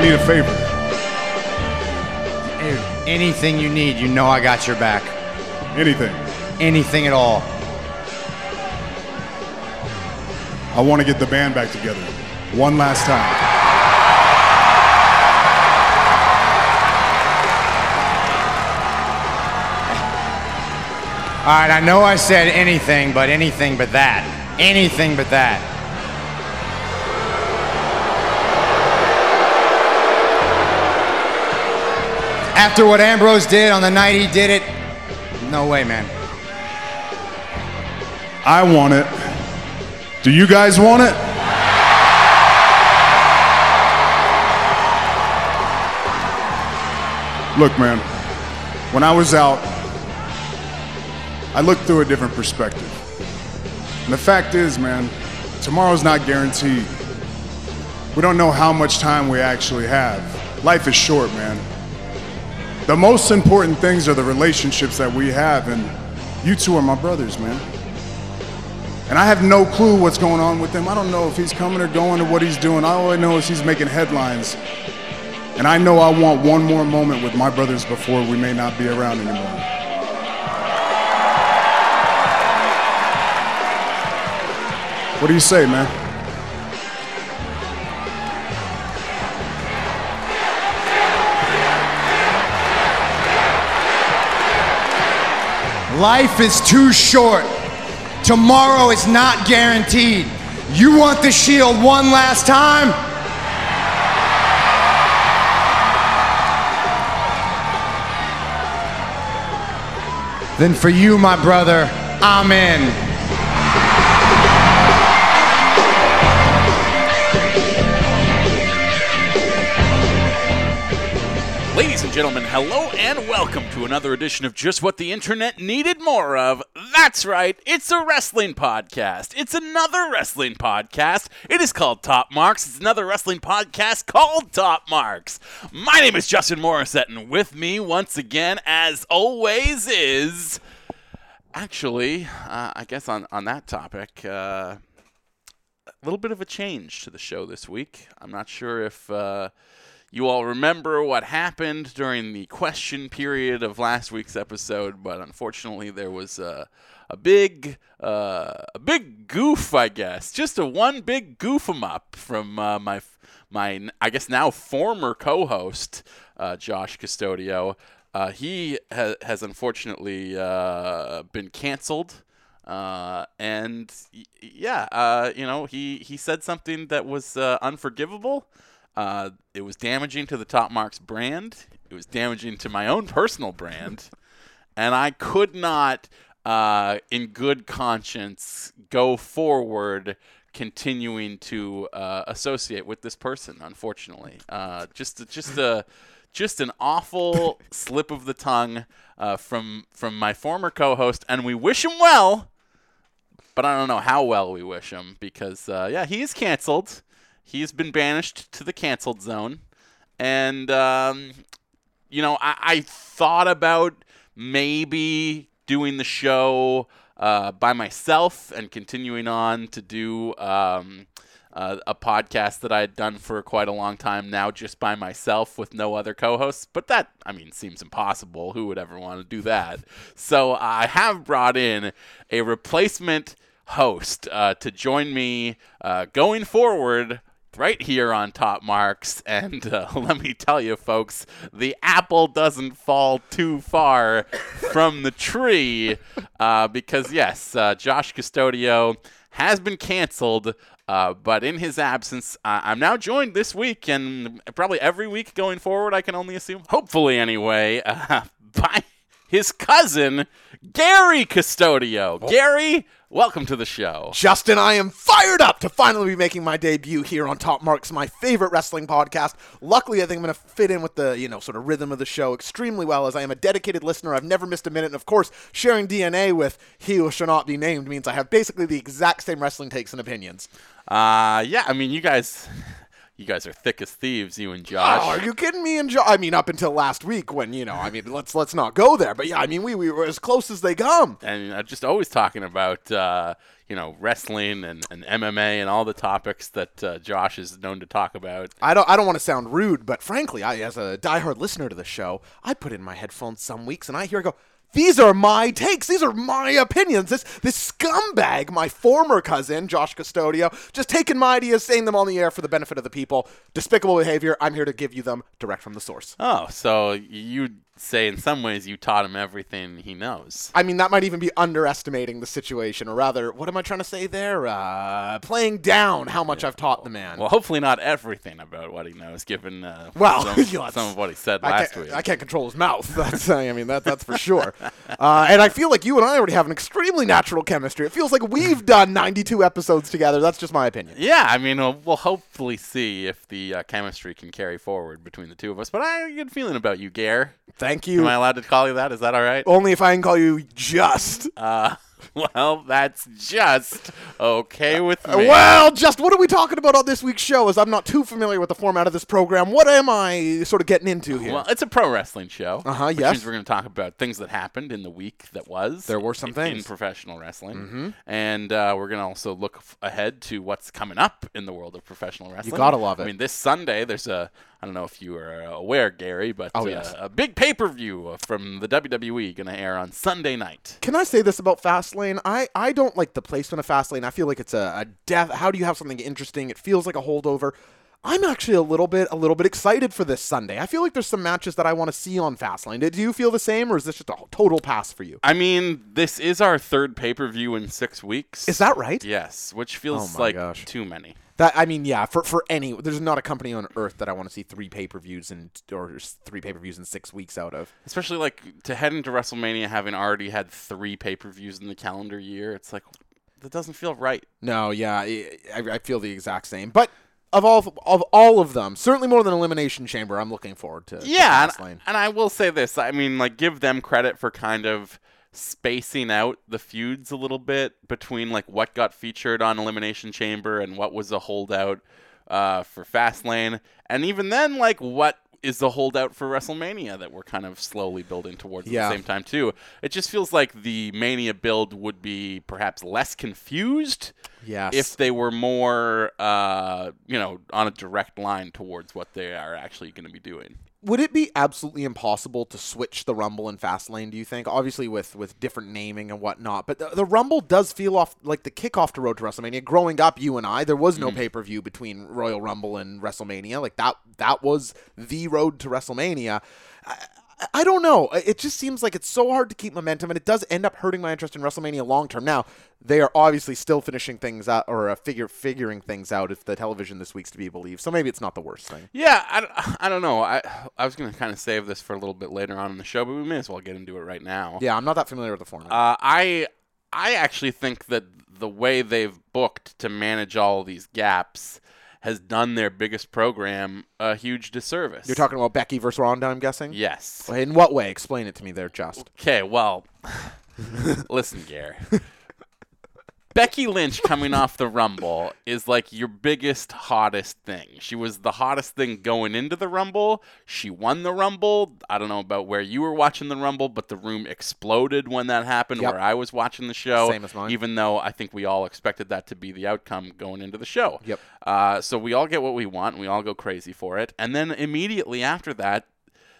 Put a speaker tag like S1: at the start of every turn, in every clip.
S1: me a favor.
S2: Dude, anything you need, you know I got your back.
S1: Anything.
S2: Anything at all.
S1: I want to get the band back together one last time.
S2: All right, I know I said anything, but anything but that. Anything but that. After what Ambrose did on the night he did it, no way, man.
S1: I want it. Do you guys want it? Look, man, when I was out, I looked through a different perspective. And the fact is, man, tomorrow's not guaranteed. We don't know how much time we actually have. Life is short, man. The most important things are the relationships that we have, and you two are my brothers, man. And I have no clue what's going on with him. I don't know if he's coming or going or what he's doing. All I know is he's making headlines. And I know I want one more moment with my brothers before we may not be around anymore. What do you say, man?
S2: Life is too short. Tomorrow is not guaranteed. You want the shield one last time? Then for you, my brother, I'm in.
S3: Ladies and gentlemen, hello and welcome to another edition of Just What the Internet Needed More of. That's right, it's a wrestling podcast. It's another wrestling podcast. It is called Top Marks. It's another wrestling podcast called Top Marks. My name is Justin Morissette, and with me once again, as always, is. Actually, uh, I guess on, on that topic, uh, a little bit of a change to the show this week. I'm not sure if. Uh, you all remember what happened during the question period of last week's episode, but unfortunately there was a, a big uh, a big goof, I guess, just a one big goof 'em up from uh, my my I guess now former co-host uh, Josh Custodio. Uh, he ha- has unfortunately uh, been canceled. Uh, and y- yeah, uh, you know, he, he said something that was uh, unforgivable. Uh, it was damaging to the Top Marks brand. It was damaging to my own personal brand, and I could not, uh, in good conscience, go forward continuing to uh, associate with this person. Unfortunately, uh, just just a just an awful slip of the tongue uh, from from my former co-host, and we wish him well but I don't know how well we wish him because uh, yeah, he is canceled. He's been banished to the canceled zone, and um, you know I, I thought about maybe doing the show uh, by myself and continuing on to do um, uh, a podcast that I had done for quite a long time now, just by myself with no other co-hosts. But that I mean seems impossible. Who would ever want to do that? So I have brought in a replacement host uh, to join me uh, going forward right here on Top Marks. And uh, let me tell you, folks, the apple doesn't fall too far from the tree uh, because, yes, uh, Josh Custodio has been canceled. Uh, but in his absence, I- I'm now joined this week and probably every week going forward, I can only assume, hopefully anyway, uh, by his cousin, Gary Custodio. Gary, welcome to the show.
S4: Justin, I am fired up to finally be making my debut here on Top Marks, my favorite wrestling podcast. Luckily, I think I'm going to fit in with the, you know, sort of rhythm of the show extremely well as I am a dedicated listener. I've never missed a minute. And of course, sharing DNA with he who shall not be named means I have basically the exact same wrestling takes and opinions.
S3: Uh, yeah, I mean, you guys, You guys are thick as thieves, you and Josh.
S4: Oh, are you kidding me? And jo- I mean, up until last week when you know, I mean, let's let's not go there. But yeah, I mean, we, we were as close as they come.
S3: and I'm just always talking about uh, you know wrestling and, and MMA and all the topics that uh, Josh is known to talk about.
S4: I don't I don't want to sound rude, but frankly, I as a diehard listener to the show, I put in my headphones some weeks and I hear I go. These are my takes. These are my opinions. This this scumbag, my former cousin Josh Custodio, just taking my ideas, saying them on the air for the benefit of the people. Despicable behavior. I'm here to give you them direct from the source.
S3: Oh, so you say in some ways you taught him everything he knows.
S4: I mean, that might even be underestimating the situation, or rather, what am I trying to say there? Uh, playing down how much I've taught the man.
S3: Well, hopefully not everything about what he knows, given uh,
S4: Well,
S3: some,
S4: you know,
S3: some of what he said
S4: I
S3: last
S4: can't,
S3: week.
S4: I can't control his mouth. That's I mean that that's for sure. Uh, and I feel like you and I already have an extremely natural chemistry. It feels like we've done 92 episodes together. That's just my opinion.
S3: Yeah, I mean, we'll, we'll hopefully see if the uh, chemistry can carry forward between the two of us. But I have a good feeling about you, Gare.
S4: Thank
S3: Am
S4: you.
S3: I allowed to call you that? Is that all right?
S4: Only if I can call you just.
S3: Uh, well, that's just okay with me.
S4: Uh, Well, just what are we talking about on this week's show? As I'm not too familiar with the format of this program. What am I sort of getting into here?
S3: Well, it's a pro wrestling show.
S4: Uh-huh,
S3: which
S4: yes.
S3: means we're going to talk about things that happened in the week that was.
S4: There were some
S3: in, in
S4: things. Mm-hmm.
S3: professional wrestling, and uh, we're going to also look f- ahead to what's coming up in the world of professional wrestling.
S4: gotta love
S3: I
S4: it.
S3: mean, this Sunday there's a. I don't know if you are aware, Gary, but
S4: Oh,
S3: uh,
S4: yes.
S3: a big pay per view from the WWE going to air on Sunday night.
S4: Can I say this about Fastlane? I, I don't like the placement of Fastlane. I feel like it's a, a death. How do you have something interesting? It feels like a holdover. I'm actually a little bit a little bit excited for this Sunday. I feel like there's some matches that I want to see on Fastlane. Do you feel the same, or is this just a total pass for you?
S3: I mean, this is our third pay per view in six weeks.
S4: Is that right?
S3: Yes, which feels
S4: Oh my
S3: like
S4: gosh.
S3: too many.
S4: That I mean, yeah. For for any, there's not a company on earth that I want to see three pay per views and or three pay per views in six weeks out of.
S3: especially like to head into WrestleMania having already had three pay per views in the calendar year. It's like that doesn't feel right.
S4: No, yeah, I, I I feel the exact same. But of all of all of them, certainly more than Elimination Chamber, I'm looking forward to. to
S3: Yeah,
S4: Fastlane.
S3: and, and I will say this. I mean, like give them credit for kind of spacing out the feuds a little bit between like what got featured on Elimination Chamber and what was a holdout uh, for Fastlane, and even then, like what is the holdout for WrestleMania that we're kind of slowly building towards at
S4: Yeah.
S3: the same time too. It just feels like the Mania build would be perhaps less confused
S4: Yes.
S3: if they were more uh, you know on a direct line towards what they are actually going to be doing.
S4: would it be absolutely impossible to switch the Rumble and Fastlane? Do you think? Obviously, with with different naming and whatnot, but the, the Rumble does feel off like the kickoff to Road to WrestleMania. Growing up, you and I, there was no pay per view between Royal Rumble and WrestleMania. Like that, that was the road to WrestleMania. I, I- I don't know. I- It just seems like it's so hard to keep momentum, and it does end up hurting my interest in WrestleMania long term. Now they are obviously still finishing things out or uh, figure figuring things out if the television this week's to be believed. So maybe it's not the worst thing.
S3: Yeah, I, d- I don't know. I I was going to kind of save this for a little bit later on in the show, but we may as well get into it right now.
S4: Yeah, I'm not that familiar with the format.
S3: Uh, I I actually think that the way they've booked to manage all these gaps has done their biggest program a huge disservice.
S4: You're talking about Becky versus Ronda, I'm guessing?
S3: Yes.
S4: In what way? Explain it to me there, Just.
S3: Okay, well, listen, Gare. Becky Lynch coming off the Rumble is like your biggest, hottest thing. She was the hottest thing going into the Rumble. She won the Rumble. I don't know about where you were watching the Rumble, but the room exploded when that happened,
S4: Yep.
S3: where I was watching the show.
S4: Same as mine.
S3: Even though I think we all expected that to be the outcome going into the show.
S4: Yep.
S3: Uh, so we all get what we want. and We all go crazy for it. And then immediately after that,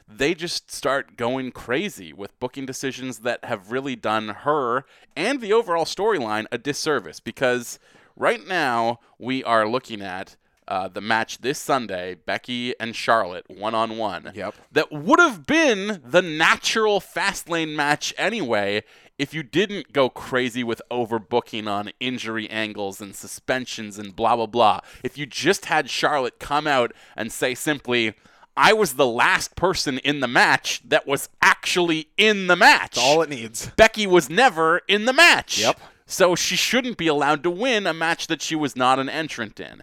S3: they just start going crazy with booking decisions that have really done her and the overall storyline a disservice because right now we are looking at uh, the match this Sunday, Becky and Charlotte one on one.
S4: Yep.
S3: That would have been the natural fast lane match anyway if you didn't go crazy with overbooking on injury angles and suspensions and blah, blah, blah. If you just had Charlotte come out and say simply, I was the last person in the match that was actually in the match.
S4: All it needs.
S3: Becky was never in the match.
S4: Yep.
S3: So she shouldn't be allowed to win a match that she was not an entrant in.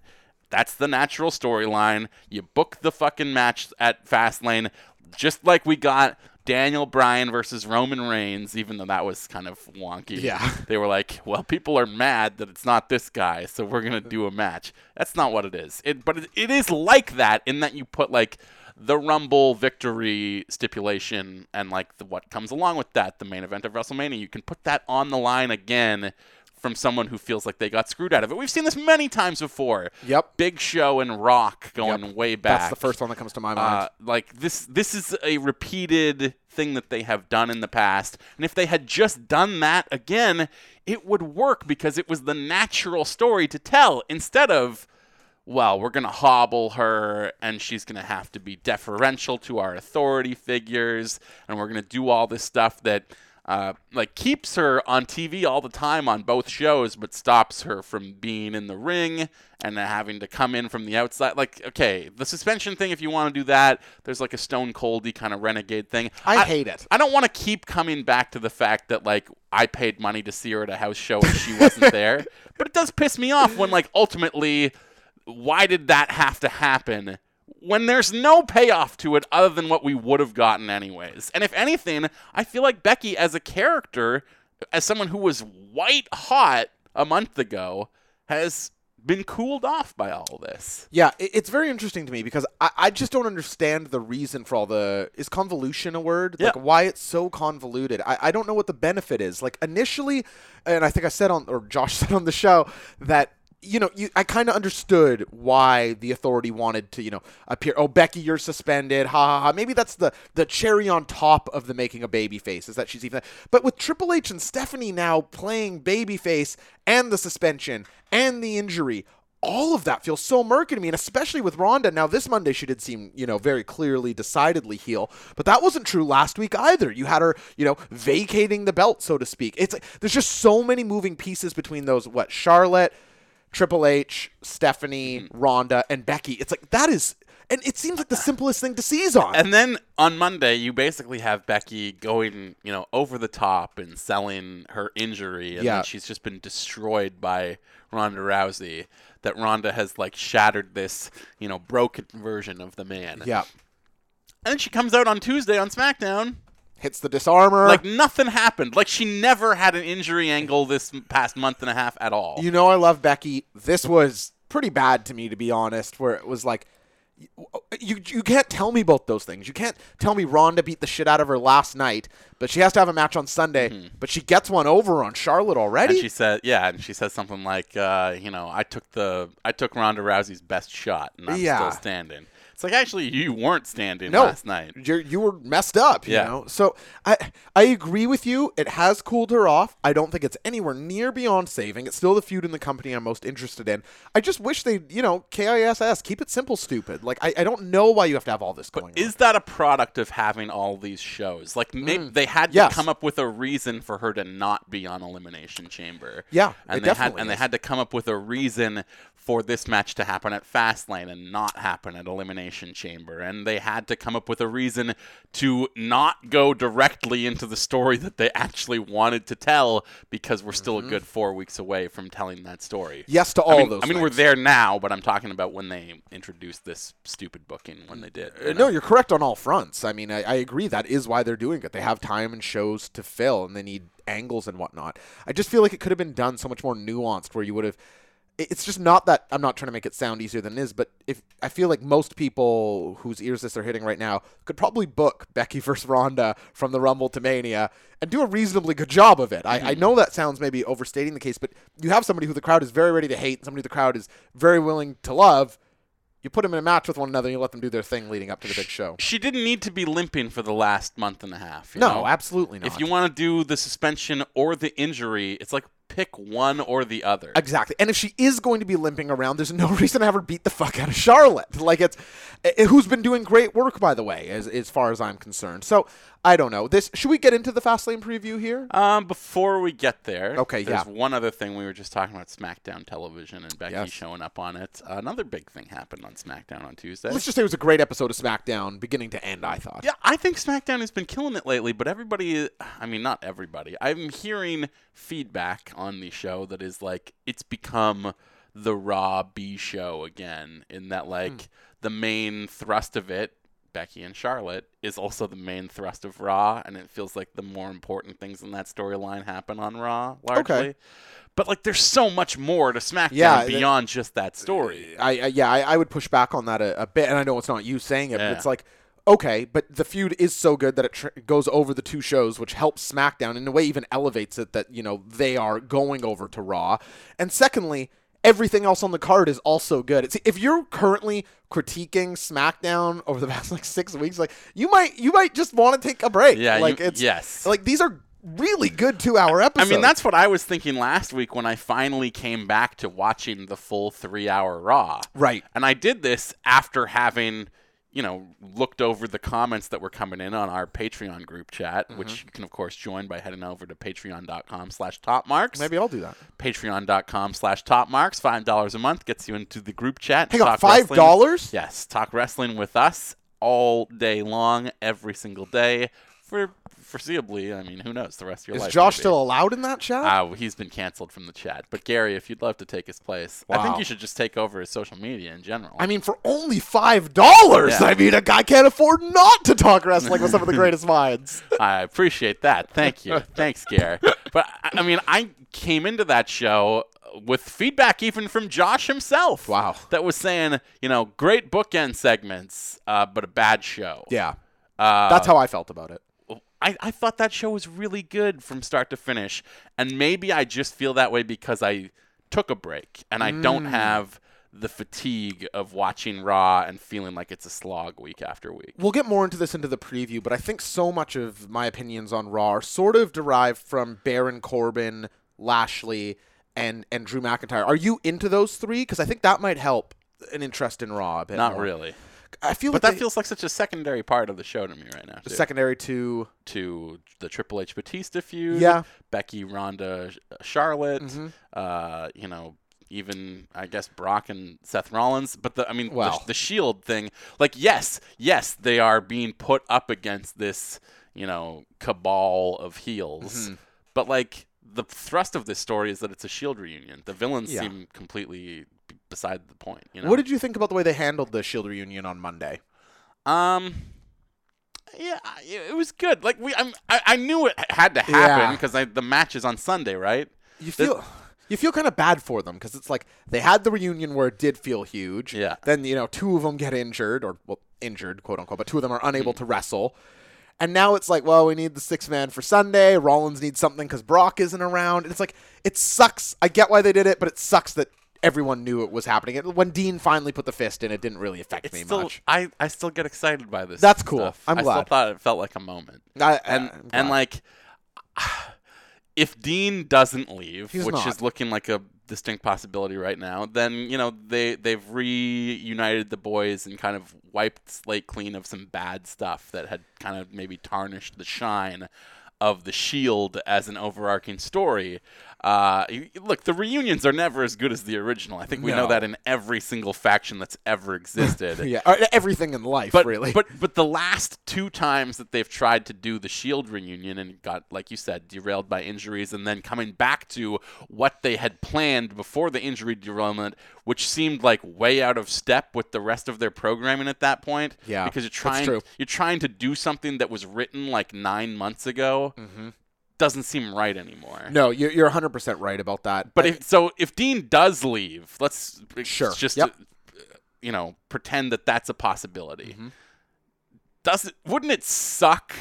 S3: That's the natural storyline. You book the fucking match at Fastlane, just like we got Daniel Bryan versus Roman Reigns, even though that was kind of wonky.
S4: Yeah.
S3: They were like, well, people are mad that it's not this guy, so we're going to do a match. That's not what it is. It, but it, it is like that in that you put like the Rumble victory stipulation and like the, what comes along with that, the main event of WrestleMania. You can put that on the line again from someone who feels like they got screwed out of it. We've seen this many times before.
S4: Yep.
S3: Big Show and Rock going
S4: Yep.
S3: way back.
S4: That's the first one that comes to my mind.
S3: Uh, like this, this is a repeated thing that they have done in the past, and if they had just done that again, it would work because it was the natural story to tell instead of, well, we're gonna hobble her, and she's gonna have to be deferential to our authority figures, and we're gonna do all this stuff that. Uh, like keeps her on TV all the time on both shows, but stops her from being in the ring and then having to come in from the outside. Like, okay, the suspension thing, if you want to do that, there's like a Stone Coldy kind of renegade thing.
S4: I hate it.
S3: I don't want to keep coming back to the fact that like I paid money to see her at a house show and she wasn't there. But it does piss me off when like ultimately, why did that have to happen? When there's no payoff to it other than what we would have gotten anyways. And if anything, I feel like Becky as a character, as someone who was white hot a month ago, has been cooled off by all this.
S4: Yeah, i- it's very interesting to me because I, I just don't understand the reason for all the. Is convolution a word?
S3: Yeah.
S4: Like, why it's so convoluted? I, I don't know what the benefit is. Like, initially, and I think I said on, or Josh said on the show, that. You know, you, I kind of understood why the authority wanted to, you know, appear. Oh, Becky, you're suspended. Ha ha ha. Maybe that's the the cherry on top of the making a baby face is that she's even. But with Triple H and Stephanie now playing babyface and the suspension and the injury, all of that feels so murky to me, and especially with Ronda. Now, this Monday, she did seem, you know, very clearly, decidedly heel, but that wasn't true last week either. You had her, you know, vacating the belt, so to speak. It's like, there's just so many moving pieces between those, what, Charlotte, Triple H, Stephanie,
S3: Mm-hmm.
S4: Ronda, and Becky. It's like, that is, and it seems like the simplest thing to seize on.
S3: And then on Monday, you basically have Becky going, you know, over the top and selling her injury, and
S4: Yeah.
S3: then she's just been destroyed by Ronda Rousey. That Ronda has like shattered this, you know, broken version of the man.
S4: yeah.
S3: And then she comes out on Tuesday on SmackDown.
S4: Hits the disarmor.
S3: Like nothing happened. Like she never had an injury angle this m- past month and a half at all.
S4: You know, I love Becky. This was pretty bad to me, to be honest, where it was like, you, you can't tell me both those things. You can't tell me Ronda beat the shit out of her last night, but she has to have a match on Sunday, but she gets one over on Charlotte already.
S3: Mm-hmm. and she said, "Yeah," and she said something like, uh, "You know, I took the I took Ronda Rousey's best shot, and I'm
S4: Yeah.
S3: still standing." It's like actually, you weren't standing
S4: no,
S3: last night.
S4: You're, you were messed up, you
S3: Yeah.
S4: know? So I I agree with you. It has cooled her off. I don't think it's anywhere near beyond saving. It's still the feud in the company I'm most interested in. I just wish they, you know, KISS, keep it simple, stupid. Like, I, I don't know why you have to have all this going on.
S3: Is that a product of having all these shows? Like maybe they had to
S4: Mm. Yes.
S3: come up with a reason for her to not be on Elimination Chamber.
S4: Yeah, it
S3: and they had
S4: definitely
S3: and they
S4: is.
S3: had to come up with a reason for this match to happen at Fastlane and not happen at Elimination Chamber. And they had to come up with a reason to not go directly into the story that they actually wanted to tell because we're still a good four weeks away from telling that story.
S4: Yes
S3: I
S4: to Mm-hmm. all
S3: mean,
S4: those
S3: I mean, we're
S4: things.
S3: there now, but I'm talking about when they introduced this stupid booking when they did. you
S4: Uh,
S3: know?
S4: No, you're correct on all fronts. I mean, I, I agree. That is why they're doing it. They have time and shows to fill, and they need angles and whatnot. I just feel like it could have been done so much more nuanced, where you would have. it- It's just not that I'm not trying to make it sound easier than it is, but if I feel like most people whose ears this are hitting right now could probably book Becky versus Ronda from the Rumble to Mania and do a reasonably good job of it.
S3: Mm-hmm.
S4: I, I know that sounds maybe overstating the case, but you have somebody who the crowd is very ready to hate, and somebody the crowd is very willing to love. You put them in a match with one another, and you let them do their thing leading up to the big show.
S3: she didn't need to be limping for the last month and a half. you
S4: No,
S3: know?
S4: absolutely not.
S3: If you want to do the suspension or the injury, it's like pick one or the other.
S4: Exactly. And if she is going to be limping around, there's no reason to have her beat the fuck out of Charlotte. Like it's eh, who's been doing great work by the way, as as far as I'm concerned. So I don't know. This should we get into the fast lane preview here?
S3: um, before we get there,
S4: Okay,
S3: there's
S4: yeah.
S3: one other thing we were just talking about SmackDown television and Becky
S4: Yes.
S3: showing up on it. another big thing happened on SmackDown on Tuesday.
S4: Let's just say it was a great episode of SmackDown, beginning to end. I thought.
S3: Yeah, I think SmackDown has been killing it lately, but everybody, I mean, not everybody, I'm hearing feedback on the show that is like, it's become
S4: Hmm.
S3: the Raw B show again, in that, like, the main thrust of it Becky and Charlotte is also the main thrust of Raw, and it feels like the more important things in that storyline happen on Raw largely.
S4: Okay.
S3: But like, there's so much more to SmackDown
S4: Yeah, th-
S3: beyond just that story.
S4: I, I yeah, I, I would push back on that a, a bit, and I know it's not you saying it,
S3: Yeah.
S4: but it's like okay, but the feud is so good that it tr- goes over the two shows, which helps SmackDown in a way, even elevates it that you know they are going over to Raw, and secondly. Everything else on the card is also good. It's, if you're currently critiquing SmackDown over the past like six weeks, like you might you might just want to take a break.
S3: Yeah,
S4: like
S3: you-
S4: it's
S3: yes.
S4: like these are really good two hour
S3: I
S4: episodes.
S3: mean, that's what I was thinking last week when I finally came back to watching the full three hour Raw.
S4: Right.
S3: And I did this after having, you know, looked over the comments that were coming in on our Patreon group chat,
S4: Mm-hmm.
S3: which you can, of course, join by heading over to patreon.com slash topmarks.
S4: maybe I'll do that.
S3: Patreon.com slash topmarks. $5 a month gets you into the group chat.
S4: Hang on,
S3: Talk
S4: $5?
S3: wrestling- Yes. Talk wrestling with us all day long, every single day. For foreseeably, I mean, who knows the rest of your
S4: Is
S3: life.
S4: Josh
S3: maybe.
S4: still allowed in that chat?
S3: Ah, well, he's been canceled from the chat. But Gary, if you'd love to take his place, I think
S4: Wow.
S3: you should just take over his social media in general.
S4: I mean, for only five dollars,
S3: Yeah.
S4: I mean, a guy can't afford not to talk wrestling with some of the greatest minds.
S3: I appreciate that. Thank you. Thanks, Gary. But I I mean, I came into that show with feedback even from Josh himself.
S4: Wow.
S3: That was saying, you know, great bookend segments, uh, but a bad show.
S4: Yeah, that's
S3: Uh,
S4: how I felt about it.
S3: I, I thought that show was really good from start to finish. And maybe I just feel that way because I took a break and I don't have the fatigue of watching Raw and feeling like it's a slog week after week.
S4: We'll get more into this into the preview, but I think so much of my opinions on Raw are sort of derived from Baron Corbin, Lashley, and and Drew McIntyre. Are you into those three? Because I think that might help an interest in Raw. A bit
S3: Not
S4: more.
S3: really.
S4: I feel,
S3: But
S4: like
S3: that feels like such a secondary part of the show to me right now. too.
S4: secondary to
S3: to the Triple H Batista feud.
S4: Yeah. Mm-hmm.
S3: Becky, Ronda, Sh- Charlotte. Uh, you know, even I guess Brock and Seth Rollins. But the I mean, the-
S4: Well.
S3: the, Shield thing. Like, yes, yes, they are being put up against this, you know, cabal of heels.
S4: Mm-hmm.
S3: But like, the thrust of this story is that it's a Shield reunion. The villains
S4: Yeah.
S3: seem completely b- beside the point. You know.
S4: what did you think about the way they handled the Shield reunion on Monday?
S3: Um. Yeah, I- it was good. Like we, I'm, I, I knew it had to happen
S4: Yeah.
S3: because the match is on Sunday, right?
S4: you
S3: The-
S4: feel you feel kind of bad for them because it's like they had the reunion where it did feel huge.
S3: Yeah.
S4: Then you know two of them get injured or well injured quote unquote, but two of them are
S3: Hmm.
S4: unable to wrestle. And now it's like, well, we need the six man for Sunday. Rollins needs something because Brock isn't around. And it's like, it sucks. I get why they did it, but it sucks that everyone knew it was happening. It- When Dean finally put the fist in, it didn't really affect
S3: It's
S4: me
S3: still,
S4: much.
S3: I, I still get excited by this.
S4: That's cool.
S3: stuff.
S4: I'm
S3: I still
S4: glad.
S3: thought it felt like a moment.
S4: I- uh, I-
S3: and
S4: I'm
S3: and
S4: glad.
S3: like, if Dean doesn't leave,
S4: He's
S3: which
S4: not.
S3: is looking like a distinct possibility right now, then you know they they've reunited the boys and kind of wiped slate clean of some bad stuff that had kind of maybe tarnished the shine of the Shield as an overarching story. Uh, y- look, the reunions are never as good as the original. I think we know
S4: No.
S3: that in every single faction that's ever existed
S4: yeah, uh, everything in life,
S3: but
S4: really.
S3: but but the last two times that they've tried to do the Shield E reunion and got like you said derailed by injuries and then coming back to what they had planned before the injury derailment, which seemed like way out of step with the rest of their programming at that point.
S4: Yeah,
S3: because you're
S4: that's
S3: trying
S4: true.
S3: you're trying to do something that was written like nine months ago.
S4: Mm-hmm.
S3: Doesn't seem right anymore.
S4: no, you're, you're 100% right about that.
S3: But if so, if Dean does leave, let's it's
S4: Sure.
S3: just
S4: Yep.
S3: uh, you know pretend that that's a possibility.
S4: Mm-hmm.
S3: Does it? Wouldn't it suck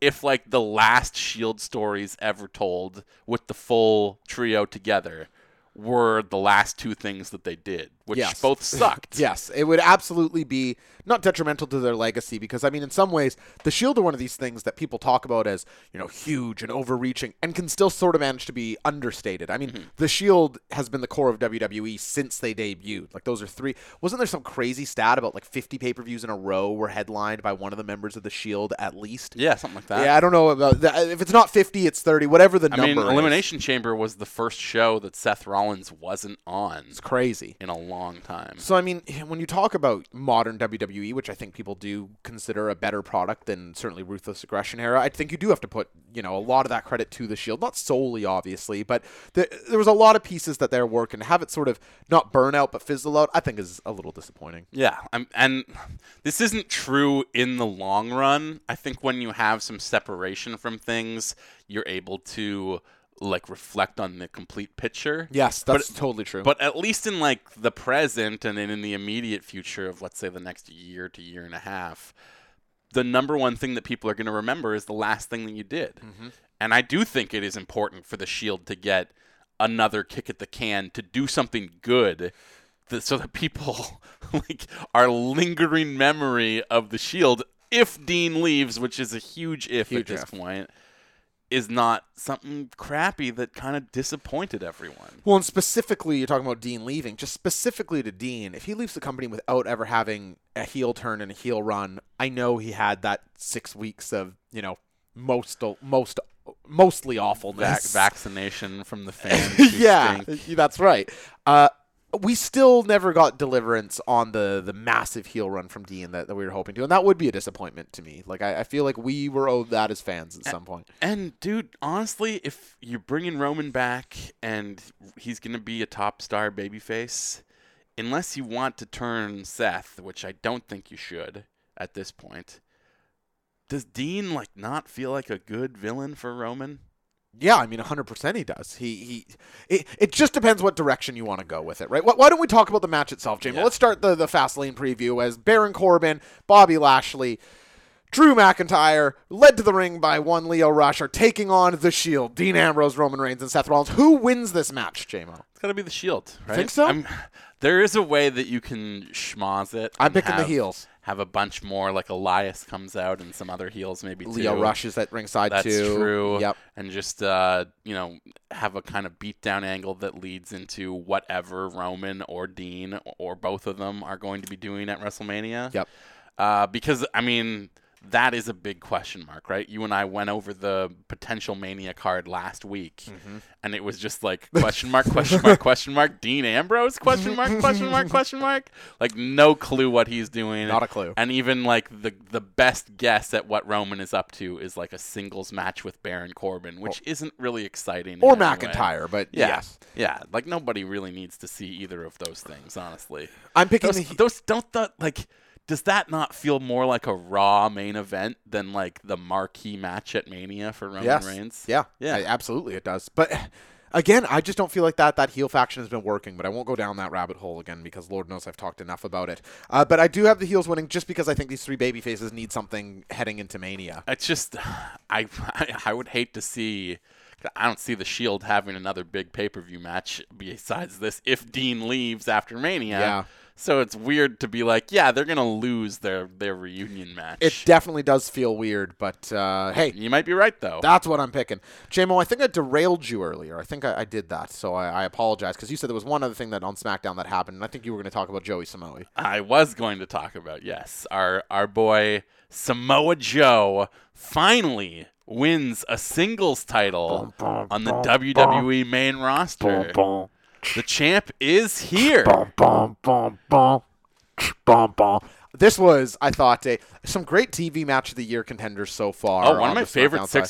S3: if like the last Shield E stories ever told with the full trio together were the last two things that they did, which
S4: Yes.
S3: both sucked.
S4: Yes, it would absolutely be not detrimental to their legacy because I mean, in some ways, the Shield are one of these things that people talk about as you know huge and overreaching, and can still sort of manage to be understated. I mean,
S3: Mm-hmm.
S4: the Shield has been the core of WWE since they debuted. Like those are three. Wasn't there some crazy stat about like 50 pay per views in a row were headlined by one of the members of the Shield at least?
S3: Yeah, something like that.
S4: Yeah, I don't know about that. If it's not 50, it's 30. Whatever the
S3: I mean,
S4: number. is.
S3: Elimination Chamber was the first show that Seth Rollins wasn't on
S4: It's crazy.
S3: in a long time.
S4: So I mean, when you talk about modern WWE, which I think people do consider a better product than certainly Ruthless Aggression era, I think you do have to put you know a lot of that credit to the Shield. Not solely, obviously, but the, there was a lot of pieces that their work and to have it sort of not burn out but fizzle out. I think is a little disappointing.
S3: Yeah, I'm, and this isn't true in the long run. I think when you have some separation from things, you're able to like reflect on the complete picture.
S4: Yes,
S3: But-
S4: that's totally true.
S3: But at least in like the present and then in the immediate future of let's say the next year to year and a half, the number one thing that people are going to remember is the last thing that you did.
S4: Mm-hmm.
S3: And I do think it is important for the Shield to get another kick at the can to do something good. th- So that people like are lingering memory of the Shield if Dean leaves, which is a huge if at
S4: Huge
S3: this
S4: if.
S3: point, is not something crappy that kind of disappointed everyone.
S4: Well, and specifically, you're talking about Dean leaving. Just specifically to Dean, if he leaves the company without ever having a heel turn and a heel run, I know he had that six weeks of you know most most mostly
S3: vac-
S4: awfulness.
S3: vaccination from the fans. who
S4: yeah,
S3: stink.
S4: that's right. Uh, we still never got deliverance on the the massive heel run from Dean that, that we were hoping to, and that would be a disappointment to me. Like I, I feel like we were owed that as fans at some point.
S3: And dude, honestly, if you're bringing Roman back and he's gonna be a top star babyface, unless you want to turn Seth, which I don't think you should at this point, does Dean like not feel like a good villain for Roman?
S4: Yeah, I mean, 100% he does. He he. It, it just depends what direction you want to go with it, right? Why, why don't we talk about the match itself, Jamie?
S3: Yeah.
S4: Let's start the the fast lane preview as Baron Corbin, Bobby Lashley, Drew McIntyre, led to the ring by one Leo Rush, are taking on the Shield, Dean Ambrose, Roman Reigns, and Seth Rollins. Who wins this match, JMO?
S3: It's gotta be the Shield, right?
S4: think so?
S3: there is a way that you can schmoz it.
S4: I'm
S3: and
S4: picking the
S3: have-
S4: heels.
S3: Have a bunch more like Elias comes out and some other heels maybe
S4: Leo
S3: too.
S4: Rush is at ringside
S3: That's
S4: too.
S3: true.
S4: Yep.
S3: And just uh, you know, have a kind of beatdown angle that leads into whatever Roman or Dean or both of them are going to be doing at WrestleMania.
S4: Yep.
S3: Uh, because I mean, that is a big question mark, right? You and I went over the potential Mania card last week,
S4: Mm-hmm.
S3: and it was just like question mark, question mark, question mark. Dean Ambrose? Question mark, question mark, question mark. Like no clue what he's doing.
S4: Not a clue.
S3: And even like the the best guess at what Roman is up to is like a singles match with Baron Corbin, which isn't really exciting.
S4: Or
S3: in any way.
S4: McIntyre, but
S3: Yeah.
S4: yes.
S3: Yeah. Like nobody really needs to see either of those things, honestly.
S4: I'm picking
S3: those,
S4: the-
S3: those don't that like does that not feel more like a raw main event than like the marquee match at Mania for Roman
S4: Yes.
S3: Reigns?
S4: Yeah.
S3: Yeah.
S4: I- absolutely, it does. But again, I just don't feel like that that heel faction has been working. But I won't go down that rabbit hole again because Lord knows I've talked enough about it. Uh, but I do have the heels winning just because I think these three baby faces need something heading into Mania.
S3: It's just I, I I would hate to see I don't see the Shield having another big pay-per-view match besides this if Dean leaves after Mania.
S4: Yeah.
S3: So it's weird to be like, yeah, they're going to lose their their reunion match.
S4: It definitely does feel weird, but uh, hey.
S3: you might be right though.
S4: That's what I'm picking. JMO, I think I derailed you earlier. I think I, I did that, so I, I apologize because you said there was one other thing that on SmackDown that happened, and I think you were going to talk about Joey Samoa.
S3: I was going to talk about, yes. Our our boy Samoa Joe finally wins a singles title on the WWE main roster. The champ is here.
S4: This was, I thought, a, some great TV match of the year contenders so far.
S3: Oh, one
S4: on
S3: of my
S4: the
S3: favorite
S4: SmackDown side.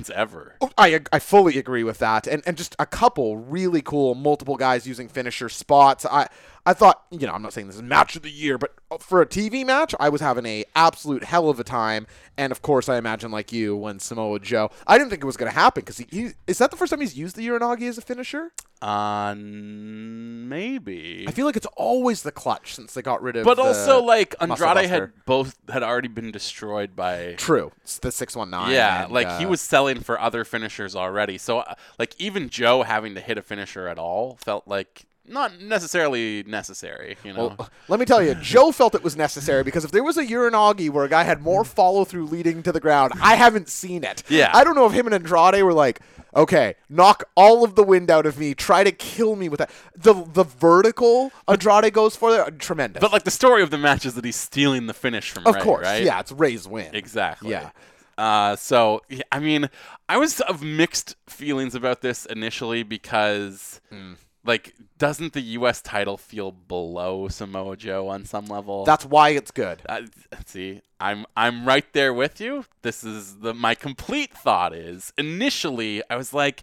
S3: 619s ever.
S4: Oh, I, ag- I fully agree with that, and and just a couple really cool multiple guys using finisher spots. I I thought you know I'm not saying this is match of the year, but uh, for a TV match, I was having a absolute hell of a time. And of course, I imagine like you when Samoa Joe. I didn't think it was going to happen because he, he is that the first time he's used the Uranagi as a finisher.
S3: Uh, n- maybe.
S4: I feel like it's always the clutch since they got rid of.
S3: But
S4: the
S3: also, like
S4: Muscle
S3: Andrade had
S4: Buster.
S3: both had already been destroyed by. uh,
S4: true. It's the six one nine.
S3: Yeah, like he was selling for other finishers already. So, uh, like even Joe having to hit a finisher at all felt like not necessarily necessary. You know,
S4: Well, Oh. let me tell you, Joe felt it was necessary because if there was a Uranagi where a guy had more follow through leading to the ground, I haven't seen it.
S3: Hmm. Yeah.
S4: I don't know if him and Andrade were like, okay, knock all of the wind out of me, try to kill me with that. The the vertical Andrade goes for there, tremendous.
S3: but like the story of the match is that he's stealing the finish from
S4: of
S3: Ray,
S4: course,
S3: right?
S4: yeah, it's Ray's win.
S3: Exactly.
S4: Yeah.
S3: Uh, so yeah, I mean, I was of mixed feelings about this initially because Like, doesn't the U.S. title feel below Samoa Joe on some level?
S4: That's why it's good.
S3: Uh, see, I'm I'm right there with you. This is the my complete thought is initially I was like,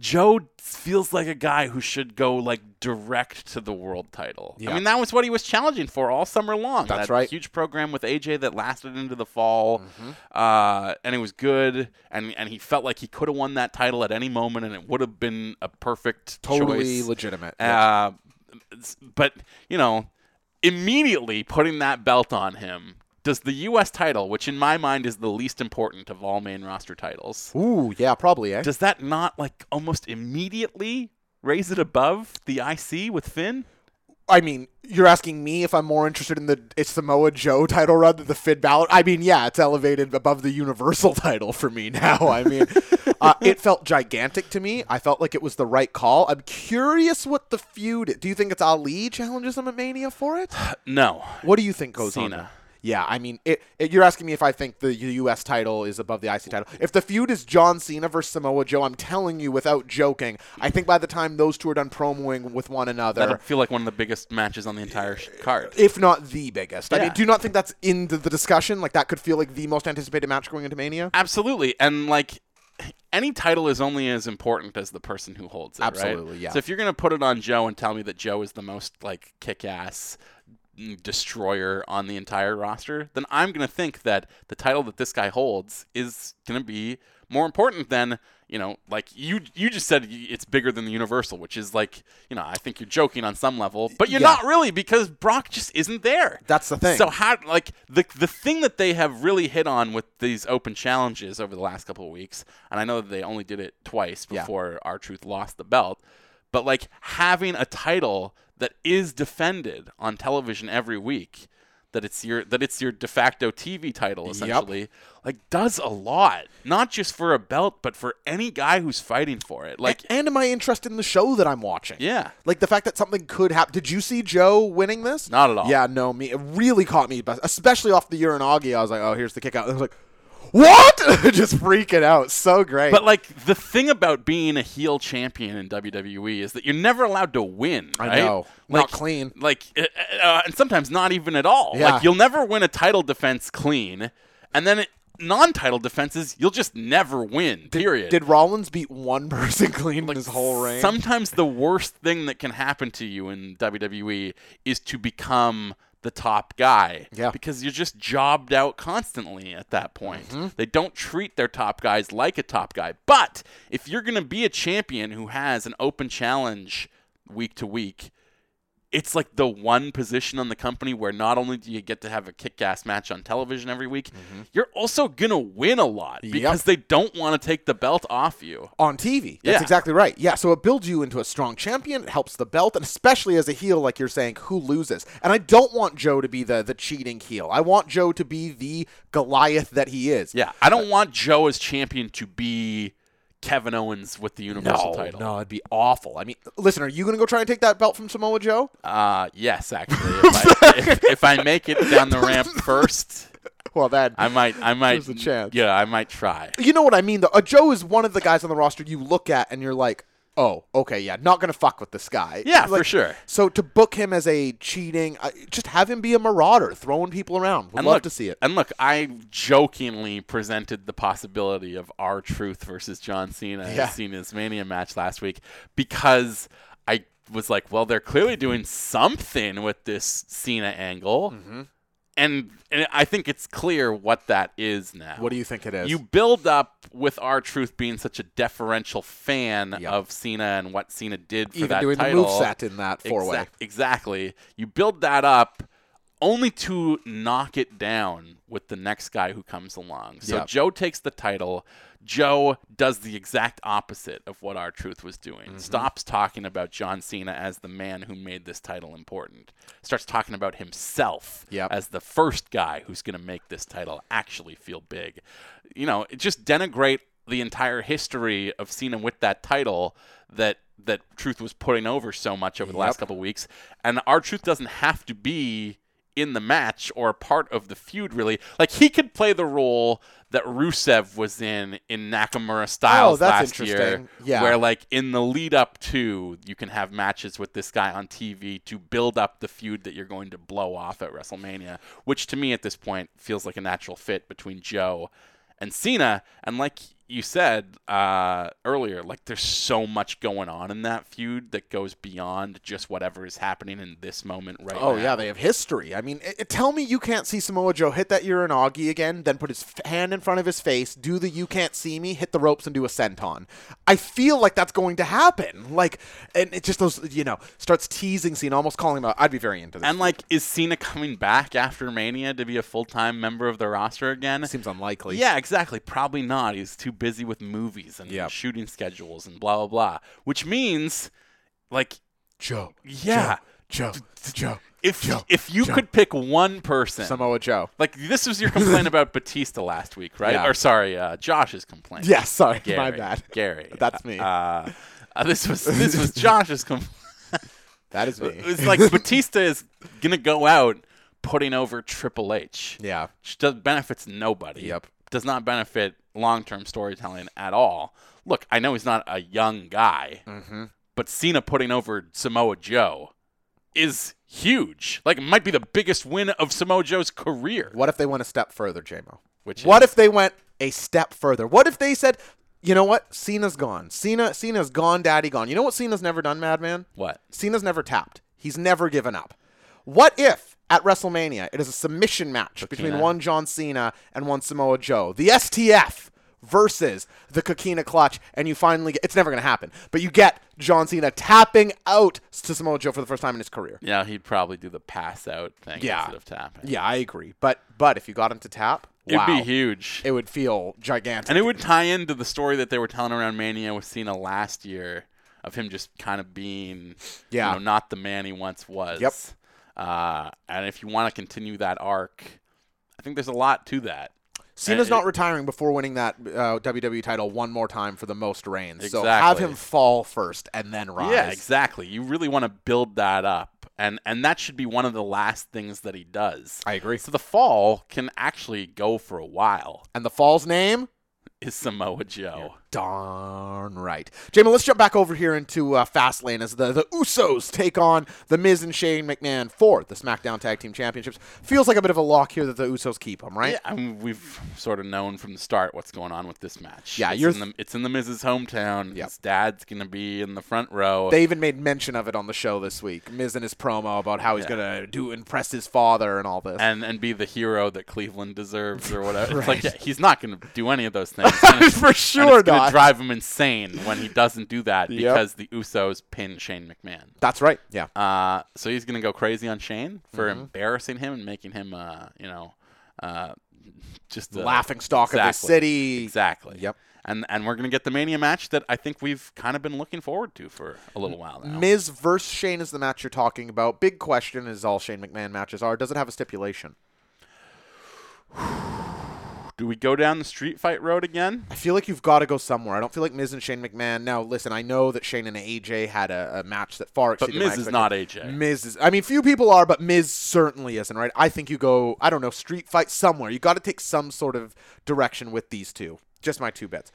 S3: Joe feels like a guy who should go like direct to the world title. I
S4: Yeah.
S3: mean, that was what he was challenging for all summer long.
S4: That's
S3: that
S4: right. Mm-hmm.
S3: Huge program with AJ that lasted into the fall, uh, and it was good. And and he felt like he could have won that title at any moment, and it would have been a perfect
S4: Totally
S3: choice.
S4: legitimate.
S3: Uh, s- but you know, immediately putting that belt on him does the U.S. title, which in my mind is the least important of all main roster titles,
S4: Ooh, yeah, probably, eh?
S3: does that not like almost immediately raise it above the IC with Finn?
S4: I mean, you're asking me if I'm more interested in the it's Samoa Joe title run than the Finn Balor. I mean, yeah, it's elevated above the Universal title for me now. I mean, uh, it felt gigantic to me. I felt like it was the right call. I'm curious what the feud. Do you think it's Ali challenges him at Mania for it?
S3: No,
S4: What do you think goes on?
S3: Cena.
S4: there? Yeah, I mean, it, it- you're asking me if I think the U.S. title is above the IC title. If the feud is John Cena versus Samoa Joe, I'm telling you without joking, I think by the time those two are done promoing with one another,
S3: that'll feel like one of the biggest matches on the entire sh- card.
S4: if not the biggest. I mean,
S3: Yeah.
S4: do you not think that's in the, the discussion? Like that could feel like the most anticipated match going into Mania.
S3: Absolutely. And like any title is only as important as the person who holds it, right?
S4: Absolutely, yeah.
S3: So if you're going to put it on Joe and tell me that Joe is the most like kick-ass mm, destroyer on the entire roster, then I'm going to think that the title that this guy holds is going to be more important than you know, like you you just said, y- it's bigger than the Universal, which is like, you know, I think you're joking on some level, but you're
S4: Yeah.
S3: not really because Brock just isn't there.
S4: That's the thing.
S3: So how like the the thing that they have really hit on with these open challenges over the last couple of weeks, and I know that they only did it twice
S4: Yeah.
S3: before our truth lost the belt, but like having a title that is defended on television every week, that it's your that it's your de facto TV title essentially, like does a lot, not just for a belt, but for any guy who's fighting for it. Like
S4: and am I interested in the show that I'm watching?
S3: Yeah.
S4: like the fact that something could happen. Did you see Joe winning this?
S3: Not at all.
S4: Yeah, no, me. It really caught me, but- especially off the Uranagi. I was like, oh, here's the kick out. And I was like, what? Just freaking out. So great.
S3: But like the thing about being a heel champion in WWE is that you're never allowed to win.
S4: I
S3: right?
S4: know. Not
S3: like,
S4: clean.
S3: Like, uh, uh, and sometimes not even at all.
S4: Yeah.
S3: Like you'll never win a title defense clean, and then it, non-title defenses you'll just never win. Period.
S4: did Rollins beat one person clean in his whole reign?
S3: Sometimes the worst thing that can happen to you in WWE is to become the top guy.
S4: Yeah.
S3: Because you're just jobbed out constantly at that point. They don't treat their top guys like a top guy. But if you're going to be a champion who has an open challenge week to week, it's like the one position on the company where not only do you get to have a kick-ass match on television every week, you're also gonna win a lot because they don't want to take the belt off you.
S4: on TV. That's
S3: Yeah.
S4: exactly right. Yeah, so it builds you into a strong champion. It helps the belt, and especially as a heel, like you're saying, who loses? And I don't want Joe to be the the cheating heel. I want Joe to be the Goliath that he is.
S3: Yeah, I don't want Joe as champion to be Kevin Owens with the Universal title.
S4: it'd be awful. I mean, listen, are you going to go try and take that belt from Samoa Joe?
S3: Uh, yes, actually, if I, if, if I make it down the ramp first,
S4: Well, that
S3: I might, I might,
S4: There's a chance.
S3: yeah, I might try.
S4: you know what I mean though. Uh, Joe is one of the guys on the roster you look at and you're like, oh, okay, yeah, not gonna fuck with this guy.
S3: Yeah,
S4: Like,
S3: for sure.
S4: So to book him as a cheating, I just have him be a marauder, throwing people around. Would
S3: And
S4: love
S3: look,
S4: to see it.
S3: And look, I jokingly presented the possibility of our truth versus John Cena
S4: Yeah.
S3: at Cena's Mania match last week because I was like, well, they're clearly doing something with this Cena angle.
S4: Mm-hmm.
S3: And, and I think it's clear what that is now.
S4: What do you think it is?
S3: You build up with our truth being such a deferential fan
S4: Yep.
S3: of Cena and what Cena did for
S4: Even
S3: that
S4: doing the
S3: title.
S4: moveset in that four-way.
S3: Exac- exactly. You build that up only to knock it down with the next guy who comes along. So
S4: Yep.
S3: Joe takes the title. Joe does the exact opposite of what our truth was doing.
S4: Mm-hmm.
S3: Stops talking about John Cena as the man who made this title important. Starts talking about himself
S4: Yep.
S3: as the first guy who's going to make this title actually feel big. You know, it just denigrate the entire history of Cena with that title that that Truth was putting over so much over the last couple of weeks. And our Truth doesn't have to be in the match or part of the feud, really. Like he could play the role that Rusev was in in Nakamura Styles
S4: Oh, that's
S3: last year,
S4: interesting. Yeah.
S3: where like in the lead up to, you can have matches with this guy on TV to build up the feud that you're going to blow off at WrestleMania, which to me at this point feels like a natural fit between Joe and Cena. And like you said uh, earlier, like there's so much going on in that feud that goes beyond just whatever is happening in this moment right
S4: Oh
S3: now.
S4: yeah, they have history. I mean, it, it- tell me you can't see Samoa Joe hit that Uranagi again, then put his f- hand in front of his face, do the "you can't see me," hit the ropes, and do a senton. I feel like that's going to happen. Like, and it just those you know starts teasing Cena, almost calling him out. I'd be very into this.
S3: And like, is Cena coming back after Mania to be a full time member of the roster again?
S4: Seems unlikely.
S3: Yeah, exactly. Probably not. He's too busy with movies and
S4: Yeah.
S3: shooting schedules and blah blah blah. Which means, like,
S4: Joe,
S3: yeah,
S4: Joe, Joe,
S3: if if you could pick one person,
S4: Samoa Joe.
S3: like this was your complaint about Batista last week, right?
S4: Yeah.
S3: Or sorry, uh, Josh's complaint.
S4: Yeah, sorry,
S3: Gary,
S4: my bad.
S3: Gary,
S4: That's me.
S3: Uh, uh, this was this was Josh's complaint.
S4: that is me.
S3: It's like Batista is gonna go out putting over Triple H.
S4: Yeah.
S3: which does, benefits nobody.
S4: Yep.
S3: does not benefit long-term storytelling at all. Look, I know he's not a young guy,
S4: Mm-hmm.
S3: but Cena putting over Samoa Joe is huge. Like, it might be the biggest win of Samoa Joe's career.
S4: What if they went a step further, JMO?
S3: Which
S4: What if they went a step further? What if they said, you know what? Cena's gone. Cena Cena's gone, daddy gone. You know what Cena's never done, madman?
S3: What?
S4: Cena's never tapped. He's never given up. What if at WrestleMania it is a submission match between one John Cena and one Samoa Joe? The STF versus the Coquina clutch and you finally get it's never going to happen but you get John Cena tapping out to Samoa Joe for the first time in his career
S3: Yeah, he'd probably do the pass out thing
S4: Yeah.
S3: instead of tapping.
S4: yeah I agree but but if you got him to tap
S3: It'd
S4: wow,
S3: be huge.
S4: it would feel gigantic
S3: And it would tie into the story that they were telling around Mania with Cena last year of him just kind of being,
S4: Yeah.
S3: you know, not the man he once was.
S4: Yep.
S3: Uh, and if you want to continue that arc, I think there's a lot to that.
S4: Cena's
S3: Uh,
S4: not
S3: it-
S4: retiring before winning that uh, WWE title one more time for the most reigns. So
S3: Exactly.
S4: have him fall first and then rise.
S3: Yeah, Uh, exactly. You really want to build that up, and and that should be one of the last things that he does.
S4: I agree.
S3: So the fall can actually go for a while.
S4: And the fall's name?
S3: Is Samoa Joe?
S4: Darn right. Jamie, let's jump back over here into uh, Fastlane as the, the Usos take on The Miz and Shane McMahon for the SmackDown Tag Team Championships. Feels like a bit of a lock here that the Usos keep them, right?
S3: Yeah, I mean, we've sort of known from the start what's going on with this match.
S4: Yeah,
S3: it's,
S4: you're-
S3: in the, it's in the Miz's hometown.
S4: Yep.
S3: His dad's gonna be in the front row.
S4: They even made mention of it on the show this week. Miz in his promo about how he's going to do impress his father and all this.
S3: and and be the hero that Cleveland deserves or whatever. It's like yeah, he's not going to do any of those things. And it's-
S4: For
S3: and
S4: sure
S3: it's going
S4: not.
S3: to drive him insane when he doesn't do that because the Usos pin Shane McMahon.
S4: That's right. Yeah.
S3: Uh, so he's going to go crazy on Shane for
S4: Mm-hmm.
S3: embarrassing him and making him, uh, you know, uh, just a-
S4: Laughing stock of the
S3: Exactly.
S4: city.
S3: Exactly.
S4: Yep.
S3: And and we're going to get the Mania match that I think we've kind of been looking forward to for a little while now.
S4: Miz versus Shane is the match you're talking about. Big question is all Shane McMahon matches are. Does it have a stipulation?
S3: do we go down the street fight road again?
S4: I feel like you've got to go somewhere. I don't feel like Miz and Shane McMahon. Now, listen, I know that Shane and AJ had a, a match that far
S3: But
S4: exceeded my
S3: Miz is not
S4: expectations.
S3: AJ.
S4: Miz is. I mean, few people are, but Miz certainly isn't. Right? I think you go. I don't know. Street fight somewhere. You got to take some sort of direction with these two. Just my two bets.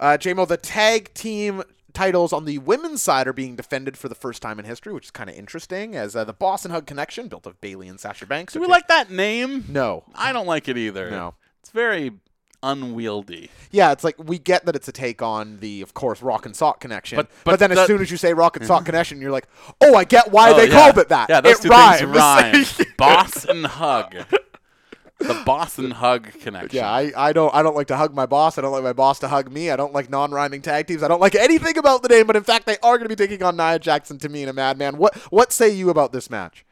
S4: Uh, JMO, the tag team titles on the women's side are being defended for the first time in history, which is kind of interesting. As uh, the Boston Hug connection, built of Bailey and Sasha Banks,
S3: Do
S4: are
S3: we
S4: taking-
S3: like that name?
S4: No.
S3: I don't like it either.
S4: No.
S3: It's very unwieldy.
S4: Yeah, it's like we get that it's a take on the, of course, rock and sock connection. But,
S3: But- but
S4: then as
S3: the-
S4: soon as you say rock and sock connection, you're like, oh, I get why
S3: Oh,
S4: they
S3: yeah.
S4: called it that.
S3: Yeah, those
S4: it
S3: two
S4: rhymes.
S3: things rhyme. boss and hug. The boss and hug connection.
S4: yeah, I, I don't I don't like to hug my boss. I don't like my boss to hug me. I don't like non-rhyming tag teams. I don't like anything about the name. But in fact, they are going to be taking on Nia Jackson, Tamina, Madman. What what say you about this match?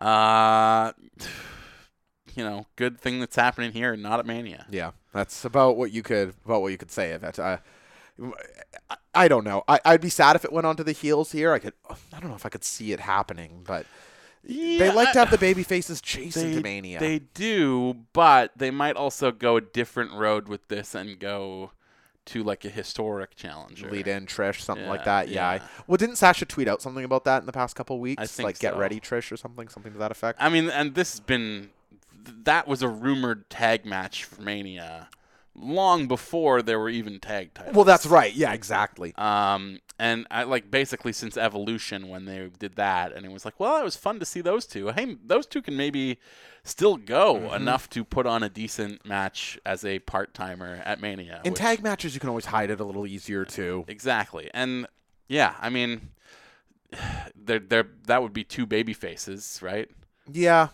S3: Uh, you know, good thing that's happening here, and not at Mania.
S4: Yeah, that's about what you could about what you could say of it. Uh, I, I don't know. I, I'd be sad if it went onto the heels here. I could I don't know if I could see it happening, but. they like to have the baby faces chasing
S3: they,
S4: to Mania.
S3: They do, but they might also go a different road with this and go to like a historic challenger.
S4: lead in Trish, something
S3: Yeah,
S4: like that. Yeah.
S3: yeah.
S4: Well, didn't Sasha tweet out something about that in the past couple weeks?
S3: I think
S4: like get
S3: so.
S4: ready Trish or something, something to that effect.
S3: I mean, and this has been th- that was a rumored tag match for Mania long before there were even tag titles.
S4: well, that's right. Yeah, exactly.
S3: Um, and I like basically since Evolution when they did that, and it was like, well, it was fun to see those two. Hey, those two can maybe still go
S4: Mm-hmm.
S3: enough to put on a decent match as a part timer at Mania.
S4: in
S3: which-
S4: tag matches, you can always hide it a little easier too.
S3: exactly, and yeah, I mean, there, there, that would be two baby faces, right?
S4: Yeah.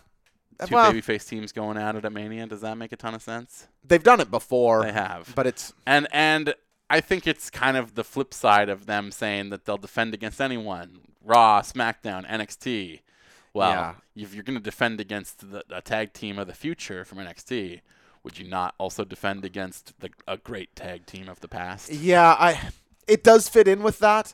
S3: Two
S4: Uh, Well,
S3: baby babyface teams going at it at Mania. Does that make a ton of sense?
S4: they've done it before.
S3: They have,
S4: But it's
S3: and and I think it's kind of the flip side of them saying that they'll defend against anyone. Raw, SmackDown, NXT. Well,
S4: Yeah.
S3: if you're going to defend against the, a tag team of the future from NXT, would you not also defend against the, a great tag team of the past?
S4: yeah, I it does fit in with that.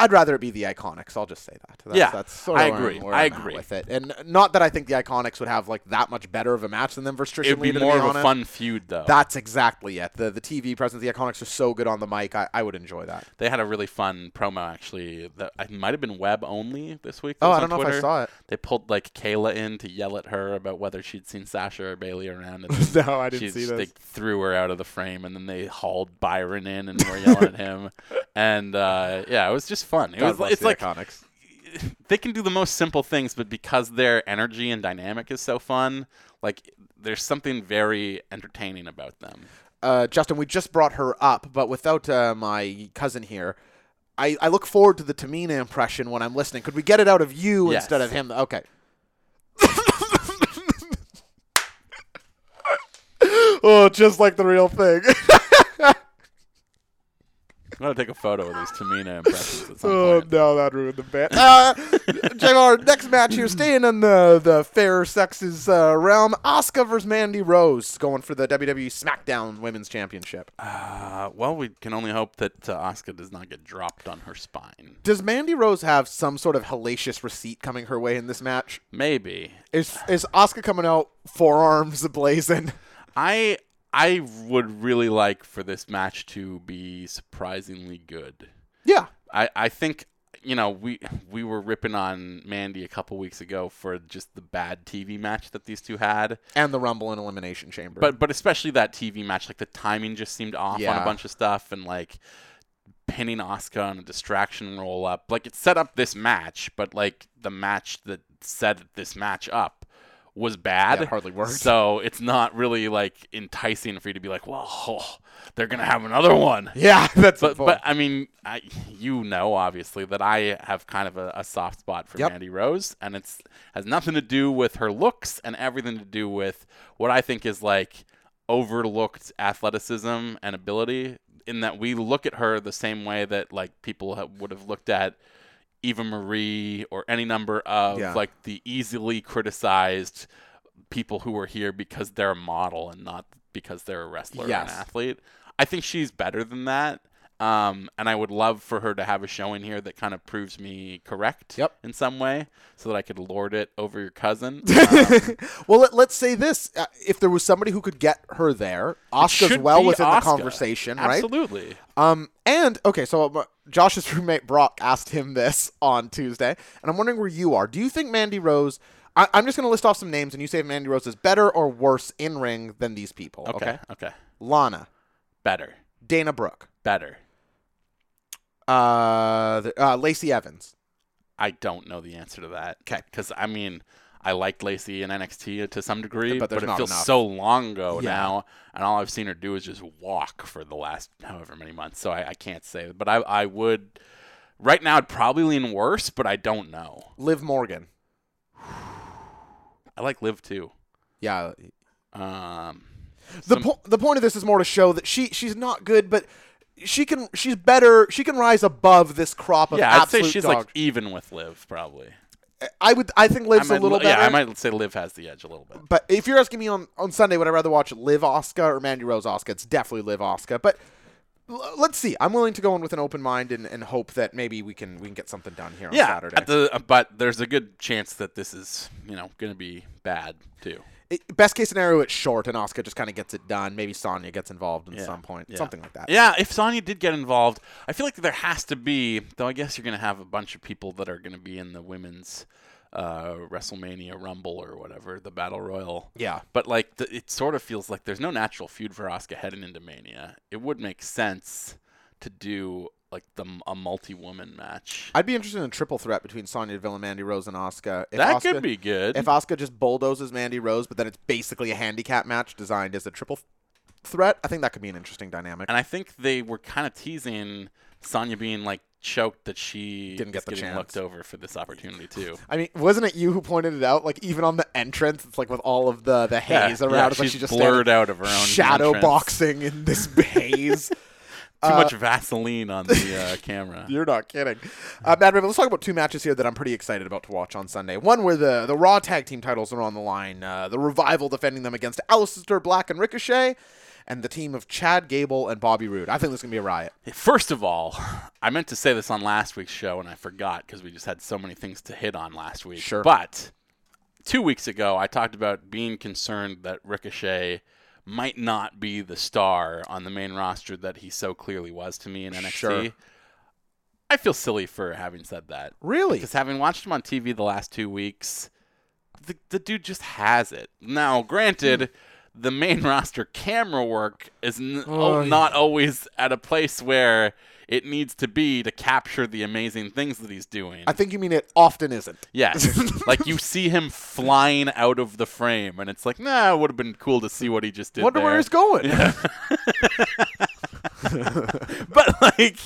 S4: I'd rather it be the Iconics. I'll just say that. That's,
S3: Yeah,
S4: that's sort of
S3: I
S4: where
S3: agree,
S4: I'm- where
S3: I
S4: I'm at
S3: agree.
S4: with it, and not that I think the Iconics would have like that much better of a match than them versus Trish
S3: It
S4: and
S3: would be
S4: Lita,
S3: more
S4: to
S3: of a
S4: honest.
S3: fun feud, though.
S4: That's exactly it. The the TV presence, the Iconics are so good on the mic. I, I would enjoy that.
S3: they had a really fun promo actually. That I might have been web only this week. that
S4: Oh,
S3: was
S4: I
S3: on
S4: don't know if I
S3: Twitter.
S4: saw it.
S3: They pulled like Kayla in to yell at her about whether she'd seen Sasha or Bailey around. And
S4: No, I didn't
S3: she,
S4: see
S3: They
S4: this.
S3: threw her out of the frame, and then they hauled Byron in and were yelling at him. And uh, yeah, it was just fun. It
S4: God
S3: was.
S4: bless
S3: It's
S4: the
S3: like
S4: Iconics.
S3: they can do the most simple things, but because their energy and dynamic is so fun, like there's something very entertaining about them.
S4: Uh, Justin, we just brought her up, but without uh, my cousin here, I, I look forward to the Tamina impression when I'm listening. Could we get it out of you
S3: Yes.
S4: instead of him? Okay. oh, just like the real thing.
S3: I'm gonna take a photo of these Tamina impressions at some
S4: Oh
S3: point.
S4: no, that ruined the bit. Uh, check our next match here. Staying in the the fair sexes uh, realm, Oscar versus Mandy Rose, going for the WWE SmackDown Women's Championship.
S3: Uh, well, we can only hope that uh, Asuka does not get dropped on her spine.
S4: Does Mandy Rose have some sort of hellacious receipt coming her way in this match?
S3: Maybe.
S4: Is is Oscar coming out forearms blazing?
S3: I I would really like for this match to be surprisingly good.
S4: Yeah,
S3: I, I think you know we we were ripping on Mandy a couple weeks ago for just the bad TV match that these two had,
S4: and the Rumble and Elimination Chamber.
S3: but but especially that TV match, like the timing just seemed off on
S4: Yeah.
S3: a bunch of stuff, and like pinning Oscar on a distraction roll up, like it set up this match, but like the match that set this match up was bad.
S4: Yeah, it hardly worked.
S3: So it's not really like enticing for you to be like, well, they're gonna have another one.
S4: yeah, that's
S3: But,
S4: the point.
S3: but I mean, I, you know, obviously, that I have kind of a, a soft spot for
S4: Yep.
S3: Mandy Rose, and it's has nothing to do with her looks and everything to do with what I think is like overlooked athleticism and ability. In that we look at her the same way that like people ha- would have looked at Eva Marie or any number of
S4: Yeah.
S3: like the easily criticized people who are here because they're a model and not because they're a wrestler or an
S4: Yes.
S3: athlete. I think she's better than that. Um, and I would love for her to have a showing here that kind of proves me correct
S4: Yep.
S3: in some way so that I could lord it over your cousin. Um,
S4: well, let, let's say this: uh, if there was somebody who could get her there, Oscar's
S3: should
S4: well
S3: be
S4: within
S3: Asuka.
S4: the conversation, right?
S3: Absolutely.
S4: Um, and okay, so uh, Josh's roommate Brock asked him this on Tuesday, and I'm wondering where you are. Do you think Mandy Rose? I, I'm just going to list off some names, and you say if Mandy Rose is better or worse in ring than these people. Okay.
S3: Okay. Okay.
S4: Lana,
S3: Better.
S4: Dana Brooke,
S3: Better.
S4: uh, the, uh, Lacey Evans.
S3: I don't know the answer to that. Okay. Because, I mean, I liked Lacey in NXT to some degree,
S4: But
S3: but,
S4: there's
S3: it
S4: not
S3: feels
S4: enough.
S3: so long ago
S4: Yeah.
S3: now. And all I've seen her do is just walk for the last however many months. So I, I can't say. But I, I would, right now, I'd probably lean worse, but I don't know.
S4: Liv Morgan.
S3: I like Liv too.
S4: Yeah.
S3: Um,
S4: The
S3: Some-
S4: po- the point of this is more to show that she she's not good, but she can she's better. She can rise above this crop of
S3: yeah, I'd say
S4: absolute
S3: she's
S4: dog.
S3: like even with Liv probably.
S4: I would I think Liv's
S3: I
S4: a
S3: might-
S4: little better.
S3: yeah, I might say Liv has the edge a little bit.
S4: But if you're asking me on, on Sunday, would I rather watch Live Oscar or Mandy Rose Oscar? It's definitely Live Oscar. But l- let's see. I'm willing to go in with an open mind and, and hope that maybe we can we can get something done here on
S3: Yeah,
S4: Saturday.
S3: at the, but there's a good chance that this is you know going to be bad too.
S4: it- best case scenario, it's short, and Oscar just kind of gets it done. Maybe Sonya gets involved at
S3: Yeah.
S4: some point,
S3: Yeah.
S4: something like that.
S3: Yeah, if Sonya did get involved, I feel like there has to be, though I guess you're going to have a bunch of people that are going to be in the women's uh, WrestleMania Rumble or whatever, the Battle Royal.
S4: Yeah.
S3: But like the, it sort of feels like there's no natural feud for Asuka heading into Mania. It would make sense to do like the a multi-woman match.
S4: I'd be interested in a triple threat between Sonya Deville and Mandy Rose and Oscar. If
S3: that
S4: Asuka-
S3: could be good.
S4: If Oscar just bulldozes Mandy Rose, but then it's basically a handicap match designed as a triple th- threat, I think that could be an interesting dynamic.
S3: and I think they were kind of teasing Sonya being like choked that she
S4: Didn't get
S3: is
S4: the
S3: getting
S4: chance.
S3: looked over for this opportunity too.
S4: I mean, wasn't it you who pointed it out? Like even on the entrance, it's like with all of the the
S3: Yeah,
S4: haze
S3: yeah,
S4: around. it's like
S3: she's
S4: she just
S3: blurred
S4: standing-
S3: out of her own
S4: shadow
S3: entrance.
S4: boxing in this haze.
S3: Too
S4: Uh,
S3: much Vaseline on the uh, camera.
S4: You're not kidding. Uh, Mad Raven, let's talk about two matches here that I'm pretty excited about to watch on Sunday. One where the, the Raw tag team titles are on the line. Uh, the Revival defending them against Aleister Black and Ricochet, and the team of Chad Gable and Bobby Roode. I think this is going to be a riot.
S3: First of all, I meant to say this on last week's show and I forgot because we just had so many things to hit on last week.
S4: Sure.
S3: But two weeks ago, I talked about being concerned that Ricochet might not be the star on the main roster that he so clearly was to me in NXT.
S4: Sure.
S3: I feel silly for having said that.
S4: Really?
S3: Because having watched him on TV the last two weeks, the, the dude just has it. Now, granted,
S4: Hmm.
S3: the main roster camera work is n-
S4: Oh,
S3: al- not always at a place where it needs to be to capture the amazing things that he's doing.
S4: I think you mean it often isn't.
S3: yes. like you see him flying out of the frame, and it's like, nah, it would have been cool to see what he just did.
S4: Wonder
S3: there
S4: where he's going.
S3: but like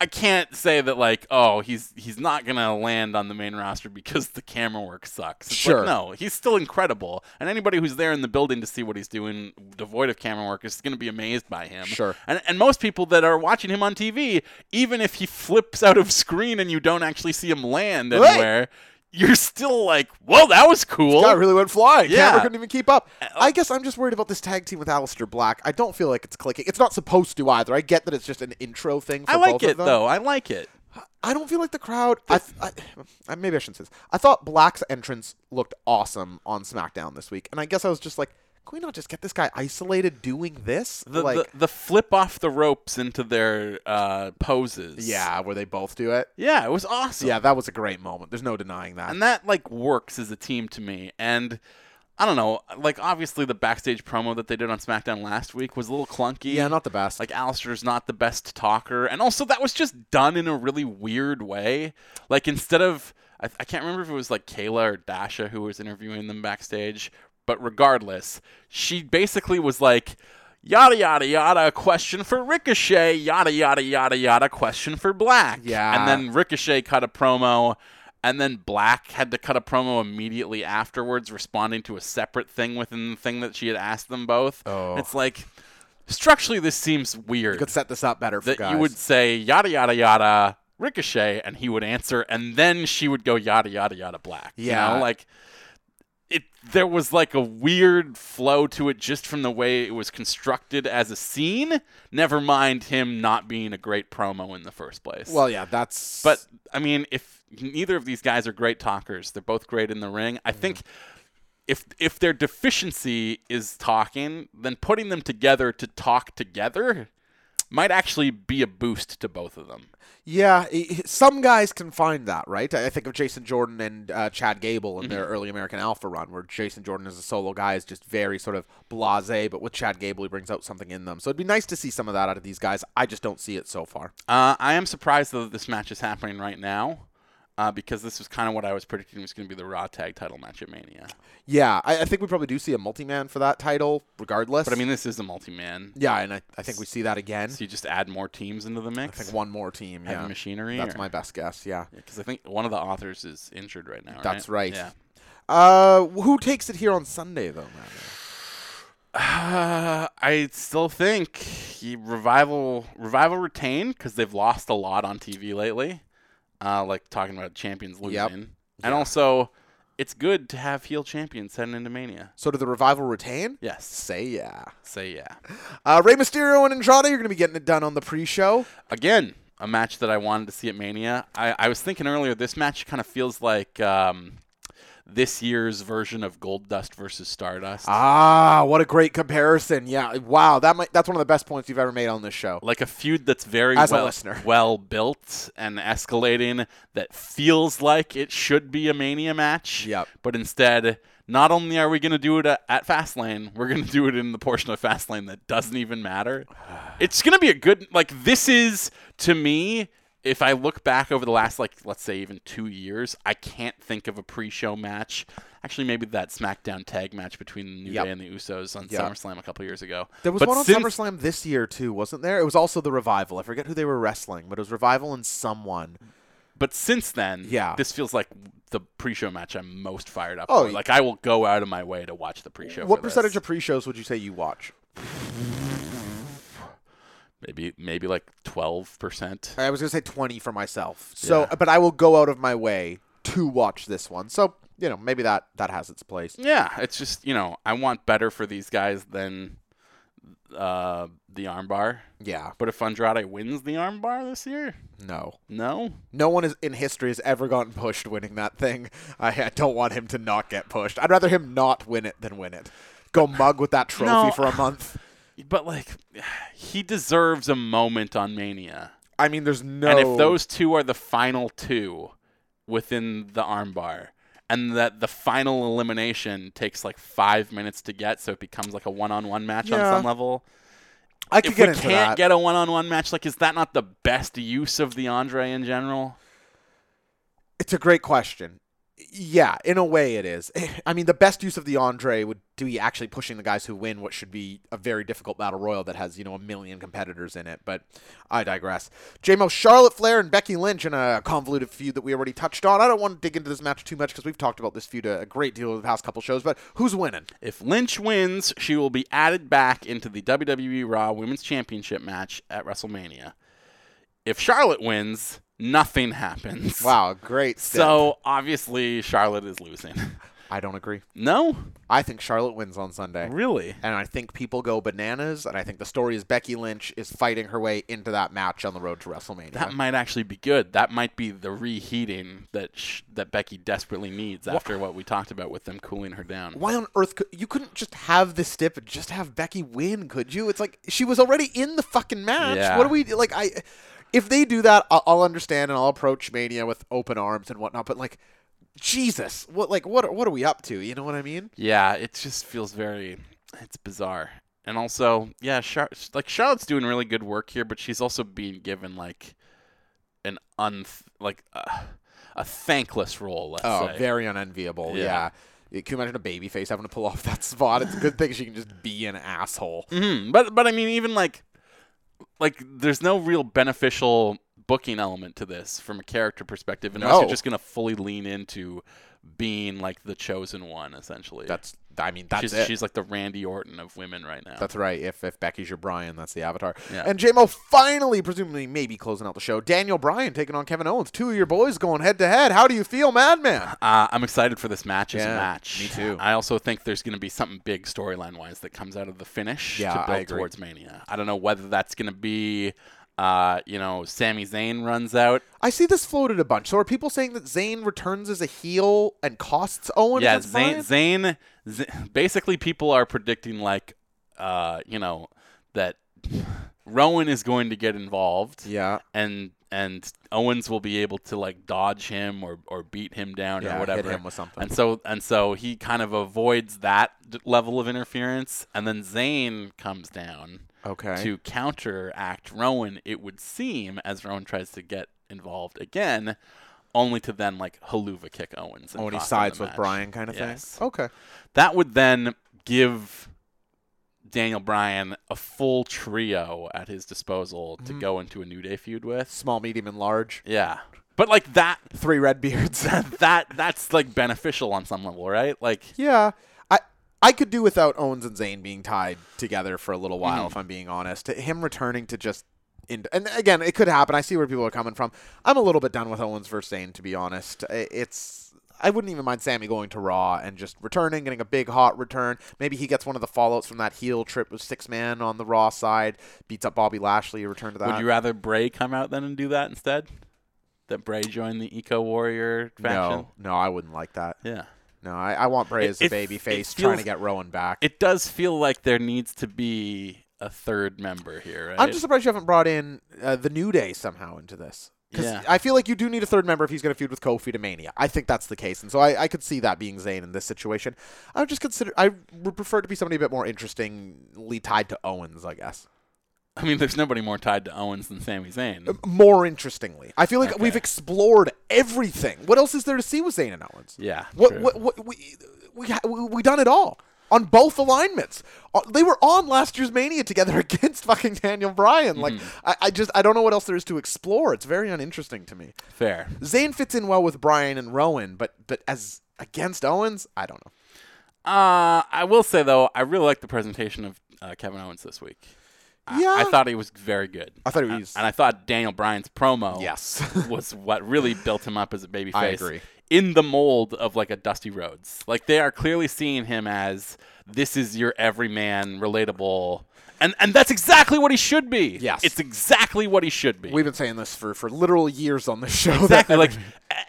S3: I can't say that like oh he's he's not gonna land on the main roster because the camera work sucks. It's like,
S4: Sure.
S3: no, he's still incredible, and anybody who's there in the building to see what he's doing, devoid of camera work, is gonna be amazed by him.
S4: Sure.
S3: And and most people that are watching him on TV, even if he flips out of screen and you don't actually see him land
S4: Right.
S3: anywhere, you're still like, well, that was cool.
S4: God really went flying.
S3: Yeah. Uh,
S4: Camera couldn't even keep up. I guess I'm just worried about this tag team with Aleister Black. I don't feel like it's clicking. It's not supposed to either. I get that it's just an intro thing. For
S3: I like
S4: both of
S3: it
S4: them.
S3: though. I like it.
S4: I don't feel like the crowd. I, th- I, I maybe I shouldn't say this. I thought Black's entrance looked awesome on SmackDown this week, and I guess I was just like, can we not just get this guy isolated doing this?
S3: The,
S4: like,
S3: the, the flip off the ropes into their uh, poses.
S4: yeah, where they both do it.
S3: Yeah, it was awesome.
S4: Yeah, that was a great moment. There's no denying that.
S3: and that like works as a team to me and i don't know like obviously the backstage promo that they did on smackdown last week was a little clunky
S4: yeah, not the best.
S3: like Alistair's not the best talker and also that was just done in a really weird way like instead of I, I can't remember if it was like kayla or dasha who was interviewing them backstage but regardless she basically was like yada yada yada question for ricochet yada yada yada yada question for black
S4: Yeah.
S3: and then ricochet cut a promo and then Black had to cut a promo immediately afterwards, responding to a separate thing within the thing that she had asked them both.
S4: Oh.
S3: It's like, structurally this seems weird
S4: could set this up better for
S3: that
S4: guys.
S3: you would say yada yada yada ricochet and he would answer and then she would go yada yada yada black you
S4: Yeah.
S3: know like it there was like a weird flow to it just from the way it was constructed as a scene never mind him not being a great promo in the first place
S4: well, yeah, that's
S3: but I mean, if neither of these guys are great talkers, they're both great in the ring. I think
S4: Mm-hmm.
S3: if if their deficiency is talking, then putting them together to talk together might actually be a boost to both of them.
S4: Yeah, i- i- some guys can find that, right? I I think of Jason Jordan and uh, Chad Gable in their
S3: Mm-hmm.
S4: early American Alpha run, where Jason Jordan as a solo guy is just very sort of blase, but with Chad Gable, he brings out something in them. So it'd be nice to see some of that out of these guys. I just don't see it so far.
S3: Uh, I am surprised though that this match is happening right now. Uh, because this was kind of what I was predicting was going to be the Raw Tag Title match at Mania,
S4: Yeah, I, I think we probably do see a multi man for that title, regardless.
S3: but I mean this is a multi-man,
S4: yeah, and I, I think we see that again.
S3: so you just add more teams into the
S4: I
S3: mix.
S4: think one more team.
S3: Heavy
S4: Yeah,
S3: machinery.
S4: That's my best guess. Yeah.
S3: because I think one of the authors is injured right now.
S4: That's right.
S3: Yeah.
S4: Uh, who takes it here on Sunday though, man?
S3: Uh, I still think he, revival revival retained because they've lost a lot on TV lately. Uh, like talking about champions losing,
S4: Yep.
S3: and also it's good to have heel champions heading into Mania.
S4: So do the revival retain?
S3: Yes,
S4: Say yeah.
S3: say yeah.
S4: Uh, Rey Mysterio and Andrade, you're going to be getting it done on the pre-show.
S3: Again, a match that I wanted to see at Mania. I, I was thinking earlier, this match kind of feels like um, this year's version of Gold Dust versus Stardust.
S4: Ah, what a great comparison. Yeah. Wow, that might that's one of the best points you've ever made on this show.
S3: like a feud that's very
S4: As a
S3: well,
S4: listener.
S3: well built and escalating that feels like it should be a mania match.
S4: Yep.
S3: But instead, not only are we going to do it a- at Fastlane, we're going to do it in the portion of Fastlane that doesn't even matter. It's going to be a good like this is to me if I look back over the last like let's say even 2 years, I can't think of a pre-show match. Actually, maybe that SmackDown tag match between the New
S4: Yep.
S3: Day and the Usos on
S4: Yep.
S3: SummerSlam a couple years ago.
S4: There was
S3: But
S4: one on
S3: since-
S4: SummerSlam this year too, wasn't there? It was also the revival. I forget who they were wrestling, but it was revival and someone.
S3: But since then,
S4: Yeah.
S3: this feels like the pre-show match I'm most fired up.
S4: Oh,
S3: for.
S4: y-
S3: like I will go out of my way to watch the pre-show.
S4: What
S3: for
S4: percentage
S3: this.
S4: of pre-shows would you say you watch?
S3: maybe maybe like twelve percent?
S4: I was gonna say twenty for myself. So,
S3: Yeah.
S4: but I will go out of my way to watch this one. So you know, maybe that that has its place.
S3: Yeah, it's just you know I want better for these guys than uh, the armbar.
S4: Yeah.
S3: But if Andrade wins the armbar this year,
S4: No.
S3: no,
S4: No one is, in history has ever gotten pushed winning that thing. I, I don't want him to not get pushed. I'd rather him not win it than win it. Go mug with that trophy
S3: No.
S4: for a month.
S3: but like he deserves a moment on Mania.
S4: I mean, there's no.
S3: And if those two are the final two within the armbar, and that the final elimination takes like five minutes to get, so it becomes like a one-on-one match on
S4: Yeah.
S3: some level.
S4: I could
S3: If
S4: get
S3: we
S4: into
S3: can't
S4: that.
S3: get a one-on-one match, like is that not the best use of the Andre in general?
S4: It's a great question. Yeah, in a way it is. I mean, the best use of the Andre would be actually pushing the guys who win what should be a very difficult battle royal that has, you know, a million competitors in it, but I digress. JMO, Charlotte Flair and Becky Lynch in a convoluted feud that we already touched on. I don't want to dig into this match too much because we've talked about this feud a, a great deal over the past couple shows, but who's winning?
S3: If Lynch wins, she will be added back into the WWE Raw Women's Championship match at WrestleMania. If Charlotte wins, nothing happens.
S4: Wow, great. step.
S3: So obviously Charlotte is losing.
S4: I don't agree.
S3: No?
S4: I think Charlotte wins on Sunday.
S3: Really?
S4: And I think people go bananas, and I think the story is Becky Lynch is fighting her way into that match on the road to WrestleMania.
S3: That might actually be good. That might be the reheating that sh- that Becky desperately needs after what we talked about with them cooling her down.
S4: why on earth could you couldn't just have this dip and just have Becky win, could you? It's like she was already in the fucking match.
S3: Yeah.
S4: What do we like? I if they do that, I'll, I'll understand and I'll approach Mania with open arms and whatnot. But like, Jesus, what like what what are we up to? You know what I mean?
S3: Yeah, it just feels very it's bizarre. And also, yeah, Char- like Charlotte's doing really good work here, but she's also being given like an un like uh, a thankless role, let's
S4: Oh,
S3: say.
S4: very unenviable.
S3: Yeah.
S4: Yeah. You- Can you imagine a baby face having to pull off that spot? It's a good thing she can just be an asshole.
S3: Mhm. But but I mean, even like like there's no real beneficial booking element to this from a character perspective, unless
S4: No.
S3: you're just gonna fully lean into being like the chosen one, essentially.
S4: That's, I mean, that's
S3: she's,
S4: it.
S3: she's like the Randy Orton of women right now.
S4: That's right. If if Becky's your Brian, that's the avatar.
S3: Yeah.
S4: And JMO finally, presumably, maybe closing out the show. Daniel Bryan taking on Kevin Owens. Two of your boys going head to head. How do you feel, Madman?
S3: Uh, I'm excited for this match as a
S4: Yeah,
S3: match.
S4: me too.
S3: I also think there's going to be something big storyline wise that comes out of the finish
S4: Yeah,
S3: to
S4: I
S3: build
S4: agree.
S3: towards Mania. I don't know whether that's going to be, uh, you know, Sami Zayn runs out.
S4: I see this floated a bunch. So are people saying that Zayn returns as a heel and costs Owens?
S3: yeah,
S4: as
S3: Zayn,
S4: Bryan?
S3: Zayn, Z- Basically, people are predicting like, uh, you know, that Rowan is going to get involved.
S4: Yeah.
S3: And and Owens will be able to like dodge him or, or beat him down
S4: Yeah,
S3: or
S4: hit
S3: whatever.
S4: him with something.
S3: And so and so he kind of avoids that d- level of interference, and then Zayn comes down
S4: Okay.
S3: to counteract Rowan. It would seem as Rowan tries to get involved again, only to then like haluva kick Owens. And
S4: When Oh, he
S3: cost him the
S4: sides with
S3: match.
S4: Bryan, kind of
S3: Yes.
S4: thing. Okay.
S3: That would then give Daniel Bryan a full trio at his disposal
S4: Mm-hmm.
S3: to go into a New Day feud with.
S4: Small, medium, and large.
S3: Yeah. But like that
S4: Three red beards.
S3: that that's like beneficial on some level, right? Like
S4: Yeah. I I could do without Owens and Zayn being tied together for a little while,
S3: Mm-hmm.
S4: if I'm being honest. Him returning to just. In, and again, it could happen. I see where people are coming from. I'm a little bit done with Owens versus Zayn, to be honest. I- It's. I wouldn't even mind Sammy going to Raw and just returning, getting a big hot return. Maybe he gets one of the fallouts from that heel trip with six man on the Raw side, beats up Bobby Lashley, return to that.
S3: would you rather Bray come out then and do that instead? That Bray join the Eco Warrior faction?
S4: no, no, I wouldn't like that.
S3: Yeah.
S4: No, I, I want Bray
S3: It-
S4: as the
S3: it-
S4: baby
S3: it
S4: face trying to
S3: feels-
S4: get Rowan back.
S3: It does feel like there needs to be a third member here. Right?
S4: I'm just surprised you haven't brought in uh, the New Day somehow into this. Because
S3: Yeah.
S4: I feel like you do need a third member if he's going to feud with Kofi to Mania. I think that's the case, and so I, I could see that being Zayn in this situation. I would just consider I would prefer it to be somebody a bit more interestingly tied to Owens, I guess.
S3: I mean, there's nobody more tied to Owens than Sami
S4: Uh,
S3: Zayn.
S4: More interestingly, I feel like
S3: Okay.
S4: we've explored everything. What else is there to see with Zayn and Owens?
S3: Yeah,
S4: What,
S3: true.
S4: what, what we, we ha- we we done it all on both alignments. Uh, They were on last year's Mania together against fucking Daniel Bryan. Like
S3: Mm-hmm.
S4: I, I just I don't know what else there is to explore. It's very uninteresting to me.
S3: Fair.
S4: Zayn fits in well with Bryan and Rowan, but but as against Owens, I don't know.
S3: Uh, I will say though, I really like the presentation of uh, Kevin Owens this week. I-
S4: Yeah.
S3: I, thought he was very good.
S4: I thought he was-
S3: and I thought Daniel Bryan's promo,
S4: Yes.
S3: was what really built him up as a babyface.
S4: I agree.
S3: In the mold of like a Dusty Rhodes, like they are clearly seeing him as this is your everyman, relatable, and and that's exactly what he should be.
S4: Yes.
S3: it's exactly what he should be.
S4: We've been saying this for for literal years on this show. that
S3: Exactly.
S4: every-
S3: Like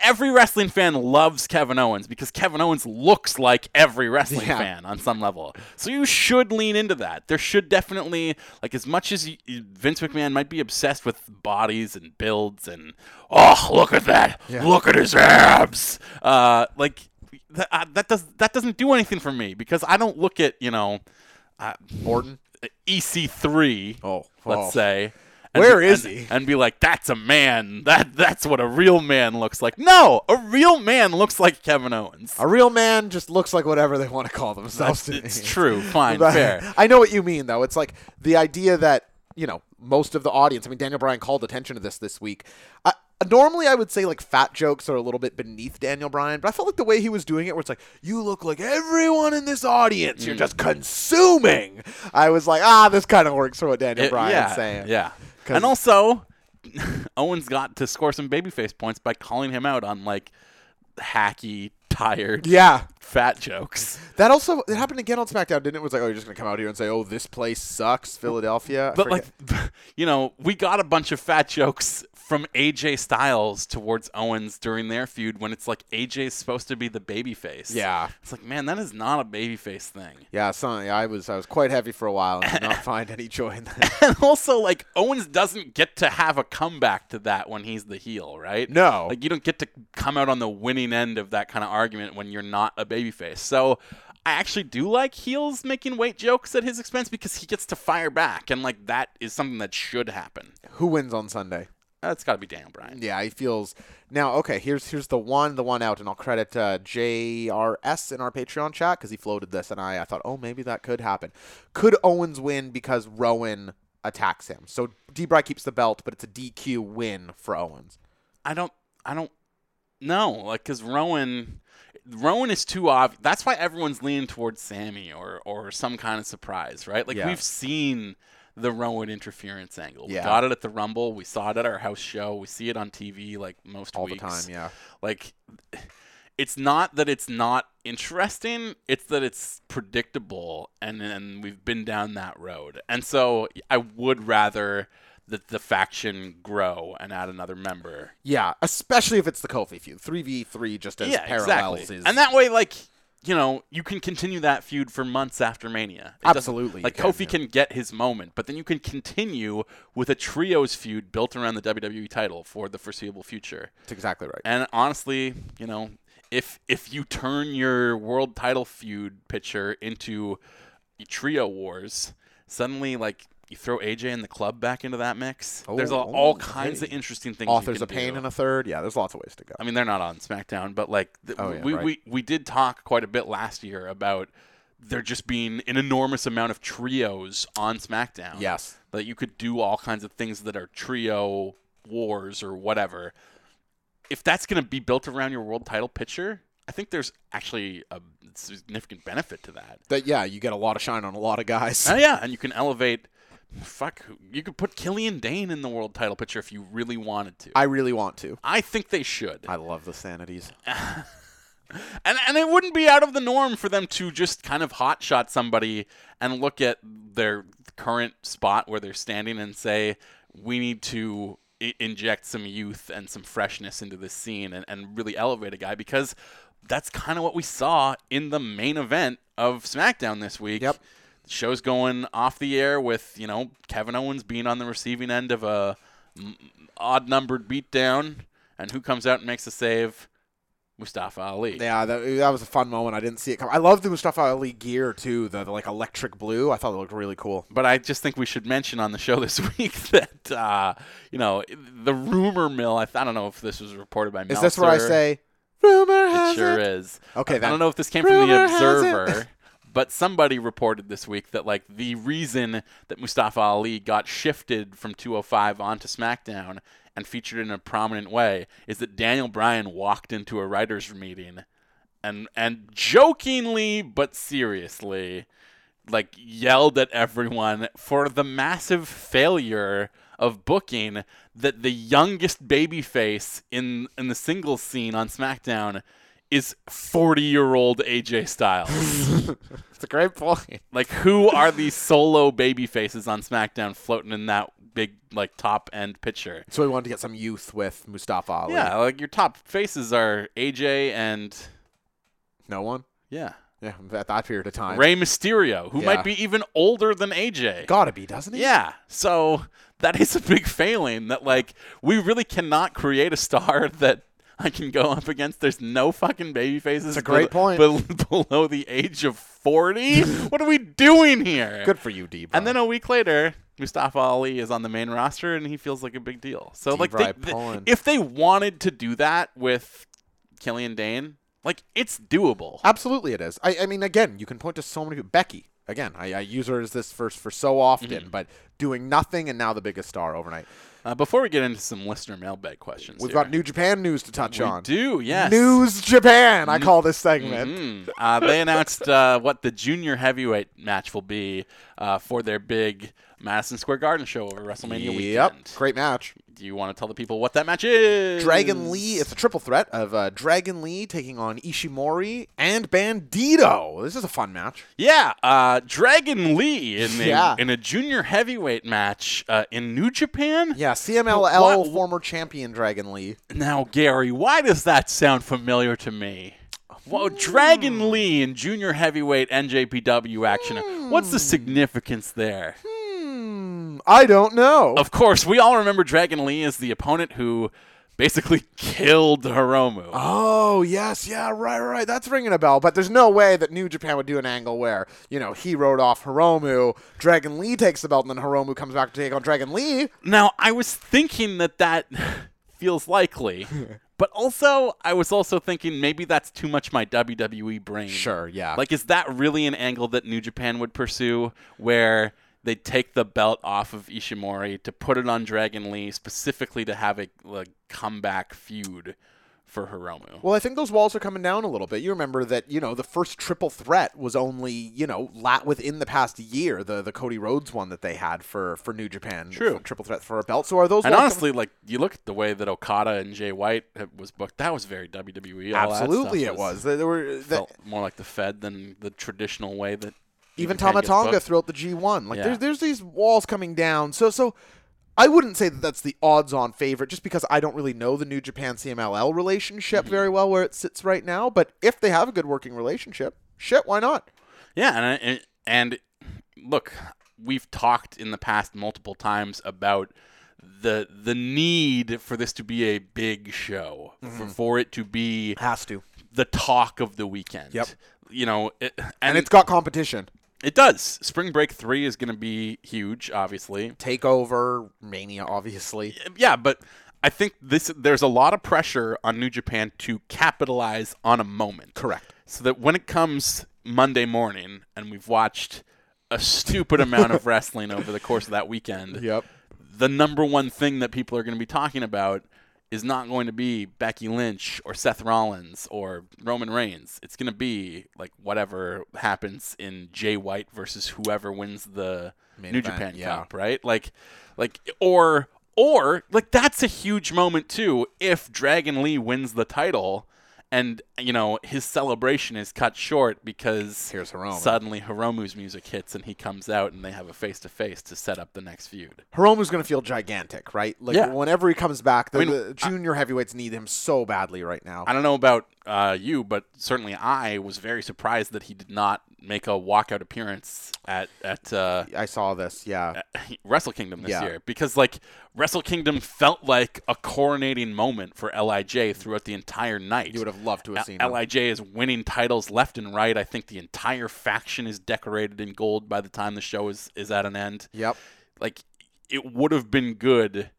S3: every wrestling fan loves Kevin Owens because Kevin Owens looks like every wrestling
S4: Yeah.
S3: fan on some level. So you should lean into that. There should definitely like as much as you, you- Vince McMahon might be obsessed with bodies and builds and oh look at that, look at his abs. Uh, like that, uh, that does that doesn't do anything for me because I don't look at you know uh, Orton EC3.
S4: Oh,
S3: E let's
S4: oh.
S3: say.
S4: Where
S3: be,
S4: is
S3: and-
S4: he?
S3: And be like, that's a man. That that's what a real man looks like. No, a real man looks like Kevin Owens.
S4: a real man just looks like whatever they want to call themselves.
S3: That's-
S4: to
S3: it's
S4: me.
S3: true. Fine,
S4: But-
S3: fair.
S4: I know what you mean, though. It's like the idea that you know most of the audience. I mean, Daniel Bryan called attention to this this week. I, normally, I would say like fat jokes are a little bit beneath Daniel Bryan, but I felt like the way he was doing it, where it's like you look like everyone in this audience,
S3: Mm.
S4: you're just consuming. I was like, ah, this kind of works for what Daniel
S3: It-
S4: Bryan's
S3: yeah,
S4: saying.
S3: yeah.
S4: 'Cause-
S3: And also, Owens got to score some babyface points by calling him out on like hacky, tired,
S4: yeah.
S3: fat jokes.
S4: That also it happened again on SmackDown, didn't it? It was like, oh, you're just gonna come out here and say, oh, this place sucks, Philadelphia. I
S3: But
S4: forget.
S3: like, you know, we got a bunch of fat jokes from AJ Styles towards Owens during their feud when it's like AJ's supposed to be the babyface.
S4: Yeah.
S3: It's like, man, that is not a babyface thing.
S4: Yeah, son, I was I was quite heavy for a while and did not find any joy in that.
S3: And also, like, Owens doesn't get to have a comeback to that when he's the heel, right?
S4: No.
S3: Like, you don't get to come out on the winning end of that kind of argument when you're not a babyface. So, I actually do like heels making weight jokes at his expense because he gets to fire back. And, like, that is something that should happen.
S4: Who wins on Sunday?
S3: That's got to be Daniel Bryan.
S4: Yeah, he feels now. Okay, here's here's the one, the one out, and I'll credit uh, JRS in our Patreon chat because he floated this, and I I thought, oh, maybe that could happen. Could Owens win because Rowan attacks him? So Debray keeps the belt, but it's a DQ win for Owens.
S3: I don't, I don't know, like, because Rowan, Rowan is too obvious. That's why everyone's leaning towards Sammy or or some kind of surprise, right? Like
S4: Yeah.
S3: we've seen the Rowan interference angle. We
S4: Yeah.
S3: got it at the Rumble. We saw it at our house show. We see it on TV like most
S4: All the
S3: weeks.
S4: time, yeah.
S3: Like, it's not that it's not interesting. It's that it's predictable, and and we've been down that road. And so I would rather that the faction grow and add another member
S4: Yeah, especially if it's the Kofi feud, three v three, just as parallels is.
S3: and that way, like you know, you can continue that feud for months after Mania. It doesn't-
S4: Absolutely, you
S3: like
S4: can,
S3: Kofi
S4: yeah.
S3: can get his moment, but then you can continue with a trios feud built around the WWE title for the foreseeable future.
S4: that's exactly right.
S3: And honestly, you know, if if you turn your world title feud picture into trio wars, suddenly like. You throw AJ and the club back into that mix. There's
S4: Oh,
S3: all, all
S4: oh,
S3: kinds of
S4: hey.
S3: interesting things. you
S4: Authors
S3: can
S4: of pain
S3: do.
S4: and a third. Yeah, there's lots of ways to go.
S3: I mean, they're not on SmackDown, but like th-
S4: Oh, yeah,
S3: we,
S4: right.
S3: we we did talk quite a bit last year about there just being an enormous amount of trios on SmackDown.
S4: Yes.
S3: that you could do all kinds of things that are trio wars or whatever. If that's going to be built around your world title picture, I think there's actually a significant benefit to that.
S4: That yeah, you get a lot of shine on a lot of guys.
S3: Oh yeah, and you can elevate. Fuck, who- you could put Killian Dane in the world title picture if you really wanted to.
S4: I really want to.
S3: I think they should.
S4: I love the sanities.
S3: And, and it wouldn't be out of the norm for them to just kind of hotshot somebody and look at their current spot where they're standing and say, we need to I- inject some youth and some freshness into this scene and, and really elevate a guy because that's kind of what we saw in the main event of SmackDown this week.
S4: Yep.
S3: The show's going off the air with, you know, Kevin Owens being on the receiving end of a odd numbered beatdown. And who comes out and makes the save? Mustafa Ali.
S4: Yeah, that, that was a fun moment. I didn't see it come. I love the Mustafa Ali gear too, the, the like electric blue. I thought it looked really cool.
S3: But I just think we should mention on the show this week that uh, you know the rumor mill. I, th- I don't know if this was reported by.
S4: Is this where I say rumor has
S3: It sure
S4: it?
S3: is.
S4: Okay,
S3: I- I
S4: then.
S3: don't know if this came from the
S4: Rumor has it.
S3: Observer, but somebody reported this week that like the reason that Mustafa Ali got shifted from 205 onto SmackDown and featured in a prominent way is that Daniel Bryan walked into a writers' meeting and and jokingly but seriously like yelled at everyone for the massive failure of booking that the youngest babyface in in the singles scene on SmackDown is 40-year-old AJ Styles.
S4: It's a great point.
S3: like who are these solo babyfaces on SmackDown floating in that big like top end picture?
S4: So we wanted to get some youth with Mustafa Ali.
S3: Yeah, like your top faces are AJ and
S4: No one.
S3: yeah,
S4: Yeah, at that period of time.
S3: Rey Mysterio, who
S4: Yeah.
S3: might be even older than AJ.
S4: Gotta be, doesn't he?
S3: Yeah. So that is a big failing that like we really cannot create a star that I can go up against. There's no fucking baby faces. It's
S4: a great point.
S3: below the age of 40. what are we doing here?
S4: Good for you, D.
S3: And then uh, a week later, Mustafa Ali is on the main roster and he feels like a big deal. So like they,
S4: D-Bry Pullen.
S3: if they wanted to do that with Killian Dane, like it's doable.
S4: Absolutely, it is. I, I mean, again, you can point to so many people. Becky, again, I, I use her as this first for so often,
S3: Mm-hmm.
S4: but doing nothing and now the biggest star overnight.
S3: Uh, before we get into some listener mailbag questions,
S4: We've
S3: here.
S4: got New Japan news to touch on.
S3: do yes
S4: News Japan, I call this segment.
S3: Mm. Uh, they announced uh, what the junior heavyweight match will be uh, for their big Madison Square Garden show over WrestleMania
S4: Yep,
S3: weekend.
S4: great match.
S3: Do you want to tell the people what that match is?
S4: Dragon Lee, it's a triple threat of uh, Dragon Lee taking on Ishimori and Bandito. This is a fun match.
S3: Yeah, uh, Dragon Lee in a,
S4: Yeah.
S3: in a junior heavyweight match uh, in New Japan.
S4: Yeah, CMLL
S3: What-
S4: former champion Dragon Lee.
S3: Now, Gary, why does that sound familiar to me? Well,
S4: Hmm.
S3: Dragon Lee in junior heavyweight NJPW action. What's
S4: Hmm.
S3: the significance there?
S4: I don't know.
S3: Of course, we all remember Dragon Lee as the opponent who basically killed Hiromu.
S4: Oh yes, yeah, right, right. That's ringing a bell. But there's no way that New Japan would do an angle where you know he rode off Hiromu, Dragon Lee takes the belt, and then Hiromu comes back to take on Dragon
S3: Mm.
S4: Lee.
S3: Now, I was thinking that that feels likely, but also I was also thinking maybe that's too much my WWE brain.
S4: Sure, yeah.
S3: Like, is that really an angle that New Japan would pursue where they take the belt off of Ishimori to put it on Dragon Lee specifically to have a like, comeback feud for Hiromu?
S4: Well, I think those walls are coming down a little bit. You remember that you know the first triple threat was only you know lat within the past year the the Cody Rhodes one that they had for for New Japan
S3: True.
S4: for triple threat for a belt. So are those
S3: And
S4: walls coming-
S3: honestly, like you look at the way that Okada and Jay White uh, was booked, that was very WWE. All that stuff
S4: Absolutely, it was. They- they were- they-
S3: felt more like the Fed than the traditional way that
S4: even
S3: Japan
S4: Tama
S3: gets booked.
S4: Tonga throughout the G1. Like
S3: Yeah.
S4: there's there's these walls coming down. So so I wouldn't say that that's the odds-on favorite, just because I don't really know the New Japan CMLL relationship
S3: Mm-hmm.
S4: very well where it sits right now. But if they have a good working relationship, shit, why not?
S3: Yeah, and, I- and and look, we've talked in the past multiple times about the the need for this to be a big show,
S4: Mm-hmm.
S3: for, for it to be
S4: Has to,
S3: the talk of the weekend.
S4: Yep.
S3: You know, it, and,
S4: and it's got competition.
S3: it does. Spring Break Three is going to be huge, obviously.
S4: Takeover Mania, obviously.
S3: yeah, but I think this there's a lot of pressure on New Japan to capitalize on a moment.
S4: Correct.
S3: So that when it comes Monday morning and we've watched a stupid amount of wrestling over the course of that weekend,
S4: Yep.
S3: the number one thing that people are going to be talking about is not going to be Becky Lynch or Seth Rollins or Roman Reigns. It's going to be like whatever happens in Jay White versus whoever wins the
S4: Main
S3: New
S4: event,
S3: Japan
S4: yeah.
S3: Cup, right? Like like or or like that's a huge moment too if Dragon Lee wins the title and you know his celebration is cut short because
S4: Here's Hiromu.
S3: suddenly Hiromu's music hits and he comes out and they have a face to face to set up the next feud.
S4: Hiromu's going to feel gigantic, right? Like
S3: Yeah.
S4: whenever he comes back, the,
S3: mean,
S4: the junior heavyweights need him so badly right now.
S3: I don't know about uh, you, but certainly I was very surprised that he did not make a walkout appearance at at uh,
S4: I saw this. Yeah.
S3: Wrestle Kingdom this
S4: Yeah.
S3: year because like Wrestle Kingdom felt like a coronating moment for Lij throughout the entire night.
S4: Mm-hmm. You would have loved to have
S3: L-
S4: seen him.
S3: Lij is winning titles left and right. I think the entire faction is decorated in gold by the time the show is is at an end.
S4: Yep.
S3: Like it would have been good.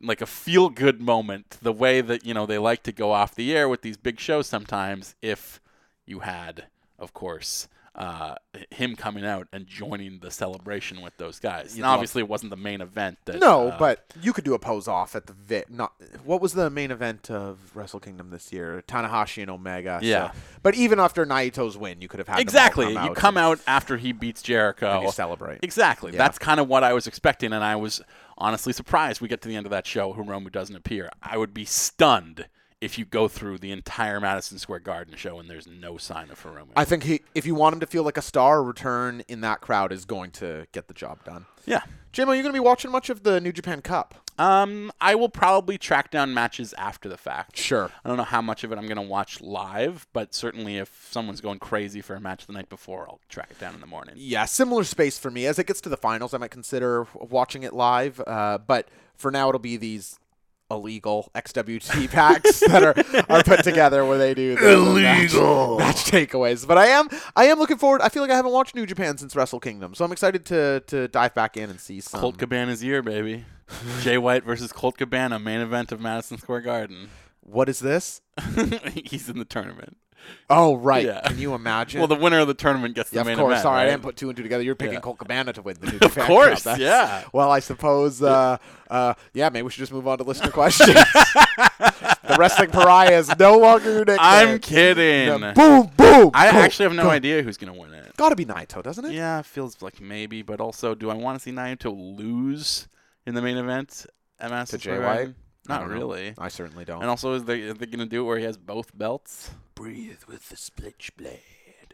S3: Like a feel good moment, the way that, you know, they like to go off the air with these big shows sometimes, if you had, of course, uh, him coming out and joining the celebration with those guys. And obviously, it wasn't the main event. That,
S4: No,
S3: uh,
S4: but you could do a pose off at the vi- not what was the main event of Wrestle Kingdom this year? Tanahashi and Omega. so-
S3: Yeah.
S4: But even after Naito's win, you could have had them all
S3: Exactly.
S4: Come
S3: you
S4: out
S3: come
S4: and-
S3: out after he beats Jericho.
S4: And you celebrate.
S3: Exactly.
S4: Yeah.
S3: That's kind of what I was expecting, and I was honestly surprised we get to the end of that show. Hiromu doesn't appear. I would be stunned if you go through the entire Madison Square Garden show and there's no sign of Hiromu.
S4: I think he, if you want him to feel like a star, a return in that crowd is going to get the job done.
S3: yeah.
S4: Jim, are you going to be watching much of the New Japan Cup?
S3: Um, I will probably track down matches after the fact.
S4: Sure.
S3: I don't know how much of it I'm going to watch live, but certainly if someone's going crazy for a match the night before, I'll track it down in the morning.
S4: Yeah, similar space for me. As it gets to the finals, I might consider w- watching it live. Uh, but for now, it'll be these illegal XWT packs that are, are put together where they do the, illegal match, match takeaways. But I am I am looking forward. I feel like I haven't watched New Japan since Wrestle Kingdom, so I'm excited to to dive back in and see some.
S3: Colt Cabana's year, baby. Jay White versus Colt Cabana, main event of Madison Square Garden.
S4: what is this?
S3: He's in the tournament.
S4: Oh right,
S3: Yeah.
S4: can you imagine?
S3: Well, the winner of the tournament gets the
S4: Yeah,
S3: main
S4: of course.
S3: event.
S4: Sorry,
S3: right?
S4: I didn't put two and two together. You're picking
S3: Yeah.
S4: Colt Cabana to win the New Japan Cup.
S3: course,
S4: That's-
S3: yeah.
S4: Well, I suppose. Uh, uh, yeah, maybe we should just move on to listener questions. the wrestling pariah is no longer your nickname.
S3: I'm kidding.
S4: Yeah, boom, boom.
S3: I
S4: Colt.
S3: actually have no idea who's going to win it.
S4: Gotta be Naito, doesn't it?
S3: Yeah, it feels like maybe, but also, do I want to see Naito lose in the main event at Madison
S4: To
S3: Square
S4: Jay White?
S3: Garden?
S4: I
S3: Not
S4: don't know.
S3: really.
S4: I certainly don't.
S3: And also, is they, are they going to do it where he has both belts?
S4: breathe with the split blade.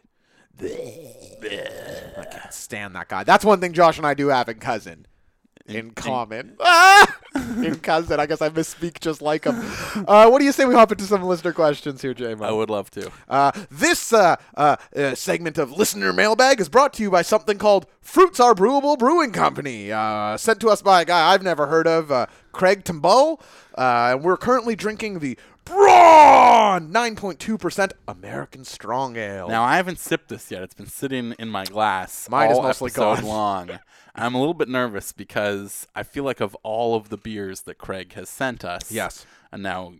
S4: I can't stand that guy. That's one thing Josh and I do have in cousin. In, common. Ah! in cousin. I guess I misspeak just like him. Uh, what do you say we hop into some listener questions here, J-Mo?
S3: I would love to.
S4: Uh, this uh, uh, uh, segment of Listener Mailbag is brought to you by something called Fruits Are Brewable Brewing Company, uh, sent to us by a guy I've never heard of, uh, Craig Tombeau. Uh, and we're currently drinking the Brawn 9.2% American Strong Ale.
S3: Now I haven't sipped this yet. It's been sitting in my glass
S4: Oh. Mine is
S3: all
S4: mostly
S3: episode
S4: gone.
S3: long. I'm a little bit nervous because I feel like of all of the beers that Craig has sent us,
S4: Yes.
S3: and now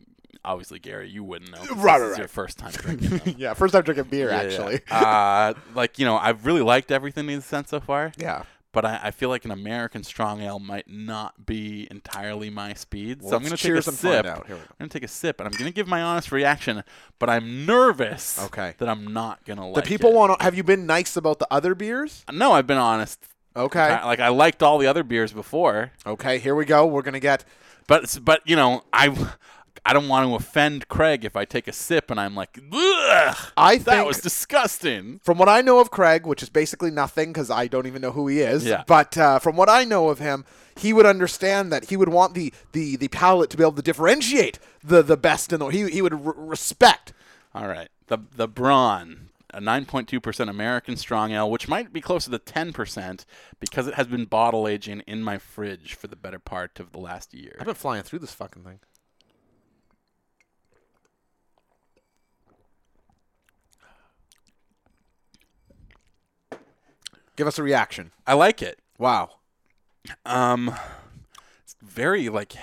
S3: obviously Gary, you wouldn't know. 'cause
S4: Right,
S3: this
S4: right,
S3: is your
S4: right.
S3: first time drinking them.
S4: yeah, first time drinking beer,
S3: Yeah, yeah.
S4: actually.
S3: uh, like you know, I've really liked everything he's sent so far.
S4: Yeah.
S3: But I, I feel like an American strong ale might not be entirely my speed, so I'm
S4: let's
S3: going to take a
S4: cheers and
S3: sip.
S4: find out. Here we go.
S3: I'm going to take a sip, and I'm going to give my honest reaction. But I'm nervous.
S4: Okay.
S3: That I'm not going to like.
S4: The people
S3: it.
S4: want to. Have you been nice about the other beers?
S3: No, I've been honest.
S4: Okay.
S3: Like I liked all the other beers before,
S4: Okay, here we go. We're going to get.
S3: but but you know I I don't want to offend Craig if I take a sip and I'm like, Ugh,
S4: I think.
S3: that was disgusting.
S4: from what I know of Craig, which is basically nothing because I don't even know who he is.
S3: Yeah.
S4: But uh, from what I know of him, he would understand that he would want the the the palate to be able to differentiate the the best in the. He he would r respect.
S3: All right, the the Braun, a 9.2% American strong ale, which might be closer to 10% because it has been bottle aging in my fridge for the better part of the last year.
S4: I've been flying through this fucking thing. Give us a reaction.
S3: I like it.
S4: Wow.
S3: Um, it's very like.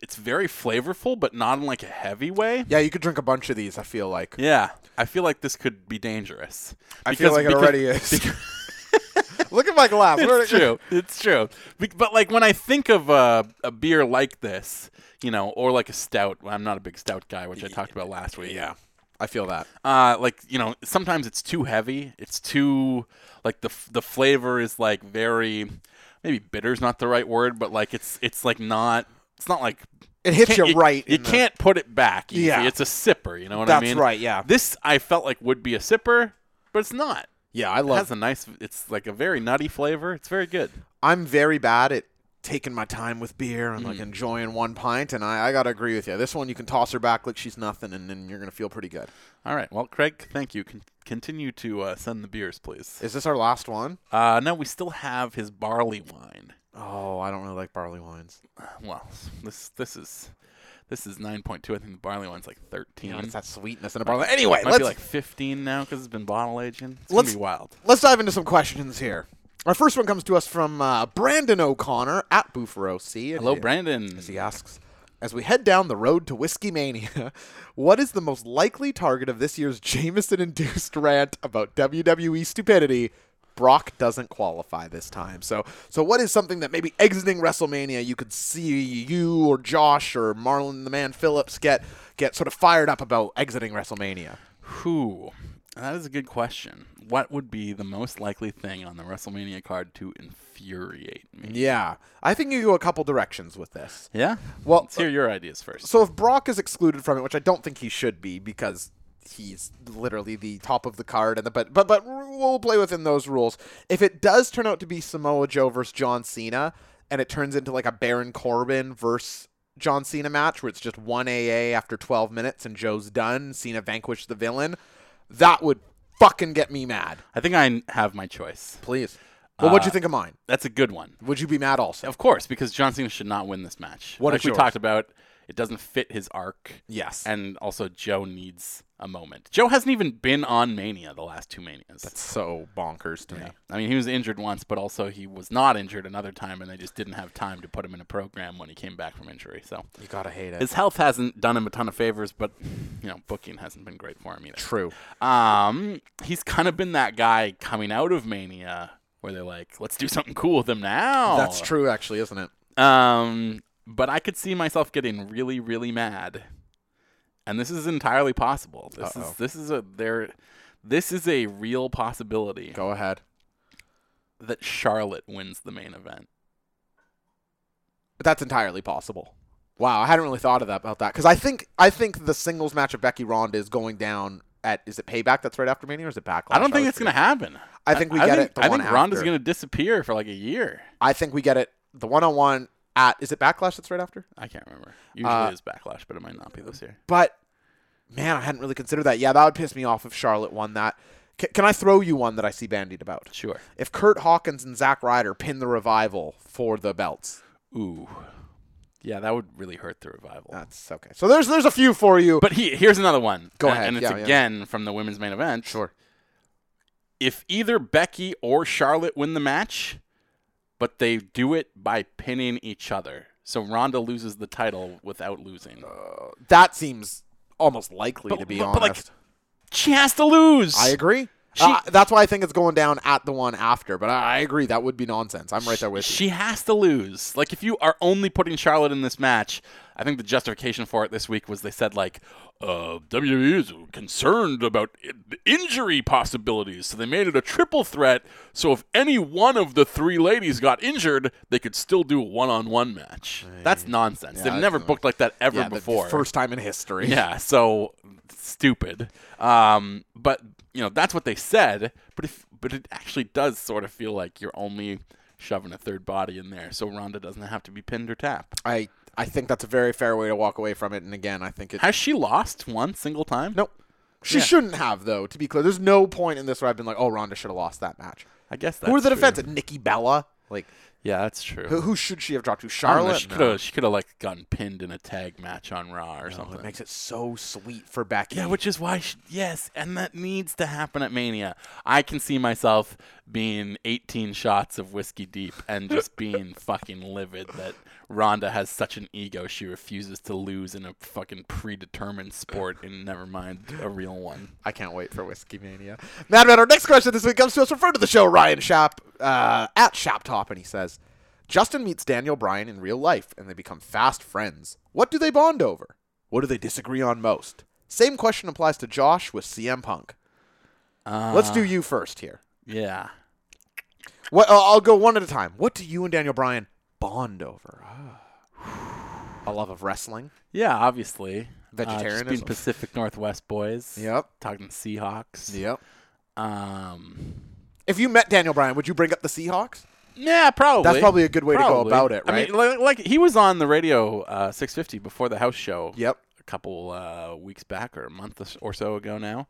S3: It's very flavorful, but not in like a heavy way.
S4: Yeah, you could drink a bunch of these. I feel like.
S3: Yeah, I feel like this could be dangerous.
S4: I feel like it already is. Look at my glass. Where
S3: It's
S4: did it go?
S3: true. It's true. Bec- But like when I think of uh, a beer like this, you know, or like a stout. well, I'm not a big stout guy, which I talked about last week.
S4: Yeah, I feel that.
S3: Uh, like you know, sometimes it's too heavy. It's too like the f- the flavor is like very maybe bitter's not the right word, but like it's it's like not it's not like
S4: It hits
S3: can't-
S4: you right
S3: You
S4: in the-
S3: can't put it back. Easy.
S4: Yeah.
S3: it's a sipper. You know what I
S4: That's
S3: mean?
S4: right, yeah.
S3: This I felt like would be a sipper, but it's not.
S4: Yeah, I
S3: It has
S4: love.
S3: a nice. It's like a very nutty flavor. It's very good.
S4: I'm very bad at taking my time with beer and
S3: Mm.
S4: like enjoying one pint. And I, I gotta agree with you. This one you can toss her back like she's nothing, and then you're gonna feel pretty good.
S3: All right. Well, Craig, thank you. Con- continue to uh, send the beers, please.
S4: Is this our last one?
S3: Uh, no, we still have his barley wine.
S4: Oh, I don't really like barley wines.
S3: Well, this this is this is 9.2. I think the barley wine's like 13.
S4: It's that sweetness in a barley. Anyway,
S3: Mm-hmm. Might
S4: let's
S3: be like 15 now because it's been bottle aging. It's
S4: let's
S3: gonna be wild.
S4: Let's dive into some questions here. Our first one comes to us from uh, Brandon O'Connor at Boofer OC. and
S3: Hello,
S4: he-
S3: Brandon.
S4: As he asks, as we head down the road to Whiskey Mania, what is the most likely target of this year's Jameson-induced rant about WWE stupidity? Brock doesn't qualify this time. So, so what is something that maybe exiting WrestleMania you could see you or Josh or Marlon the Man Phillips get get sort of fired up about exiting WrestleMania?
S3: Who? That is a good question. What would be the most likely thing on the WrestleMania card to infuriate me?
S4: Yeah, I think you go a couple directions with this.
S3: Yeah.
S4: Well,
S3: let's hear your ideas first.
S4: So if Brock is excluded from it, which I don't think he should be because he's literally the top of the card and the but but but we'll play within those rules. If it does turn out to be Samoa Joe versus John Cena and it turns into like a Baron Corbin versus John Cena match where it's just 1 AA after 12 minutes and Joe's done, Cena vanquished the villain, that would fucking get me mad.
S3: I think I n- have my choice.
S4: Please. Uh, Well, what'd you think of mine?
S3: That's a good one.
S4: Would you be mad also?
S3: Of course, because John Cena should not win this match.
S4: What
S3: like
S4: is
S3: we
S4: yours?
S3: talked about, it doesn't fit his arc.
S4: Yes.
S3: And also Joe needs a moment. Joe hasn't even been on Mania the last two Manias.
S4: So bonkers to me.
S3: I mean, he was injured once, but also he was not injured another time, and they just didn't have time to put him in a program when he came back from injury. So
S4: You gotta hate it.
S3: his health hasn't done him a ton of favors, but you know, booking hasn't been great for him either.
S4: True.
S3: Um, he's kind of been that guy coming out of Mania where they're like, let's do something cool with him now.
S4: That's true, actually, isn't it?
S3: Um, but I could see myself getting really, really mad, and this is entirely possible. This is this is a there, this is a real possibility
S4: Go ahead.
S3: that Charlotte wins the main event.
S4: But that's entirely possible. Wow, I hadn't really thought of that about that because I think I think the singles match of Becky Ronda is going down at is it Payback that's right after Mania or is it Backlash?
S3: I don't think
S4: always
S3: it's gonna
S4: forget.
S3: happen.
S4: I think we
S3: I
S4: get
S3: think,
S4: it the
S3: I
S4: one
S3: think Ronda's
S4: after.
S3: gonna disappear for like a year.
S4: I think we get it the one on one at is it Backlash that's right after?
S3: I can't remember. Usually
S4: Uh,
S3: it's backlash, but it might not be this year.
S4: But man, I hadn't really considered that. Yeah, that would piss me off if Charlotte won that. C- can I throw you one that I see bandied about?
S3: Sure.
S4: If Kurt Hawkins and Zack Ryder pin the revival for the belts,
S3: Ooh, yeah, that would really hurt the revival.
S4: that's okay. So there's there's a few for you.
S3: But he, here's another one.
S4: Go
S3: and,
S4: ahead.
S3: And it's
S4: Yeah, yeah.
S3: again from the women's main event.
S4: Sure.
S3: If either Becky or Charlotte win the match, but they do it by pinning each other. So Ronda loses the title without losing.
S4: Uh, that seems almost likely
S3: But-
S4: to be
S3: but-
S4: honest.
S3: but, like, she has to lose.
S4: I agree.
S3: She-
S4: Uh, that's why I think it's going down at the one after. But I, I agree that would be nonsense. I'm right there with you.
S3: She has to lose. Like if you are only putting Charlotte in this match, I think the justification for it this week was they said like uh, WWE is concerned about i- injury possibilities, so they made it a triple threat. So if any one of the three ladies got injured, they could still do a one-on-one match. That's nonsense. They've never booked like that ever
S4: Yeah, the
S3: before.
S4: first time in history.
S3: Yeah, so stupid. Um, but you know that's what they said. But if but it actually does sort of feel like you're only shoving a third body in there, so Ronda doesn't have to be pinned or tapped.
S4: I I think that's a very fair way to walk away from it. And again, I think it.
S3: Has she lost one single time?
S4: nope. She shouldn't have though. To be clear, there's no point in this where I've been like, "Oh, Ronda should have lost that match."
S3: I guess that's
S4: Who are the
S3: true.
S4: defensive? Nikki Bella. Like,
S3: Yeah, that's true.
S4: who, who should she have dropped to?
S3: I don't know,
S4: Charlotte.
S3: she
S4: No.
S3: could have she could have like gotten pinned in a tag match on Raw or
S4: Oh,
S3: something.
S4: It makes it so sweet for Becky.
S3: Yeah, which is why, she, yes, and that needs to happen at Mania. I can see myself being 18 shots of whiskey deep and just being fucking livid that Rhonda has such an ego she refuses to lose in a fucking predetermined sport and never mind a real one.
S4: I can't wait for Whiskey Mania. Mad Man, our next question this week comes to us from friend of the show, Ryan Shap, uh, at Shaptop, and he says, Justin meets Daniel Bryan in real life, and they become fast friends. What do they bond over? What do they disagree on most? Same question applies to Josh with CM Punk. Let's do you first here.
S3: Yeah.
S4: What, uh, I'll I'll go one at a time. What do you and Daniel Bryan bond over? Ah. A love of wrestling.
S3: Yeah, obviously. Uh, just being
S4: Vegetarianism.
S3: Pacific Northwest boys.
S4: Yep.
S3: Talking Seahawks.
S4: Yep.
S3: Um,
S4: If you met Daniel Bryan, would you bring up the Seahawks?
S3: Yeah, probably.
S4: That's probably a good way to go
S3: Probably.
S4: about it,
S3: I
S4: right?
S3: mean, like, like he was on the radio uh, 650 before the house show.
S4: Yep.
S3: A couple uh, weeks back or a month or s- or so ago now.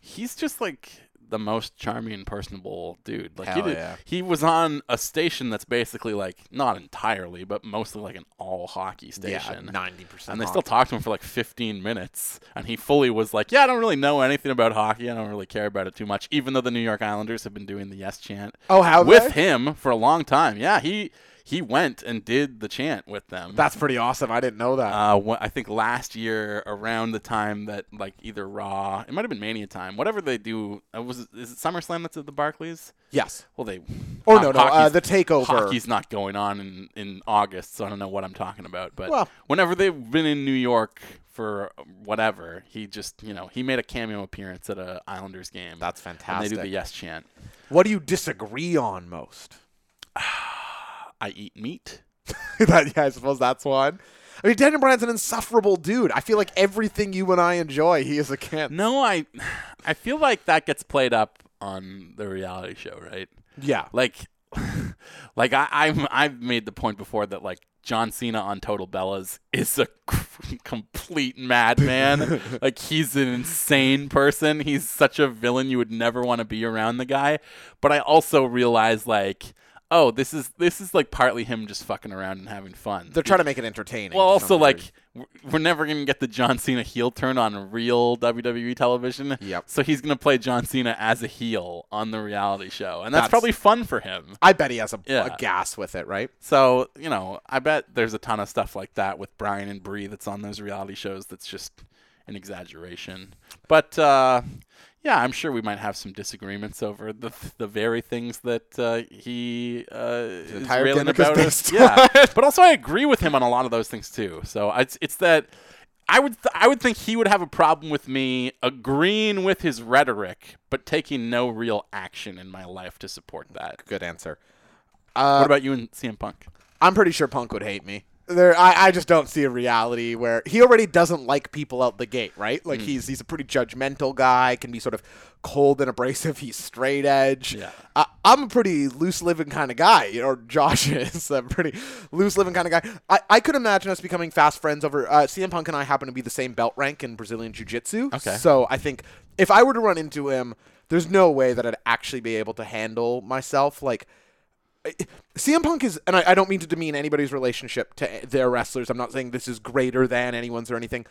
S3: He's just like the most charming and personable dude. Like he,
S4: Hell yeah.
S3: he was on a station that's basically like not entirely, but mostly like an all hockey station.
S4: 90%
S3: And they still
S4: hockey.
S3: talked to him for like 15 minutes, and he fully was like, "Yeah, I don't really know anything about hockey. I don't really care about it too much." Even though the New York Islanders have been doing the yes chant.
S4: Oh, have
S3: with
S4: they?
S3: him for a long time. Yeah, he he went and did the chant with them.
S4: That's pretty awesome. I didn't know that.
S3: uh, wh- I think last year around the time that like either Raw, it might have been Mania time, whatever they do. Uh, was it, is it SummerSlam that's at the Barclays?
S4: yes.
S3: Well, they
S4: Or
S3: ho-
S4: no, no, uh,
S3: hockey's-
S4: the takeover.
S3: Hockey's not going on in in August, so I don't know what I'm talking about. But
S4: Well-
S3: whenever they've been in New York for whatever, he just you know he made a cameo appearance at a Islanders game.
S4: That's
S3: And they do
S4: fantastic.
S3: the yes chant.
S4: What do you disagree on most?
S3: I eat meat.
S4: that, yeah, I suppose that's one. I mean, Daniel Bryan's an insufferable dude. I feel like everything you and I enjoy, he is against.
S3: No, I I feel like that gets played up on the reality show, right?
S4: Yeah.
S3: Like like I I'm, I've made the point before that like John Cena on Total Bellas is a complete madman. like he's an insane person. He's such a villain you would never want to be around the guy. But I also realize like oh, this is this is like partly him just fucking around and having fun.
S4: They're trying to make it entertaining.
S3: Well,
S4: to
S3: also
S4: some
S3: like
S4: degree.
S3: w- we're never gonna get the John Cena heel turn on real WWE television.
S4: Yep.
S3: So he's gonna play John Cena as a heel on the reality show, and that's,
S4: That's-
S3: probably fun for him.
S4: I bet he has a,
S3: Yeah.
S4: a gas with it, right?
S3: So you know, I bet there's a ton of stuff like that with Brian and Brie that's on those reality shows. That's just an exaggeration. But uh, yeah, I'm sure we might have some disagreements over the the very things that uh, he uh, is
S4: entire
S3: railing
S4: gimmick is
S3: about us.
S4: based
S3: Yeah, but also I agree with him on a lot of those things too. So it's it's that. I would th- I would think he would have a problem with me agreeing with his rhetoric, but taking no real action in my life to support that.
S4: Good answer. Uh,
S3: what about you and CM Punk?
S4: I'm pretty sure Punk would hate me. There, I, I just don't see a reality where he already doesn't like people out the gate, right?
S3: Mm.
S4: Like he's he's a pretty judgmental guy, can be sort of cold and abrasive. He's straight edge.
S3: Yeah.
S4: I, I'm a pretty loose living kind of guy, you know. Josh is a pretty loose living kind of guy. I, I could imagine us becoming fast friends over. Uh, CM Punk and I happen to be the same belt rank in Brazilian Jiu Jitsu.
S3: Okay.
S4: So I think if I were to run into him, there's no way that I'd actually be able to handle myself. Like. CM Punk is, and I, I don't mean to demean anybody's relationship to their wrestlers. I'm not saying this is greater than anyone's or anything,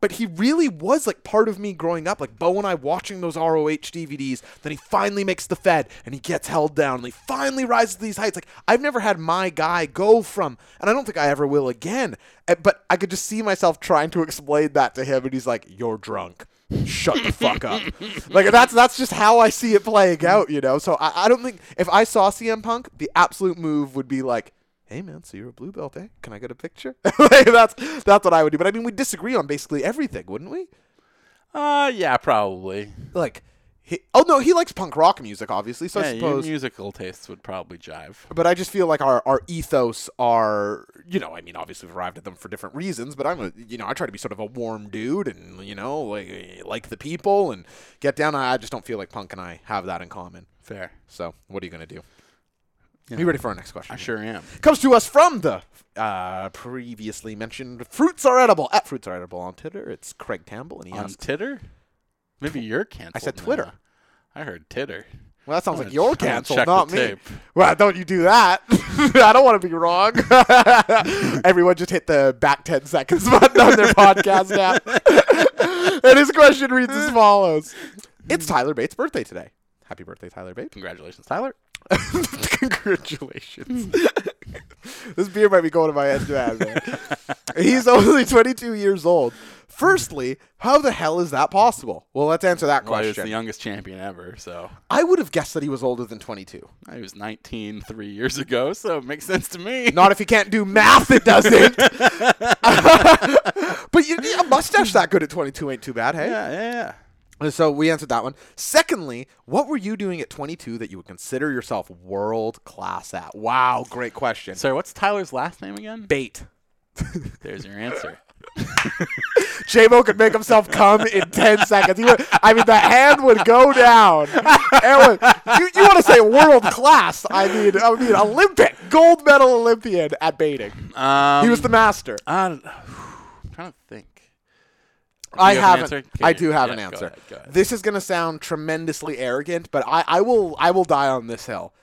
S4: but he really was like part of me growing up. Like Bo and I watching those ROH DVDs. Then he finally makes the Fed, and he gets held down, and he finally rises to these heights. Like I've never had my guy go from, and I don't think I ever will again. eh, But I could just see myself trying to explain that to him, and he's like, "You're drunk." shut the fuck up. Like that's that's just how I see it playing out, you know. So I, I don't think if I saw CM Punk, the absolute move would be like, "Hey man, so you're a blue belt, eh? Can I get a picture?" like, that's that's what I would do. But I mean, we disagree on basically everything, wouldn't we?
S3: Uh, yeah, probably.
S4: Like, he, oh no, he likes punk rock music, obviously. So I
S3: yeah, your
S4: suppose.
S3: musical tastes would probably jive.
S4: but I just feel like our, our ethos are, you know, I mean, obviously we've arrived at them for different reasons, but I'm a, you know, I try to be sort of a warm dude and, you know, like, like the people and get down. I I just don't feel like Punk and I have that in common.
S3: Fair.
S4: So what are you going to do? Are you ready for our next question?
S3: I sure am.
S4: Comes to us from the uh, previously mentioned Fruits Are Edible. At Fruits Are Edible on Twitter, it's Craig Campbell, and he
S3: On
S4: asked,
S3: Titter? Maybe you're canceled.
S4: said
S3: now.
S4: Twitter.
S3: I heard Titter.
S4: Well, that sounds
S3: I'm
S4: like
S3: gonna-
S4: you're
S3: I'm gonna
S4: canceled,
S3: check the
S4: not me.
S3: tape.
S4: Well, don't you do that. I don't want to be wrong. Everyone just hit the back 10 seconds button on their podcast app. and his question reads as follows It's Tyler Bates' birthday today. Happy birthday, Tyler Bates.
S3: Congratulations, Tyler.
S4: Congratulations. this beer might be going to my head, man. man. He's only 22 years old. Firstly, how the hell is that possible? Well, let's answer that
S3: Well, he was the
S4: question.
S3: youngest champion ever, so
S4: I would have guessed that he was older than 22.
S3: he was 19 three years ago, so it makes sense to me.
S4: Not if you can't do math, it doesn't. but you, a mustache that good at 22 ain't too bad, hey?
S3: yeah, yeah, yeah.
S4: So we answered that one. Secondly, what were you doing at 22 that you would consider yourself world class at? Wow, great question.
S3: Sorry, what's Tyler's last name again?
S4: Bait.
S3: There's your answer.
S4: J-Mo could make himself come in 10 seconds. He would, I mean, the hand would go down. It would- you want to say world class. I mean, I mean, Olympic, gold medal Olympian at baiting. he was the master.
S3: Uh, Um, I'm trying to think.
S4: I
S3: you have an
S4: haven't.
S3: answer? Okay,
S4: I do have
S3: yeah,
S4: an
S3: go
S4: answer.
S3: ahead, go ahead.
S4: This is going to sound tremendously arrogant, but I, I will I will die on this hill.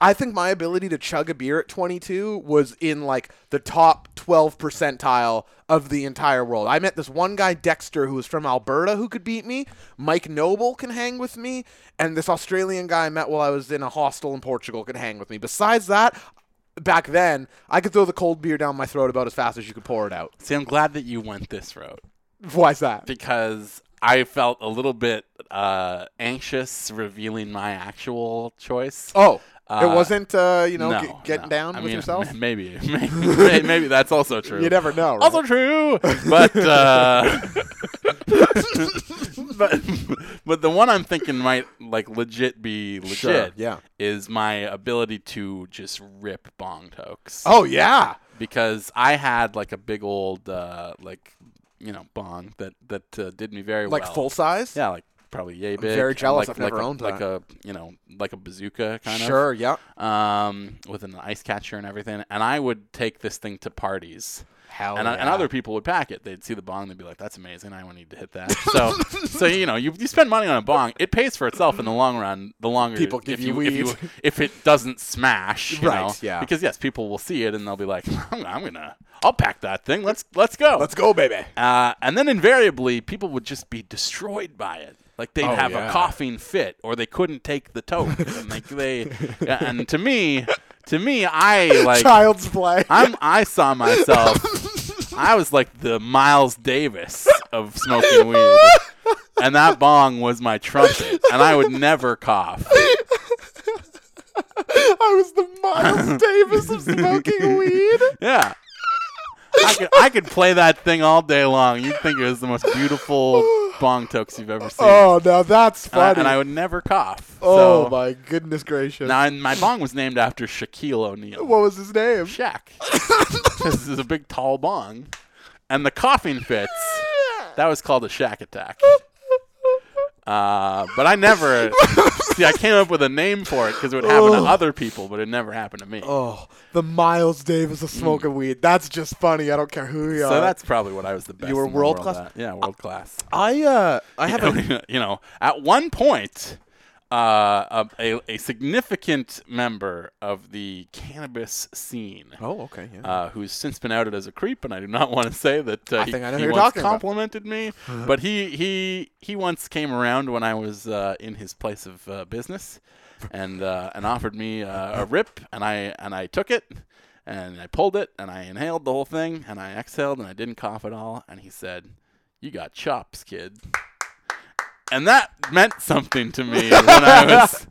S4: I think my ability to chug a beer at 22 was in like the top 12 percentile of the entire world. I met this one guy Dexter who was from Alberta who could beat me. Mike Noble can hang with me, and this Australian guy I met while I was in a hostel in Portugal could hang with me. Besides that, back then I could throw the cold beer down my throat about as fast as you could pour it out.
S3: See, I'm glad that you went this route
S4: Why's that?
S3: because I felt a little bit uh, anxious revealing my actual choice.
S4: Oh,
S3: Uh,
S4: it wasn't uh, you know
S3: no,
S4: g- getting
S3: no.
S4: down
S3: I
S4: with
S3: mean,
S4: yourself.
S3: Maybe, maybe, maybe that's also true.
S4: You never know. Right?
S3: also true, but uh, but but the one I'm thinking might like legit be legit.
S4: Sure, yeah.
S3: is my ability to just rip bong tokes
S4: oh yeah,
S3: because I had like a big old uh, like you know bong that that uh, did me very
S4: like
S3: well.
S4: full size.
S3: Yeah, like probably yay big.
S4: very jealous
S3: Like,
S4: I've never
S3: like a,
S4: owned
S3: like
S4: that.
S3: a you know like a bazooka kind of
S4: sure. Yeah.
S3: um, with an ice catcher and everything. And I would take this thing to parties.
S4: Hell
S3: and, uh, and
S4: yeah.
S3: other people would pack it. They'd see the bong, they'd be like, "That's amazing! I need to hit that." So, so you know, you, you spend money on a bong, it pays for itself in the long run. The longer
S4: People give
S3: if
S4: you
S3: if
S4: weed.
S3: if it doesn't smash, you
S4: Right,
S3: know?
S4: yeah.
S3: Because yes, people will see it and they'll be like, "I'm, I'm gonna, I'll pack that thing. Let's let's go."
S4: Let's go, baby.
S3: Uh, and then invariably, people would just be destroyed by it. Like they'd have a
S4: Oh, yeah.
S3: coughing fit, or they couldn't take the toke. and like they, yeah, and to me, to me, I like
S4: Child's play.
S3: I'm I saw myself. I was like the Miles Davis of smoking weed, and that bong was my trumpet, and I would never cough.
S4: I was the Miles Davis of smoking weed.
S3: Yeah. I could, I could play that thing all day long. You'd think it was the most beautiful bong tokes you've ever seen.
S4: Oh, now that's
S3: and I,
S4: funny.
S3: and I would never cough.
S4: oh
S3: so,
S4: my goodness gracious.
S3: Now, and my bong was named after Shaquille O'Neal.
S4: what was his name?
S3: Shaq. this is a big, tall bong, and the coughing fits. That was called a Shaq attack. Uh, but I never see. I came up with a name for it because it would happen to other people, but it never happened to me.
S4: Oh, the Miles Davis of smoking weed. That's just funny. I don't care who you are.
S3: so that's probably what I was the best.
S4: were
S3: in the
S4: world
S3: world
S4: class?
S3: at. Yeah, world class.
S4: I uh I have a
S3: you know, at one point, uh, a, a, a significant member of the cannabis scene.
S4: Oh, okay. Yeah.
S3: Uh, who's since been outed as a creep, and I do not want to say that uh, he,
S4: think I know
S3: he
S4: who you're
S3: once
S4: talking about. Uh-huh.
S3: complimented me, but he he he once came around when I was uh, in his place of uh, business, and uh, and offered me uh, a rip, and I and I took it, and I pulled it, and I inhaled the whole thing, and I exhaled, and I didn't cough at all, and he said, "You got chops, kid." and that meant something to me when I was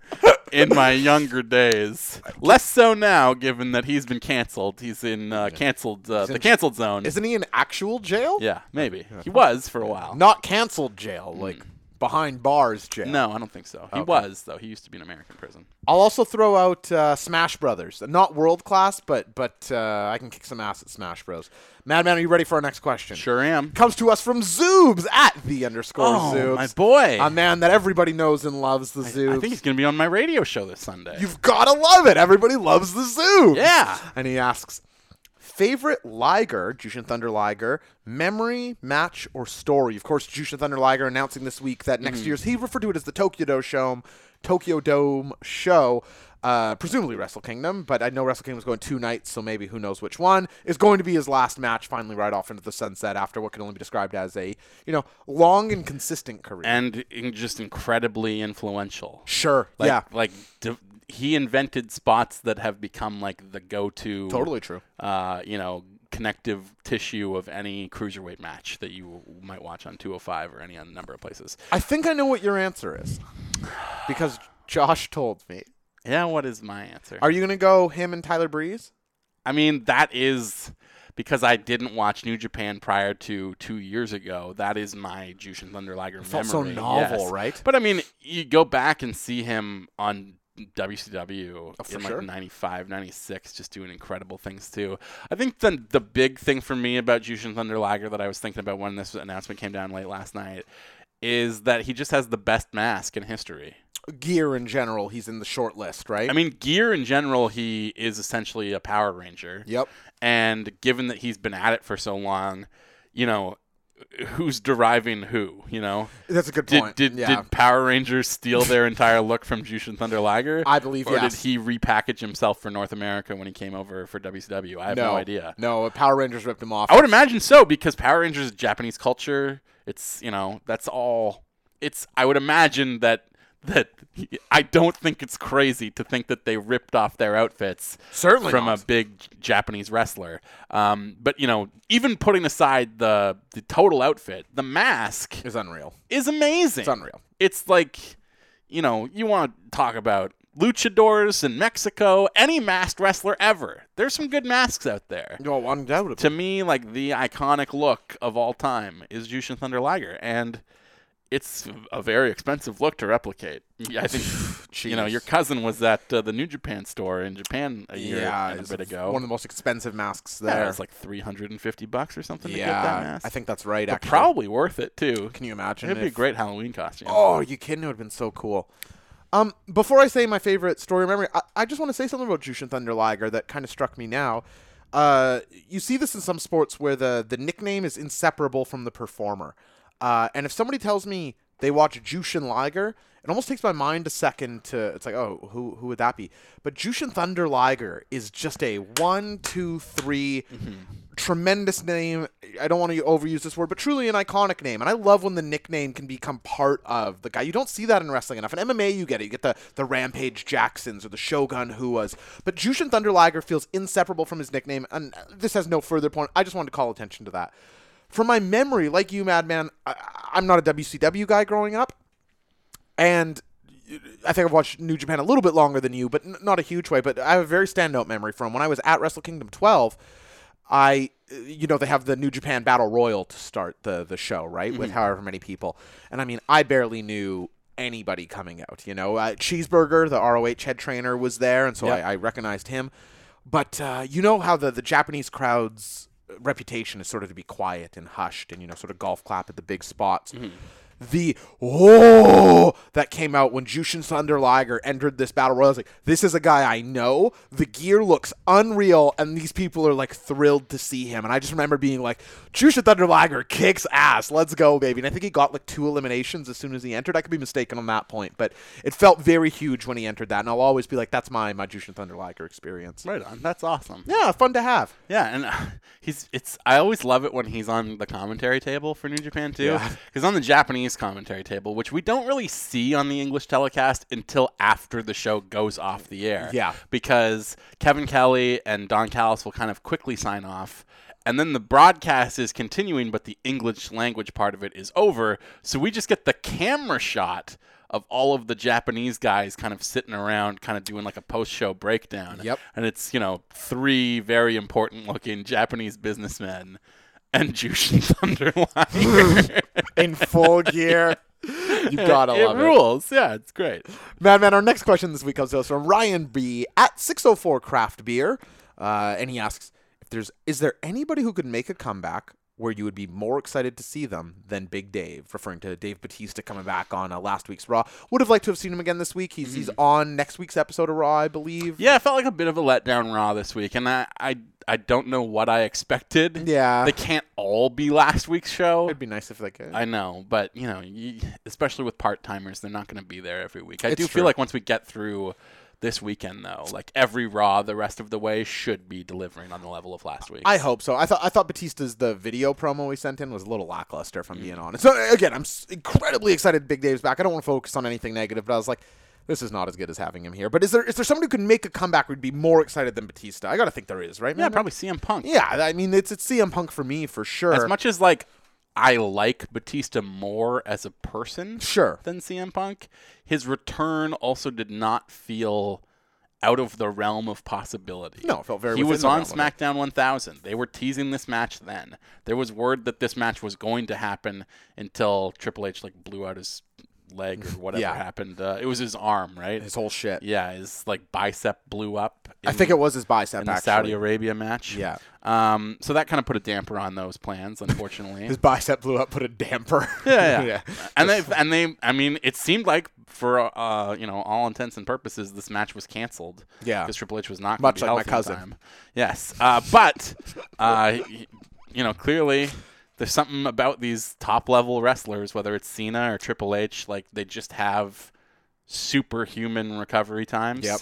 S3: in my younger days. Less so now, given that he's been canceled. He's in uh, canceled uh, the canceled zone.
S4: Isn't he in actual jail?
S3: yeah, maybe he was for a while.
S4: Not canceled jail, like behind bars jail.
S3: Mm. No, I don't think so. He was though. He used to be in American prison.
S4: I'll also throw out uh, Smash Brothers. Not world class, but but uh, I can kick some ass at Smash Bros. Madman, are you ready for our next question?
S3: Sure am.
S4: Comes to us from Zoobs at the underscore
S3: Oh,
S4: Zoobs.
S3: my boy.
S4: A man that everybody knows and loves, the Zoobs.
S3: I think he's gonna be on my radio show this Sunday.
S4: You've gotta love it. Everybody loves the Zoobs.
S3: Yeah.
S4: And he asks, favorite Liger, Jushin Thunder Liger, memory, match, or story? Of course, Jushin Thunder Liger announcing this week that
S3: Mm-hmm.
S4: next year's he referred to it as the Tokyo Dome Show, Tokyo Dome Show. Uh, presumably Wrestle Kingdom, but I know Wrestle Kingdom's going two nights, so maybe who knows which one is going to be his last match. Finally, right off into the sunset after what can only be described as a you know long and consistent career.
S3: and in- just incredibly influential.
S4: sure,
S3: Like,
S4: yeah,
S3: Like d- he invented spots that have become like the go-to.
S4: Totally true.
S3: Uh, you know, connective tissue of any cruiserweight match that you might watch on 205 or any other number of places.
S4: I think I know what your answer is because Josh told me.
S3: Yeah, what is my answer?
S4: Are you going to go him and Tyler Breeze?
S3: I mean, that is because I didn't watch New Japan prior to two years ago. That is my Jushin Thunder Liger memory.
S4: felt so novel,
S3: yes.
S4: right?
S3: But I mean, you go back and see him on WCW
S4: Oh, for
S3: in
S4: sure.
S3: like 95, 96, just doing incredible things too. I think the the big thing for me about Jushin Thunder Liger that I was thinking about when this announcement came down late last night is that he just has the best mask in history.
S4: Gear in general, he's in the short list, right?
S3: I mean, gear in general, he is essentially a Power Ranger.
S4: Yep.
S3: And given that he's been at it for so long, you know, who's deriving who? You know,
S4: that's a good
S3: did
S4: point.
S3: did,
S4: yeah.
S3: did Power Rangers steal their entire look from Jushin Thunder Liger?
S4: I believe
S3: or
S4: yes.
S3: did he repackage himself for North America when he came over for WCW? I have no,
S4: no
S3: idea.
S4: No, uh, Power Rangers ripped him off.
S3: I would imagine so because Power Rangers is Japanese culture. It's you know that's all. It's I would imagine that that I don't think it's crazy to think that they ripped off their outfits
S4: Certainly
S3: from
S4: not.
S3: a big J- Japanese wrestler. Um, but you know, even putting aside the the total outfit, the mask
S4: It's unreal.
S3: is amazing. It's
S4: unreal.
S3: It's like, you know, you want to talk about luchadors in Mexico, any masked wrestler ever. There's some good masks out there.
S4: No, undoubtedly.
S3: To me, like the iconic look of all time is Jushin Thunder Liger, and it's a very expensive look to replicate. I think you know
S4: Jeez.
S3: your cousin was at uh, the New Japan store in Japan a year
S4: yeah,
S3: and a
S4: it's
S3: bit ago.
S4: one of the most expensive masks there.
S3: yeah, it was like 350 bucks or something to get that
S4: Yeah,
S3: mask.
S4: I think that's right.
S3: But
S4: Actually,
S3: probably worth it too.
S4: Can you imagine?
S3: It'd be a
S4: if-
S3: great Halloween costume.
S4: Oh, you kidding? It would have been so cool. Um, before I say my favorite story or memory, I, I just want to say something about Jushin Thunder Liger that kind of struck me now. Uh, you see this in some sports where the, the nickname is inseparable from the performer. Uh, and if somebody tells me they watch Jushin Liger, it almost takes my mind a second to. It's like, oh, who who would that be? But Jushin Thunder Liger is just a one, two, three, tremendous name. I don't want to overuse this word, but truly an iconic name. And I love when the nickname can become part of the guy. You don't see that in wrestling enough. In MMA, you get it. You get the, the Rampage Jacksons or the Shogun Huas. But Jushin Thunder Liger feels inseparable from his nickname. And this has no further point. I just wanted to call attention to that. From my memory, like you, Madman, I, I'm not a WCW guy growing up and I think I've watched New Japan a little bit longer than you, but n- not a huge way. But I have a very standout memory from when I was at Wrestle Kingdom 12. I, uh, you know, they have the New Japan Battle Royal to start the the show, right? With however many people, and I mean, I barely knew anybody coming out. You know, uh, Cheeseburger, the ROH head trainer, was there, and so
S3: Yep.
S4: I, I recognized him. But uh, you know how the the Japanese crowds reputation is sort of to be quiet and hushed and you know sort of golf clap at the big spots the oh that came out when Jushin Thunder Liger entered this battle royal. I was like, this is a guy I know. The gear looks unreal, and these people are like thrilled to see him. And I just remember being like, Jushin Thunder Liger kicks ass. Let's go, baby. And I think he got like two eliminations as soon as he entered. I could be mistaken on that point, but it felt very huge when he entered that. And I'll always be like, that's my my Jushin Thunder Liger experience.
S3: Right on. That's awesome. Yeah,
S4: Yeah, fun to have.
S3: and uh, he's it's I always love it when he's on the commentary table for New Japan too.
S4: Yeah.
S3: He's on the Japanese commentary table, which we don't really see on the English telecast until after the show goes off the air.
S4: Yeah.
S3: Because Kevin Kelly and Don Callis will kind of quickly sign off. And then the broadcast is continuing, but the English language part of it is over. So we just get the camera shot of all of the Japanese guys kind of sitting around, kind of doing like a post show breakdown.
S4: Yep.
S3: And it's, you know, three very important looking Japanese businessmen and Jushin Thunder Liger.
S4: In full gear. You gotta
S3: it
S4: love it.
S3: rules. Yeah, it's great.
S4: Madman, our next question this week comes to us from Ryan B at 604 Craft Beer, uh, and he asks if there's is there anybody who could make a comeback where you would be more excited to see them than Big Dave, referring to Dave Batista coming back on uh, last week's Raw. Would have liked to have seen him again this week. He's he's on next week's episode of Raw, I believe.
S3: Mm-hmm. Yeah, it felt like a bit of a letdown Raw this week, and I, I, I don't know what I expected.
S4: Yeah.
S3: They can't all be last week's show.
S4: it'd be nice if they could.
S3: I know, but you know, you, especially with part timers, they're not going to be there every week. I
S4: It's
S3: do
S4: true.
S3: feel like once we get through this weekend, though, like every Raw the rest of the way should be delivering on the level of last week.
S4: I hope so. I thought I thought Batista's the video promo we sent in was a little lackluster, if I'm being
S3: Mm.
S4: honest. So uh, again, I'm s- incredibly excited. Big Dave's back. I don't want to focus on anything negative, but I was like, this is not as good as having him here. But is there is there somebody who can make a comeback? We'd be more excited than Batista. I gotta think there is, right?
S3: yeah,
S4: man?
S3: probably CM Punk.
S4: Yeah, I mean it's it's CM Punk for me for sure.
S3: As much as like I like Batista more as a person
S4: Sure.
S3: than CM Punk, his return also did not feel out of the realm of possibility.
S4: No, it felt very
S3: He
S4: within
S3: was
S4: the
S3: on
S4: realm of it.
S3: SmackDown 1000. They were teasing this match then. There was word that this match was going to happen until Triple H like blew out his leg or whatever
S5: Yeah.
S3: happened. Uh, it was his arm, right?
S5: His whole shit.
S3: Yeah, his like bicep blew up.
S5: I
S3: in-
S5: think it was his bicep
S3: in the
S5: actually.
S3: Saudi Arabia match.
S5: Yeah.
S3: Um, so that kind of put a damper on those plans, unfortunately.
S5: his bicep blew up, put a damper.
S3: yeah, yeah. And they, and they, I mean, it seemed like for uh, you know, all intents and purposes, this match was canceled.
S5: Yeah.
S3: because Triple H was not
S5: Much
S3: gonna be
S5: like my
S3: healthy
S5: cousin.
S3: in Time. Yes, uh, but uh, y- you know, clearly. There's something about these top level wrestlers, whether it's Cena or Triple H, like they just have superhuman recovery times.
S5: Yep.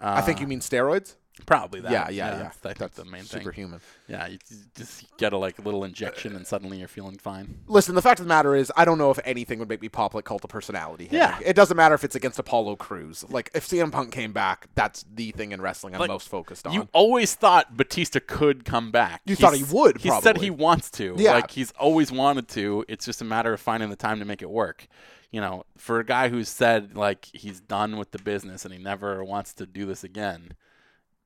S5: I think you mean steroids.
S3: Probably uh, that.
S5: Yeah, yeah, yeah.
S3: That's, I think
S5: That's
S3: the main thing.
S5: Superhuman.
S3: Yeah, you you just get a like little injection and suddenly you're feeling fine.
S5: Listen, the fact of the matter is, I don't know if anything would make me pop like cult of personality. hitting.
S3: Yeah.
S5: It doesn't matter if it's against Apollo Crews. Like, if CM Punk came back, that's the thing in wrestling I'm
S3: Like,
S5: most focused on.
S3: You always thought Batista could come back. You
S5: thought he would,
S3: He said
S5: probably.
S3: he wants to.
S5: Yeah.
S3: Like he's always wanted to. It's just a matter of finding the time to make it work. You know, for a guy who's said like he's done with the business and he never wants to do this again,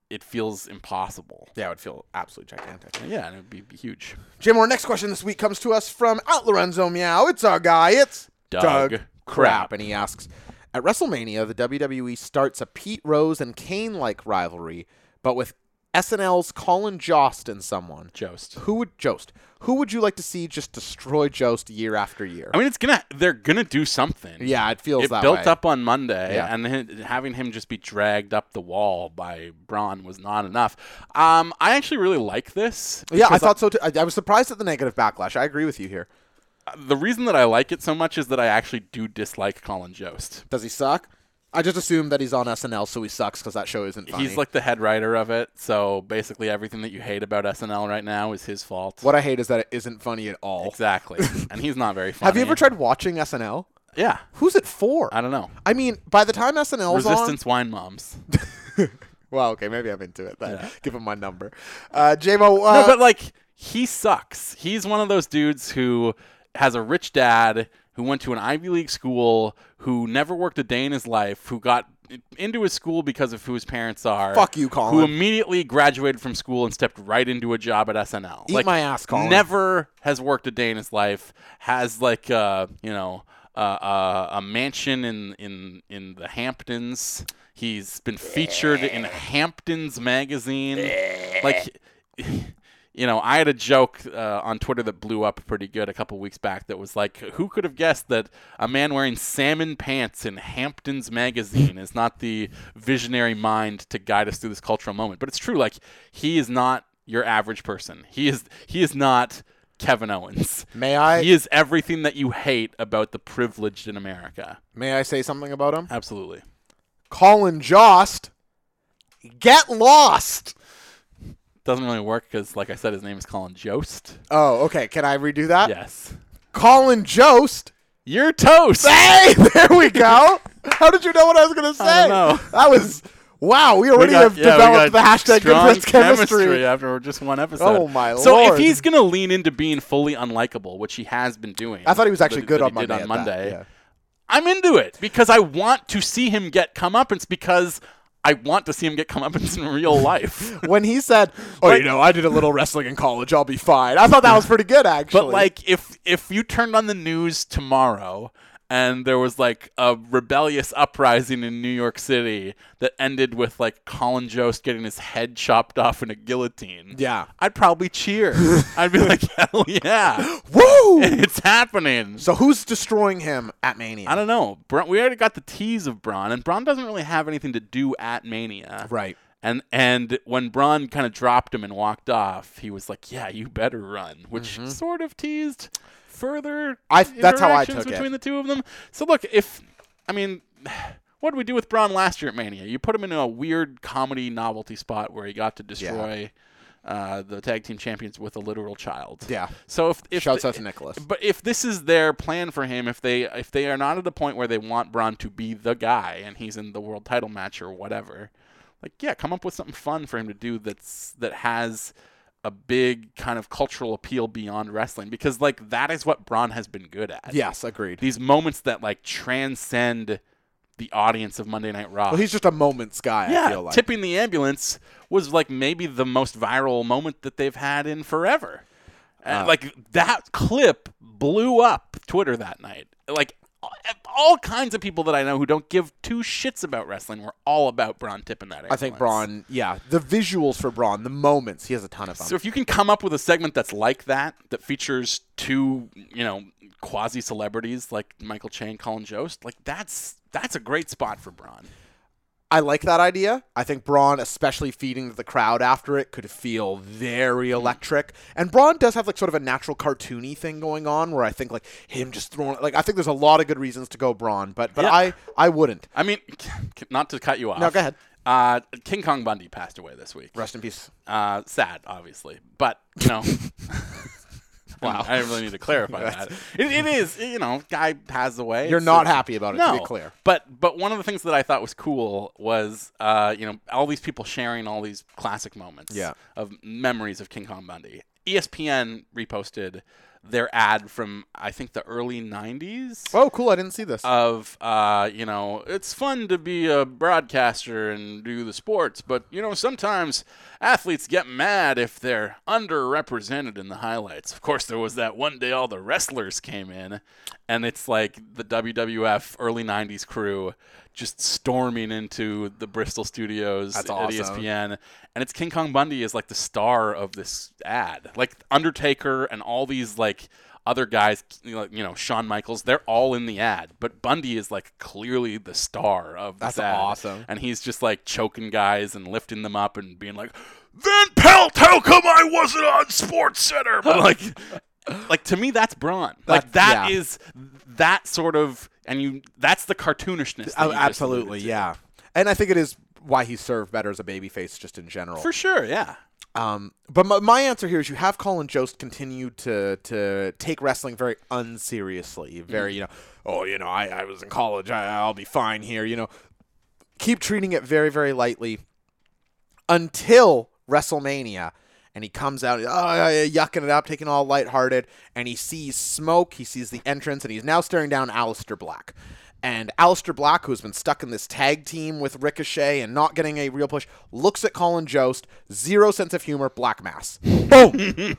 S3: it feels impossible.
S5: yeah, it would feel absolutely gigantic.
S3: Yeah, and it would be be huge.
S4: Jim, our next question this week comes to us from Out Lorenzo Meow. It's our guy. It's
S3: Doug, crap.
S4: And he asks At WrestleMania, the WWE starts a Pete Rose and Kane like rivalry, but with SNL's Colin Jost and someone.
S3: Jost.
S4: Who would Jost? Who would you like to see just destroy Jost year after year?
S3: I mean, it's gonna. They're gonna do something.
S4: yeah, it feels
S3: it
S4: that
S3: built
S4: way.
S3: up on Monday,
S4: Yeah.
S3: and then having him just be dragged up the wall by Braun was not enough. Um, I actually really like this.
S4: Yeah, I
S3: because
S4: thought so too. I, I was surprised at the negative backlash. I agree with you here.
S3: the reason that I like it so much is that I actually do dislike Colin Jost.
S4: Does he suck? I just assume that he's on SNL, so he sucks because that show isn't funny.
S3: He's like the head writer of it, so basically everything that you hate about SNL right now is his fault.
S4: what I hate is that it isn't funny at all.
S3: Exactly, and he's not very funny.
S4: Have you ever tried watching SNL?
S3: Yeah,
S4: Who's it for?
S3: I don't know.
S4: I mean, by the time SNL's
S3: Resistance wine moms.
S4: on, well, okay, maybe I'm into it. Then. Give him my number, uh, JMO. Uh,
S3: no, but like he sucks. He's one of those dudes who has a rich dad who went to an Ivy League school who never worked a day in his life who got into his school because of who his parents are.
S4: Fuck you, Colin.
S3: Who immediately graduated from school and stepped right into a job at SNL.
S4: Eat my ass, Colin.
S3: Never has worked a day in his life. Has like uh, you know. Uh, uh, a mansion in, in in the Hamptons. He's been featured in Hamptons magazine. Like you know, I had a joke uh, on Twitter that blew up pretty good a couple weeks back that was like, who could have guessed that a man wearing salmon pants in Hampton's magazine is not the visionary mind to guide us through this cultural moment? But it's true. Like, he is not your average person. He is he is not Kevin Owens.
S4: May I-
S3: He is everything that you hate about the privileged in America.
S4: may I say something about him?
S3: Absolutely.
S4: Colin Jost, get lost.
S3: Doesn't really work because, like I said, his name is Colin Jost.
S4: Oh, okay. Can I redo that?
S3: Yes.
S4: Colin Jost.
S3: You're toast.
S4: Hey, there we go. How did you know what I was going to say?
S3: I don't know.
S4: That was wow. We already
S3: got-
S4: have
S3: yeah,
S4: developed the
S3: got
S4: hashtag good
S3: strong
S4: friends chemistry.
S3: after just one episode.
S4: Oh, my
S3: so So if
S4: lord.
S3: he's gonna lean into being fully unlikable, which he has been doing,
S4: I thought he was actually
S3: that-
S4: good
S3: that
S4: on
S3: he did
S4: Monday. at that,
S3: Monday,
S4: yeah.
S3: I'm into it because I want to see him get comeuppance because I want to see him get comeuppance in real life.
S4: when he said, "Oh, you know, I did a little wrestling in college. I'll be fine." I thought that was pretty good, actually.
S3: But like if if you turned on the news tomorrow and there was like a rebellious uprising in New York City that ended with like Colin Jost getting his head chopped off in a guillotine.
S4: Yeah.
S3: I'd probably cheer. I'd be like, hell yeah.
S4: woo!
S3: It's happening.
S4: so who's destroying him at Mania?
S3: I don't know. Bron, we already got the tease of Braun, and Braun doesn't really have anything to do at Mania.
S4: Right.
S3: And and when Braun kind of dropped him and walked off, he was like, "Yeah, you better run," which sort of teased further
S4: Mm-hmm. I- that's how I
S3: interactions
S4: took it.
S3: between the two of them. So look, if I mean, what did we do with Braun last year at Mania? You put him into a weird comedy novelty spot where he got to destroy uh, the tag team champions with a literal child.
S4: Yeah.
S3: So if, if
S4: Shouts
S3: the-
S4: out to Nicholas.
S3: but if this is their plan for him, if they if they are not at the point where they want Braun to be the guy and he's in the world title match or whatever, like yeah, come up with something fun for him to do that's that has a big kind of cultural appeal beyond wrestling because like that is what Braun has been good at.
S4: Yes, agreed.
S3: These moments that like transcend the audience of Monday Night Raw.
S4: Well, he's just a moments guy. I
S3: yeah,
S4: feel like.
S3: tipping the ambulance was like maybe the most viral moment that they've had in Uh,
S4: Uh.
S3: forever. And like that clip blew up Twitter that night. Like all kinds of people that I know who don't give two shits about wrestling were all about Braun tipping that.
S4: I think
S3: ambulance.
S4: Braun, yeah, the visuals for Braun, the moments, he has a ton of them.
S3: So if you can come up with a segment that's like that, that features two, you know, quasi celebrities like Michael Che and Colin Jost, like that's that's a great spot for Braun.
S4: I like that idea. I think Braun, especially feeding the crowd after it, could feel very electric. And Braun does have like sort of a natural cartoony thing going on, where I think like him just throwing like I think there's a lot of good reasons to go Braun, but but
S3: Yeah.
S4: I I wouldn't.
S3: I mean, not to cut you off.
S4: No, go ahead.
S3: Uh, King Kong Bundy passed away this week.
S4: Rest in peace.
S3: Uh, sad, obviously, but you know. wow, I really need to clarify that. It, it is, you know, guy passed away.
S4: You're
S3: It's-
S4: not happy about it,
S3: no,
S4: to be clear.
S3: But but one of the things that I thought was cool was, uh, you know, all these people sharing all these classic moments
S4: Yeah.
S3: of memories of King Kong Bundy. E ESPN reposted their ad from I think the early '90s
S4: Oh, cool! I didn't see this.
S3: of uh, you know it's fun to be a broadcaster and do the sports but you know sometimes athletes get mad if they're underrepresented in the highlights of course there was that one day all the wrestlers came in and it's like the wwf early 90s crew just storming into the bristol studios at E espn and it's king kong bundy is like the star of this ad like undertaker and all these like other guys, you know, you know, Shawn Michaels, they're all in the ad, but Bundy is like clearly the star of this
S4: That's
S3: ad.
S4: awesome.
S3: And he's just like choking guys and lifting them up and being like, "Then Pelt, how come I wasn't on Sports Center?" But like, like to me, that's Braun. like that
S4: yeah.
S3: is that sort of, and you that's the cartoonishness. that
S4: Oh,
S3: you just
S4: absolutely,
S3: alluded to.
S4: yeah. And I think it is why he served better as a babyface, just in general.
S3: for sure, yeah.
S4: Um, but my, my answer here is you have Colin Jost continue to to take wrestling very unseriously, very you know, oh you know I, I was in college, I, I'll be fine here, you know, keep treating it very very lightly until WrestleMania. And he comes out, oh, yeah, yeah, yucking it up, taking it all lighthearted, and he sees smoke. He sees the entrance, and he's now staring down Aleister Black. And Aleister Black, who's been stuck in this tag team with Ricochet and not getting a real push, looks at Colin Jost, zero sense of humor, black mass. Boom!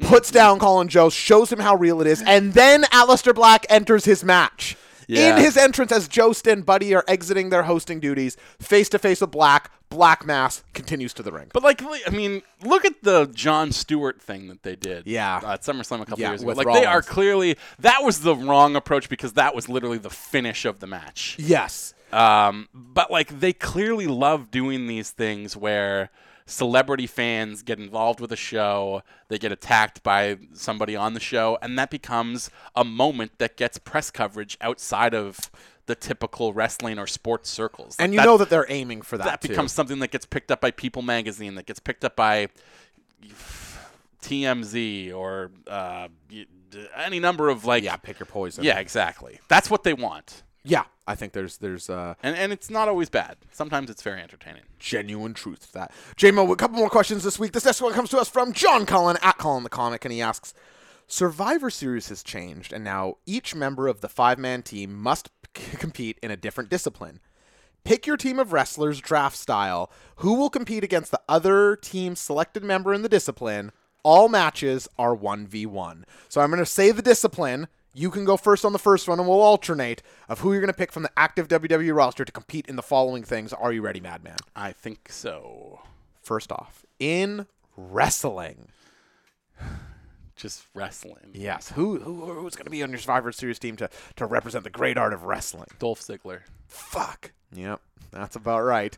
S4: Puts down Colin Jost, shows him how real it is, and then Aleister Black enters his match.
S3: Yeah.
S4: In his entrance, as Jost and Buddy are exiting their hosting duties, face to face with Black, Black Mass continues to the ring.
S3: But like, li- I mean, look at the John Stewart thing that they did.
S4: Yeah.
S3: uh, at SummerSlam a couple
S4: Yeah,
S3: years ago.
S4: with
S3: Like they are
S4: Rollins.
S3: clearly that was the wrong approach because that was literally the finish of the match.
S4: yes.
S3: Um, but like they clearly love doing these things where celebrity fans get involved with a show, they get attacked by somebody on the show, and that becomes a moment that gets press coverage outside of the typical wrestling or sports circles. Like,
S4: And you
S3: that's-
S4: know that they're aiming for that.
S3: that
S4: too.
S3: becomes something that gets picked up by People Magazine, that gets picked up by TMZ or uh, y- d- any number of like.
S4: Yeah, pick your poison.
S3: Yeah, exactly. That's what they want,
S4: Yeah. I think there's there's uh
S3: and and it's not always bad. Sometimes it's very entertaining.
S4: genuine truth to that. JMO, a couple more questions this week. This next one comes to us from John Cullen at Cullen the Comic, and he asks Survivor Series has changed, and now each member of the five man team must c- compete in a different discipline. Pick your team of wrestlers draft style, who will compete against the other team's selected member in the discipline. All matches are 1v1. So I'm going to say the discipline. You can go first on the first one, and we'll alternate of who you're going to pick from the active WWE roster to compete in the following things. Are you ready, Madman?
S3: I think so.
S4: first off in wrestling
S3: Just wrestling.
S4: yes who, who who's going to be on your survivor series team to to represent the great art of wrestling
S3: Dolph Ziggler.
S4: fuck yep that's about right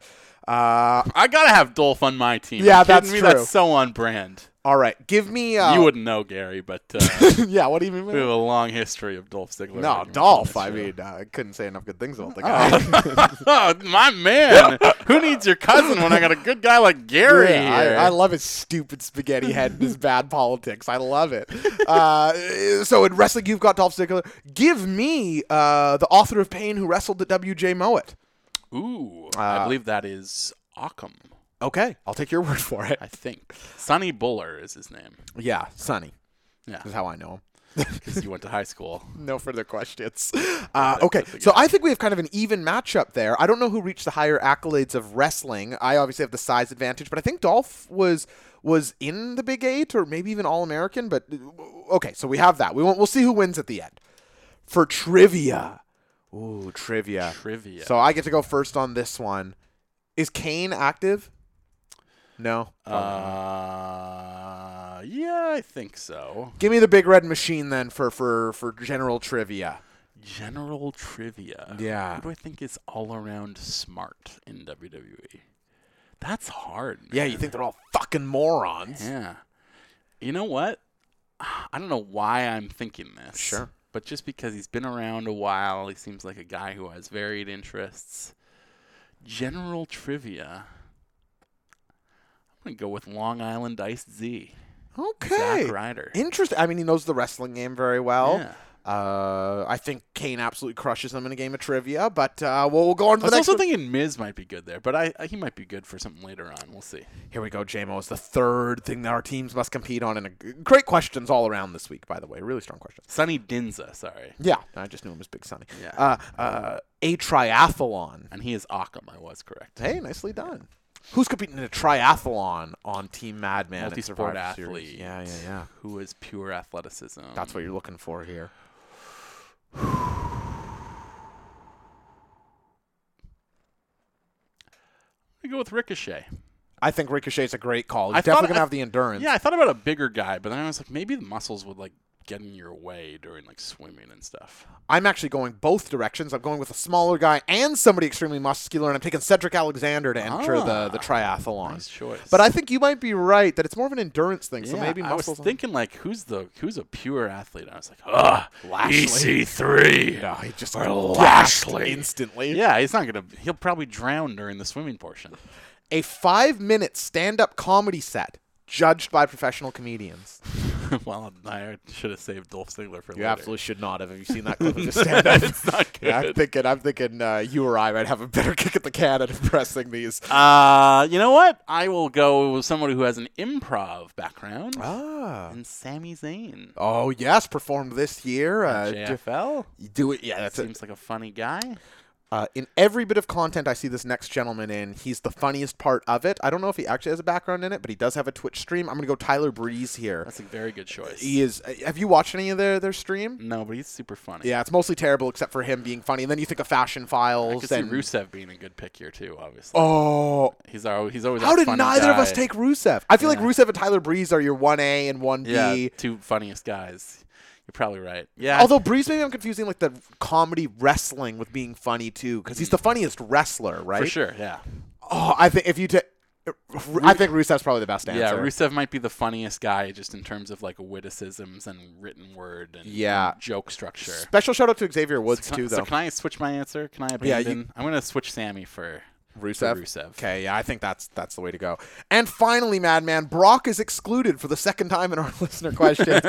S4: uh
S3: I gotta have Dolph on my team.
S4: Yeah,
S3: You kidding
S4: that's
S3: me?
S4: true.
S3: That's so on brand.
S4: all right give me uh
S3: you wouldn't know Gary, but uh,
S4: yeah what do you mean
S3: we have a long history of Dolph Ziggler.
S4: no
S3: arguments on
S4: dolph
S3: this
S4: i
S3: show.
S4: mean uh, i couldn't say enough good things about the guy
S3: Oh, my man. Who needs your cousin when I got a good guy like Gary
S4: Yeah, I,
S3: here?
S4: I love his stupid spaghetti head and his bad politics. I love it. Uh, so in wrestling, you've got Dolph Ziggler. Give me uh, the author of Pain who wrestled at W.J. Mowat.
S3: Ooh,
S4: Uh,
S3: I believe that is Occam,
S4: Okay, I'll take your word for it.
S3: I think. Sonny Buller is his name.
S4: Yeah, Sonny.
S3: Yeah.
S4: is how I know him.
S3: Because you went to high school.
S4: No further questions. Uh, okay, so I think we have kind of an even matchup there. I don't know who reached the higher accolades of wrestling. I obviously have the size advantage, but I think Dolph was was in the uh, Big Eight or maybe even All American. But okay, so we have that. We won't, we'll see who wins at the end. for trivia. Ooh, trivia.
S3: Trivia.
S4: So I get to go first on this one. Is Kane active? Oh, No.
S3: Uh, yeah, I think so.
S4: Give me the big red machine then for for for general trivia.
S3: General trivia.
S4: Yeah.
S3: Who do I think is all around smart in WWE? That's hard.
S4: Yeah,
S3: man.
S4: you think they're all fucking morons?
S3: Yeah. You know what? I don't know why I'm thinking this.
S4: Sure.
S3: But just because he's been around a while, he seems like a guy who has varied interests. General trivia. I'm going to go with Long Island Ice Z.
S4: Okay.
S3: Zack Ryder.
S4: Interesting. I mean, he knows the wrestling game very well.
S3: Yeah.
S4: Uh, I think Kane absolutely crushes them in a game of trivia, but uh, we'll, we'll go on
S3: I
S4: to the
S3: was
S4: next
S3: also
S4: one.
S3: thinking Miz might be good there, but I, I he might be good for something later on. We'll see.
S4: Here we go, JMO. Is the third thing that our teams must compete on. And great questions all around this week, by the way. Really strong questions.
S3: Sonny Dinza, sorry.
S4: Yeah, I just knew him as Big Sonny.
S3: Yeah.
S4: Uh, uh, a triathlon.
S3: And he is Occam, I was correct.
S4: Hey, nicely done. Who's competing in a triathlon on Team Madman? and
S3: Multi-sport
S4: Survivor Series?
S3: athlete.
S4: Yeah, yeah, yeah.
S3: Who is pure athleticism.
S4: That's what you're looking for here.
S3: I go with Ricochet.
S4: I think Ricochet's a great call. He's
S3: I thought-
S4: definitely going
S3: I-
S4: to have the endurance.
S3: Yeah, I thought about a bigger guy, but then I was like, maybe the muscles would like get in your way during like swimming and stuff.
S4: I'm actually going both directions. I'm going with a smaller guy and somebody extremely muscular, and I'm taking Cedric Alexander to enter the, the triathlon.
S3: Nice choice.
S4: But I think you might be right that it's more of an endurance thing. so
S3: Yeah,
S4: maybe
S3: I was
S4: muscles.
S3: thinking like, who's the who's a pure athlete? And I was like, ah,
S4: Lashley.
S3: EC three.
S4: no, he just got
S3: Lashley.
S4: instantly.
S3: Yeah, he's not gonna. He'll probably drown during the swimming portion.
S4: A five minute stand up comedy set judged by professional comedians.
S3: well, I should have saved Dolph Ziggler for
S4: You
S3: later.
S4: absolutely should not have. Have you seen that clip of his stand up?
S3: it's not good.
S4: I'm thinking, I'm thinking uh, you or I might have a better kick at the can at impressing these.
S3: Uh, you know what? I will go with somebody who has an improv background.
S4: Ah.
S3: And Sami Zayn.
S4: Oh, yes, performed this year. Uh, do-
S3: JFL.
S4: do it. Yeah, that's it.
S3: Seems like a funny guy.
S4: Uh, in every bit of content I see this next gentleman in, he's the funniest part of it. I don't know if he actually has a background in it, but he does have a Twitch stream. I'm gonna go Tyler Breeze here.
S3: That's a very good choice.
S4: He is. uh, Have you watched any of their their stream?
S3: No, but he's super funny.
S4: Yeah, it's mostly terrible except for him being funny. And then you think of Fashion
S3: I
S4: Files
S3: could see
S4: and
S3: Rusev being a good pick here too. Obviously,
S4: oh,
S3: he's always he's always.
S4: how
S3: a
S4: did
S3: funny
S4: neither of us
S3: guy.
S4: take Rusev? I feel like
S3: Yeah.
S4: Rusev and Tyler Breeze are your one A and one B.
S3: Yeah, two funniest guys. You're probably right. Yeah.
S4: Although Breeze, maybe I'm confusing like the comedy wrestling with being funny too, because he's the funniest wrestler, right?
S3: Mm. for sure. Yeah.
S4: Oh, I think if you take, I think Rusev's probably the best answer.
S3: Yeah. Rusev might be the funniest guy just in terms of like witticisms and written word and,
S4: Yeah.
S3: and joke structure.
S4: Special shout out to Xavier Woods
S3: So can,
S4: too,
S3: so
S4: though.
S3: can I switch my answer? Can I abandon?
S4: Yeah, you-
S3: I'm gonna switch Sammy for For Rusev.
S4: Okay, yeah, I think that's that's the way to go. And finally, Madman Brock is excluded for the second time in our listener question.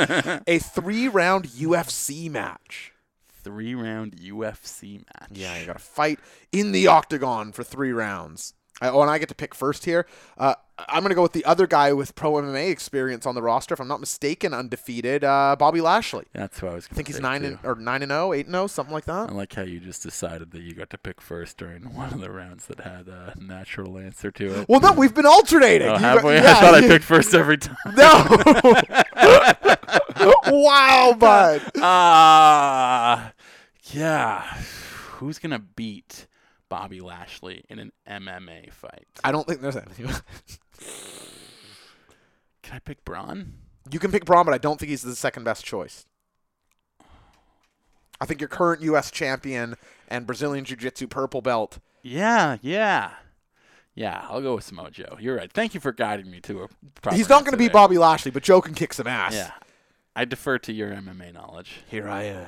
S4: a three-round UFC match.
S3: Three round UFC match.
S4: Yeah, you got to fight in the octagon for three rounds. I, oh, and I get to pick first here. Uh, I'm going to go with the other guy with pro MMA experience on the roster, if I'm not mistaken, undefeated, uh, Bobby Lashley.
S3: That's what I was. Gonna
S4: I think he's
S3: say,
S4: nine and,
S3: too. Oh.
S4: or nine and zero, eight and zero, something like that.
S3: I like how you just decided that you got to pick first during one of the rounds that had a natural answer to it.
S4: Well, no, we've been alternating.
S3: Oh,
S4: You-
S3: halfway, I
S4: yeah,
S3: thought I
S4: you-
S3: picked first every time.
S4: No. wow, bud.
S3: Ah, yeah. Who's gonna beat Bobby Lashley in an MMA fight?
S4: I don't think there's anything.
S3: Can I pick Braun?
S4: you can pick Braun, but I don't think he's the second best choice. I think your current U.S. champion and Brazilian Jiu-Jitsu purple belt.
S3: Yeah, yeah, yeah. I'll go with Samoa Joe. You're right. Thank you for guiding me to a. Proper
S4: he's not
S3: answer
S4: going to beat
S3: there.
S4: Bobby Lashley, but Joe can kick some ass.
S3: Yeah, I defer to your MMA knowledge.
S4: Here I am.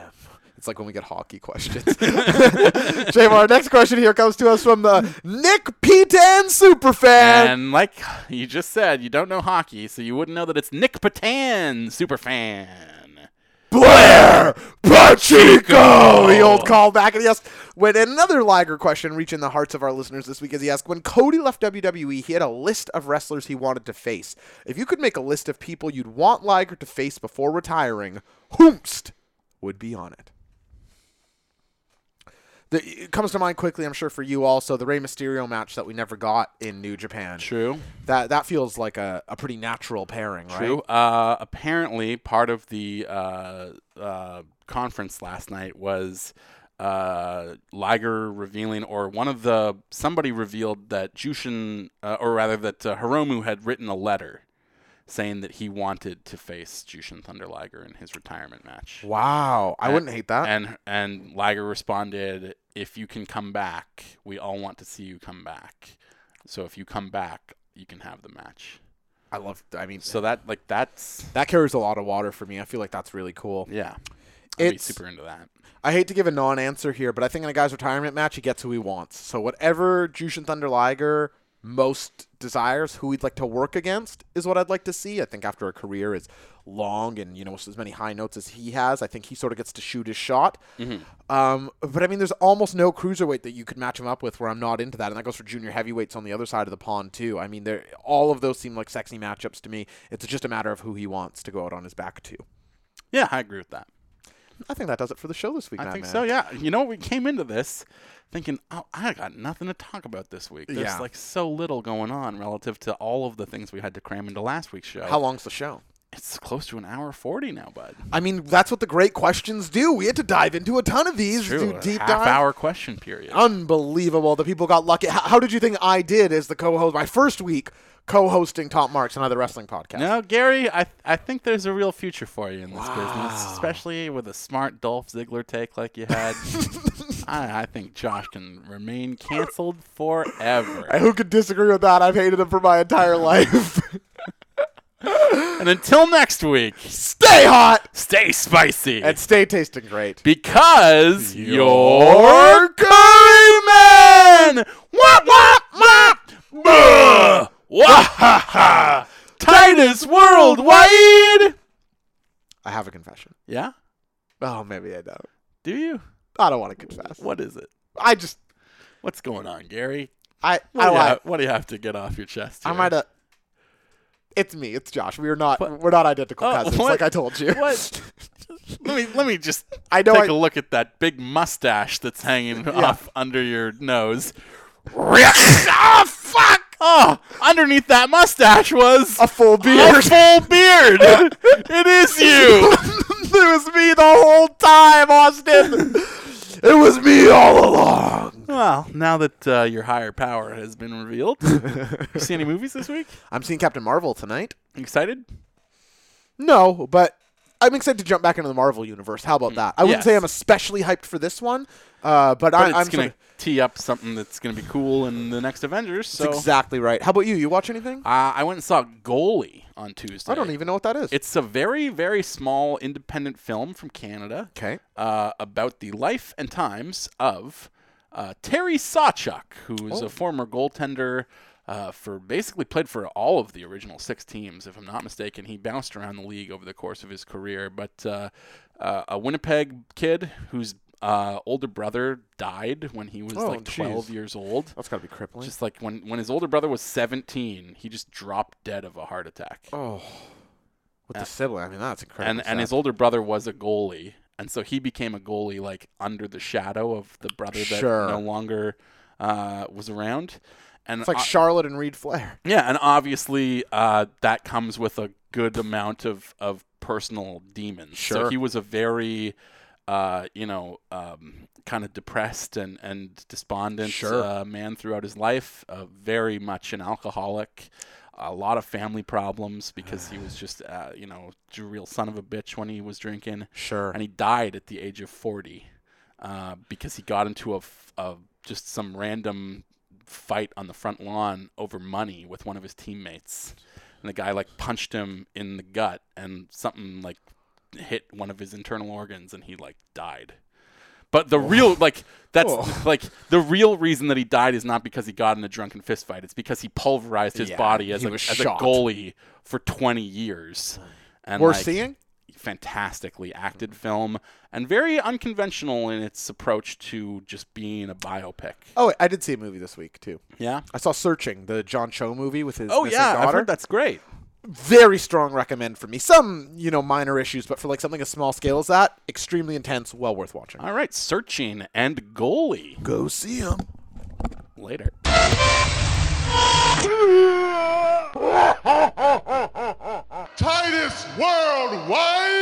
S4: It's like when we get hockey questions. Jamar, our next question here comes to us from the Nick P10 superfan.
S3: And like you just said, you don't know hockey, so you wouldn't know that it's Nick Patan, super fan.
S4: Blair Pachico. The old callback. And yes, when another Liger question reaching the hearts of our listeners this week is he asked, when Cody left WWE, he had a list of wrestlers he wanted to face. If you could make a list of people you'd want Liger to face before retiring, whomst would be on it? the, it comes to mind quickly, I'm sure for you also, the Rey Mysterio match that we never got in New Japan.
S3: True.
S4: That that feels like a, a pretty natural pairing, right?
S3: True. Uh, apparently, part of the uh, uh, conference last night was uh, Liger revealing, or one of the somebody revealed that Jushin, uh, or rather that uh, Hiromu had written a letter saying that he wanted to face Jushin Thunder Liger in his retirement match.
S4: Wow. I wouldn't hate that.
S3: And and Liger responded, "If you can come back, we all want to see you come back. So if you come back, you can have the match."
S4: I love I mean
S3: So that like that's
S4: that carries a lot of water for me. I feel like that's really cool.
S3: yeah. I'd be
S4: It's-
S3: super into that.
S4: I hate to give a non-answer here, but I think in a guy's retirement match, he gets who he wants. So whatever Jushin Thunder Liger most desires, who he'd like to work against, is what I'd like to see. I think after a career is long and you know with as many high notes as he has, I think he sort of gets to shoot his shot. Um, but I mean, there's almost no cruiserweight that you could match him up with where I'm not into that, and that goes for junior heavyweights on the other side of the pond too. I mean, they're- all of those seem like sexy matchups to me. It's just a matter of who he wants to go out on his back to.
S3: Yeah, I agree with that.
S4: I think that does it for the show this week.
S3: I
S4: Matt,
S3: think
S4: man.
S3: so. Yeah. You know, we came into this thinking, oh, I got nothing to talk about this week. There's
S4: Yeah.
S3: like so little going on relative to all of the things we had to cram into last week's show.
S4: How long's the show?
S3: It's close to an hour forty now, bud.
S4: I mean, that's what the great questions do. We had to dive into a ton of these, do deep
S3: half
S4: dive.
S3: hour question period.
S4: Unbelievable. The people got lucky. How, how did you think I did as the co-host? My first week co-hosting Top Marks, another wrestling podcast.
S3: No, Gary, I I think there's a real future for you in this business, especially with a smart Dolph Ziggler take like you had. I, I think Josh can remain canceled forever.
S4: Who could disagree with that? I've hated him for my entire life.
S3: And until next week,
S4: stay hot
S3: stay spicy
S4: and stay tasting great.
S3: because you're Curry Man. Wah wah wah. Bah! Wah ha ha. Titus worldwide.
S4: I have a confession.
S3: Yeah.
S4: Oh, maybe I don't.
S3: Do you?
S4: I don't want to confess.
S3: What is it?
S4: I just,
S3: What's going on, Gary?
S4: I,
S3: What
S4: I
S3: do, you
S4: lied.
S3: have, what do you have to get off your chest?
S4: I
S3: here?
S4: might uh, have. It's me. It's Josh. We are not. We're not identical
S3: Oh,
S4: cousins,
S3: what?
S4: like I told you.
S3: What? let me let me just
S4: I know
S3: take
S4: I-
S3: a look at that big mustache that's hanging off under your nose. oh fuck! Oh, underneath that mustache was
S4: A full beard.
S3: a full beard. it is you.
S4: it was me the whole time, Austin. it was me all along.
S3: Well, now that uh, your higher power has been revealed, you see any movies this week?
S4: I'm seeing Captain Marvel tonight.
S3: You excited?
S4: No, but I'm excited to jump back into the Marvel universe. How about that? I wouldn't
S3: Hmm. Yes.
S4: say I'm especially hyped for this one, uh, but,
S3: But
S4: I,
S3: it's
S4: I'm
S3: gonna
S4: sort of-
S3: tee up something that's gonna be cool in the next Avengers. So
S4: That's exactly right. How about you? You watch anything?
S3: Uh, I went and saw Goalie on Tuesday.
S4: I don't even know what that is.
S3: It's a very, very small independent film from Canada.
S4: 'Kay.
S3: Uh, about the life and times of uh, Terry Sawchuk, who
S4: Oh.
S3: is a former goaltender. Uh, for basically played for all of the original six teams, if I'm not mistaken. He bounced around the league over the course of his career, but uh, uh, a Winnipeg kid whose uh, older brother died when he was
S4: Oh,
S3: like 12
S4: geez.
S3: years old.
S4: that's got to be crippling.
S3: Just like when when his older brother was 17, he just dropped dead of a heart attack.
S4: oh, with the sibling. I mean, that's incredible.
S3: and and his older brother was a goalie, and so he became a goalie like under the shadow of the brother that
S4: Sure.
S3: no longer uh, was around. And
S4: it's like
S3: uh,
S4: Charlotte and Reed Flair.
S3: yeah, and obviously uh, that comes with a good amount of of personal demons. So
S4: Sure.
S3: he was a very, uh, you know, um, kind of depressed and and despondent
S4: Sure.
S3: uh, man throughout his life. Uh, very much an alcoholic. A lot of family problems because he was just, uh, you know, a real son of a bitch when he was drinking
S4: Sure.
S3: and he died at the age of 40 uh, because he got into a, f- a- just some random fight on the front lawn over money with one of his teammates and the guy like punched him in the gut and something like hit one of his internal organs and he like died but the real like that's like the real reason that he died is not because he got in a drunken fist fight it's because he pulverized his
S4: Yeah,
S3: body as,
S4: he
S3: a,
S4: was
S3: as a
S4: shot.
S3: goalie for 20 years and
S4: We're
S3: like,
S4: seeing.
S3: fantastically acted film and very unconventional in its approach to just being a biopic.
S4: Oh, wait, I did see a movie this week too.
S3: Yeah.
S4: I saw Searching, the John Cho movie with his
S3: Oh
S4: missing
S3: yeah, I've
S4: daughter.
S3: heard that's great.
S4: very strong recommend for me. Some, you know, minor issues, but for like something as small scale as that, extremely intense, well worth watching.
S3: All right, searching and goalie
S4: Go see him.
S3: later.
S1: Titus Worldwide.